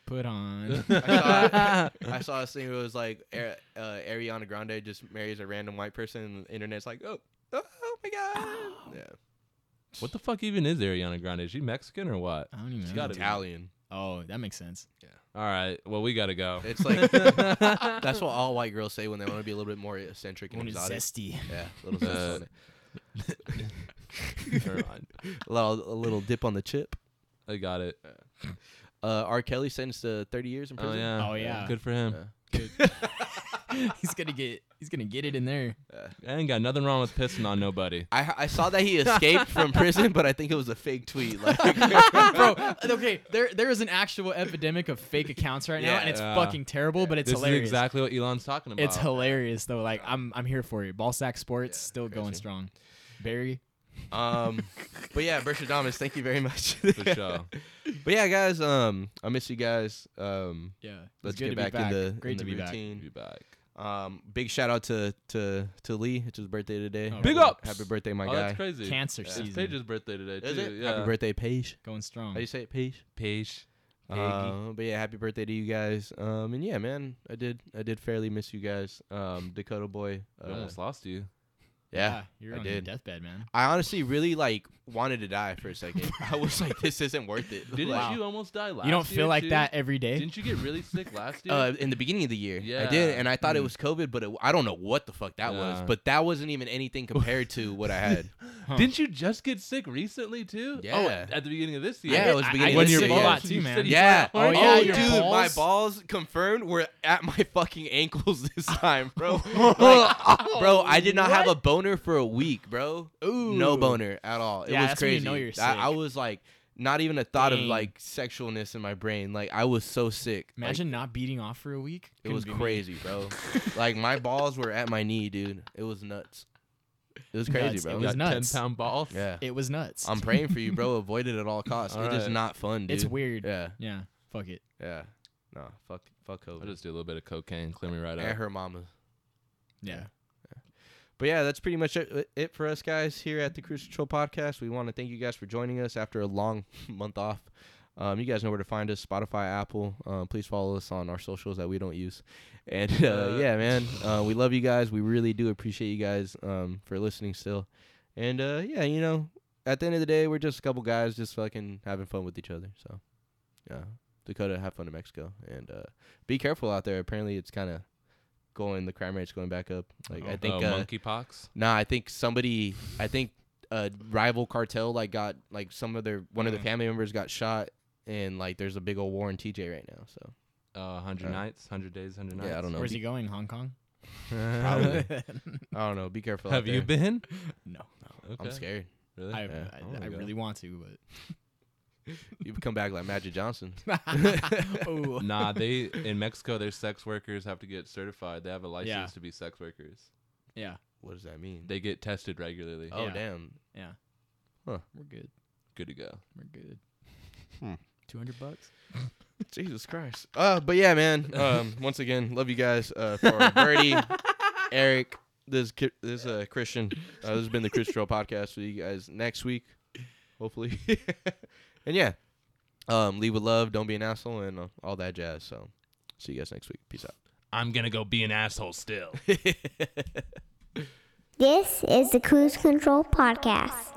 Speaker 5: Put on.
Speaker 6: [laughs]
Speaker 4: I I saw this thing where it [laughs] was like Ari- uh, Ariana Grande just marries a random white person, and the internet's like, oh, oh, oh my god. Yeah,
Speaker 6: What the fuck even is Ariana Grande? Is she Mexican or what?
Speaker 5: I don't even know.
Speaker 6: gotta
Speaker 5: [laughs]
Speaker 6: be.
Speaker 4: Italian.
Speaker 5: Oh, that makes sense.
Speaker 6: All right. Well, we gotta go.
Speaker 4: It's
Speaker 6: [laughs]
Speaker 4: like [laughs] that's what all white girls say when they want to be a little bit more eccentric and
Speaker 5: When it's
Speaker 4: exotic.
Speaker 5: zesty.
Speaker 4: Yeah, a little zest
Speaker 6: Uh,
Speaker 4: on it. A little, a little dip on the chip.
Speaker 6: I got it.
Speaker 4: Uh, R. Kelly sentenced to 30 years in
Speaker 6: Oh
Speaker 4: prison.
Speaker 6: yeah.
Speaker 5: Oh, yeah.
Speaker 6: Good for him.
Speaker 5: [laughs] he's gonna get. He's gonna get it in there.
Speaker 6: I ain't got nothing wrong with pissing
Speaker 4: [laughs]
Speaker 6: on nobody.
Speaker 4: I, I saw that he escaped from prison, but I think it was a fake tweet. Like,
Speaker 5: bro. uh, Okay, there there is an actual epidemic of fake accounts right now, and it's
Speaker 6: Yeah.
Speaker 5: fucking terrible, but it's
Speaker 6: this
Speaker 5: hilarious.
Speaker 6: is exactly what Elon's talking
Speaker 4: [laughs]
Speaker 6: about.
Speaker 5: it's hilarious though. Like I'm I'm here for you. Ball sack sports still going
Speaker 4: crazy.
Speaker 5: strong. Barry,
Speaker 4: um, but yeah, Bershadamas, thank you very much.
Speaker 6: for sure.
Speaker 4: [laughs] But yeah, guys, um, I miss you guys. Um,
Speaker 5: yeah, it's
Speaker 4: let's
Speaker 5: good
Speaker 4: get
Speaker 5: to
Speaker 4: back,
Speaker 5: be back.
Speaker 4: in the
Speaker 5: Great
Speaker 4: in
Speaker 5: to
Speaker 4: the
Speaker 5: be
Speaker 6: We'll be
Speaker 4: routine.
Speaker 6: back.
Speaker 4: Um, big shout out to to to Lee. It's his birthday today.
Speaker 5: Oh,
Speaker 6: Big
Speaker 5: cool.
Speaker 6: ups.
Speaker 4: Happy birthday, my
Speaker 6: oh,
Speaker 4: guy.
Speaker 6: that's crazy.
Speaker 5: back. Cancer
Speaker 6: It's
Speaker 5: season
Speaker 6: Paige's birthday today
Speaker 4: Is
Speaker 6: too.
Speaker 4: it?
Speaker 6: Yeah.
Speaker 4: Happy birthday, Paige.
Speaker 5: going strong.
Speaker 4: How you say it, Paige?
Speaker 6: Paige. Piggy.
Speaker 4: Uh, but yeah, happy birthday to you guys. Um, and yeah, man, I did I did fairly miss you guys. Um, Dakota boy.
Speaker 6: we
Speaker 4: Uh,
Speaker 6: almost lost you.
Speaker 4: yeah.
Speaker 5: you're
Speaker 4: I
Speaker 5: on your
Speaker 4: did.
Speaker 5: deathbed, man.
Speaker 4: I honestly really like wanted to die for a
Speaker 5: [laughs]
Speaker 4: second. I was like, this isn't worth it.
Speaker 6: Didn't
Speaker 4: Like,
Speaker 6: you almost die last?
Speaker 5: you don't
Speaker 6: year,
Speaker 5: feel like
Speaker 6: too?
Speaker 5: that eh? every day.
Speaker 6: Didn't you get really sick last year?
Speaker 4: Uh, in the beginning of the year, I did,
Speaker 6: Yeah.
Speaker 4: and I
Speaker 5: Hmm.
Speaker 4: thought it was COVID, but it, I don't know what the fuck that was.
Speaker 6: Yeah.
Speaker 4: But that wasn't even anything compared to what I
Speaker 5: [laughs]
Speaker 4: had.
Speaker 5: Huh.
Speaker 6: Didn't you just get sick recently too? Oh,
Speaker 4: Yeah.
Speaker 6: at the beginning of this year.
Speaker 4: Yeah, it was
Speaker 5: I- I
Speaker 4: beginning
Speaker 5: get
Speaker 4: of this
Speaker 5: sick
Speaker 4: year.
Speaker 5: a
Speaker 4: yeah.
Speaker 5: lot too, man.
Speaker 4: Yeah.
Speaker 5: Oh,
Speaker 4: Oh,
Speaker 5: yeah, your
Speaker 4: dude, my
Speaker 5: balls?
Speaker 4: balls confirmed were at my fucking ankles [laughs] this time,
Speaker 5: [laughs]
Speaker 4: bro. Like,
Speaker 5: Oh,
Speaker 4: bro, I did not have a boner for a week, bro. No
Speaker 5: Ooh.
Speaker 4: boner at all. It
Speaker 5: Yeah,
Speaker 4: was
Speaker 5: that's when
Speaker 4: crazy.
Speaker 5: you know you're
Speaker 4: I, I
Speaker 5: sick.
Speaker 4: was like, not even a thought of
Speaker 5: Dang.
Speaker 4: like sexualness in my brain. Like I was so sick. Like,
Speaker 5: Imagine not beating off for a week.
Speaker 4: it was
Speaker 5: Couldn't be me.
Speaker 4: crazy,
Speaker 5: [laughs]
Speaker 4: bro. like my balls were at my knee, dude. It was nuts. It was crazy,
Speaker 5: Nuts.
Speaker 4: bro.
Speaker 5: It was
Speaker 6: Got
Speaker 5: nuts.
Speaker 6: ten pound balls.
Speaker 4: yeah.
Speaker 5: It was nuts.
Speaker 4: I'm praying for you,
Speaker 5: [laughs]
Speaker 4: bro. Avoid it at all costs.
Speaker 6: All
Speaker 4: It is
Speaker 6: right.
Speaker 4: not fun, dude.
Speaker 5: It's weird.
Speaker 4: Yeah.
Speaker 5: Yeah. Fuck it.
Speaker 4: Yeah. No, fuck fuck
Speaker 6: I'll
Speaker 4: COVID.
Speaker 6: just do a little bit of cocaine, clear me right
Speaker 4: and
Speaker 6: up.
Speaker 4: her mama.
Speaker 5: Yeah.
Speaker 4: But yeah, that's pretty much it, uh, it for us guys here at the Cruise Control Podcast. We want to thank you guys for joining us after a long [laughs] month off. Um, you guys know where to find us: Spotify, Apple. Um, please follow us on our socials that we don't use. And uh,
Speaker 6: Uh. [laughs]
Speaker 4: yeah, man, uh, we love you guys. We really do appreciate you guys um, for listening still. And uh, yeah, you know, at the end of the day, we're just a couple guys just fucking having fun with each other. So yeah, Dakota, have fun in Mexico, and uh, be careful out there. Apparently, it's kind of going. The crime rate's going back up. Like I think
Speaker 6: oh,
Speaker 4: uh,
Speaker 6: monkeypox.
Speaker 4: Nah, I think somebody. I think a rival cartel like got like some of their one of their
Speaker 5: Mm.
Speaker 4: family members got shot, and like there's a big old war in TJ right now. So
Speaker 6: Uh, hundred
Speaker 4: Uh,
Speaker 6: nights, hundred days, hundred nights.
Speaker 4: yeah, I don't know.
Speaker 6: [laughs]
Speaker 5: Where's
Speaker 4: Be-
Speaker 5: he going?
Speaker 4: [laughs]
Speaker 5: Hong Kong?
Speaker 4: Probably. I don't know. Be careful. out
Speaker 6: Have you
Speaker 4: there.
Speaker 6: [laughs] been?
Speaker 5: [laughs] No.
Speaker 6: Okay.
Speaker 4: I'm scared.
Speaker 6: Really?
Speaker 5: I,
Speaker 4: Yeah.
Speaker 5: I,
Speaker 6: Oh my
Speaker 5: I
Speaker 6: God.
Speaker 5: really want to, but
Speaker 4: You come back like Magic Johnson. [laughs]
Speaker 5: [laughs] oh.
Speaker 6: nah, they in Mexico, their sex workers have to get certified. They have a license
Speaker 5: Yeah.
Speaker 6: to be sex workers.
Speaker 5: Yeah,
Speaker 4: What does that mean?
Speaker 6: They get tested regularly.
Speaker 4: oh
Speaker 5: Yeah.
Speaker 4: damn.
Speaker 5: we're good.
Speaker 6: Good to go.
Speaker 5: We're good.
Speaker 4: Hmm.
Speaker 5: Two hundred bucks.
Speaker 4: Jesus Christ. Uh, but yeah, man. Um, once again, love you guys. Uh, for Birdie, Eric, this ki- this uh Christian. Uh, this has been the Chris Trail podcast for you guys next week, hopefully. [laughs] and yeah, um, leave with love. Don't be an asshole and uh, all that jazz. So, see you guys next week. Peace out.
Speaker 6: I'm gonna go be an asshole still.
Speaker 2: This is the Cruise Control Podcast.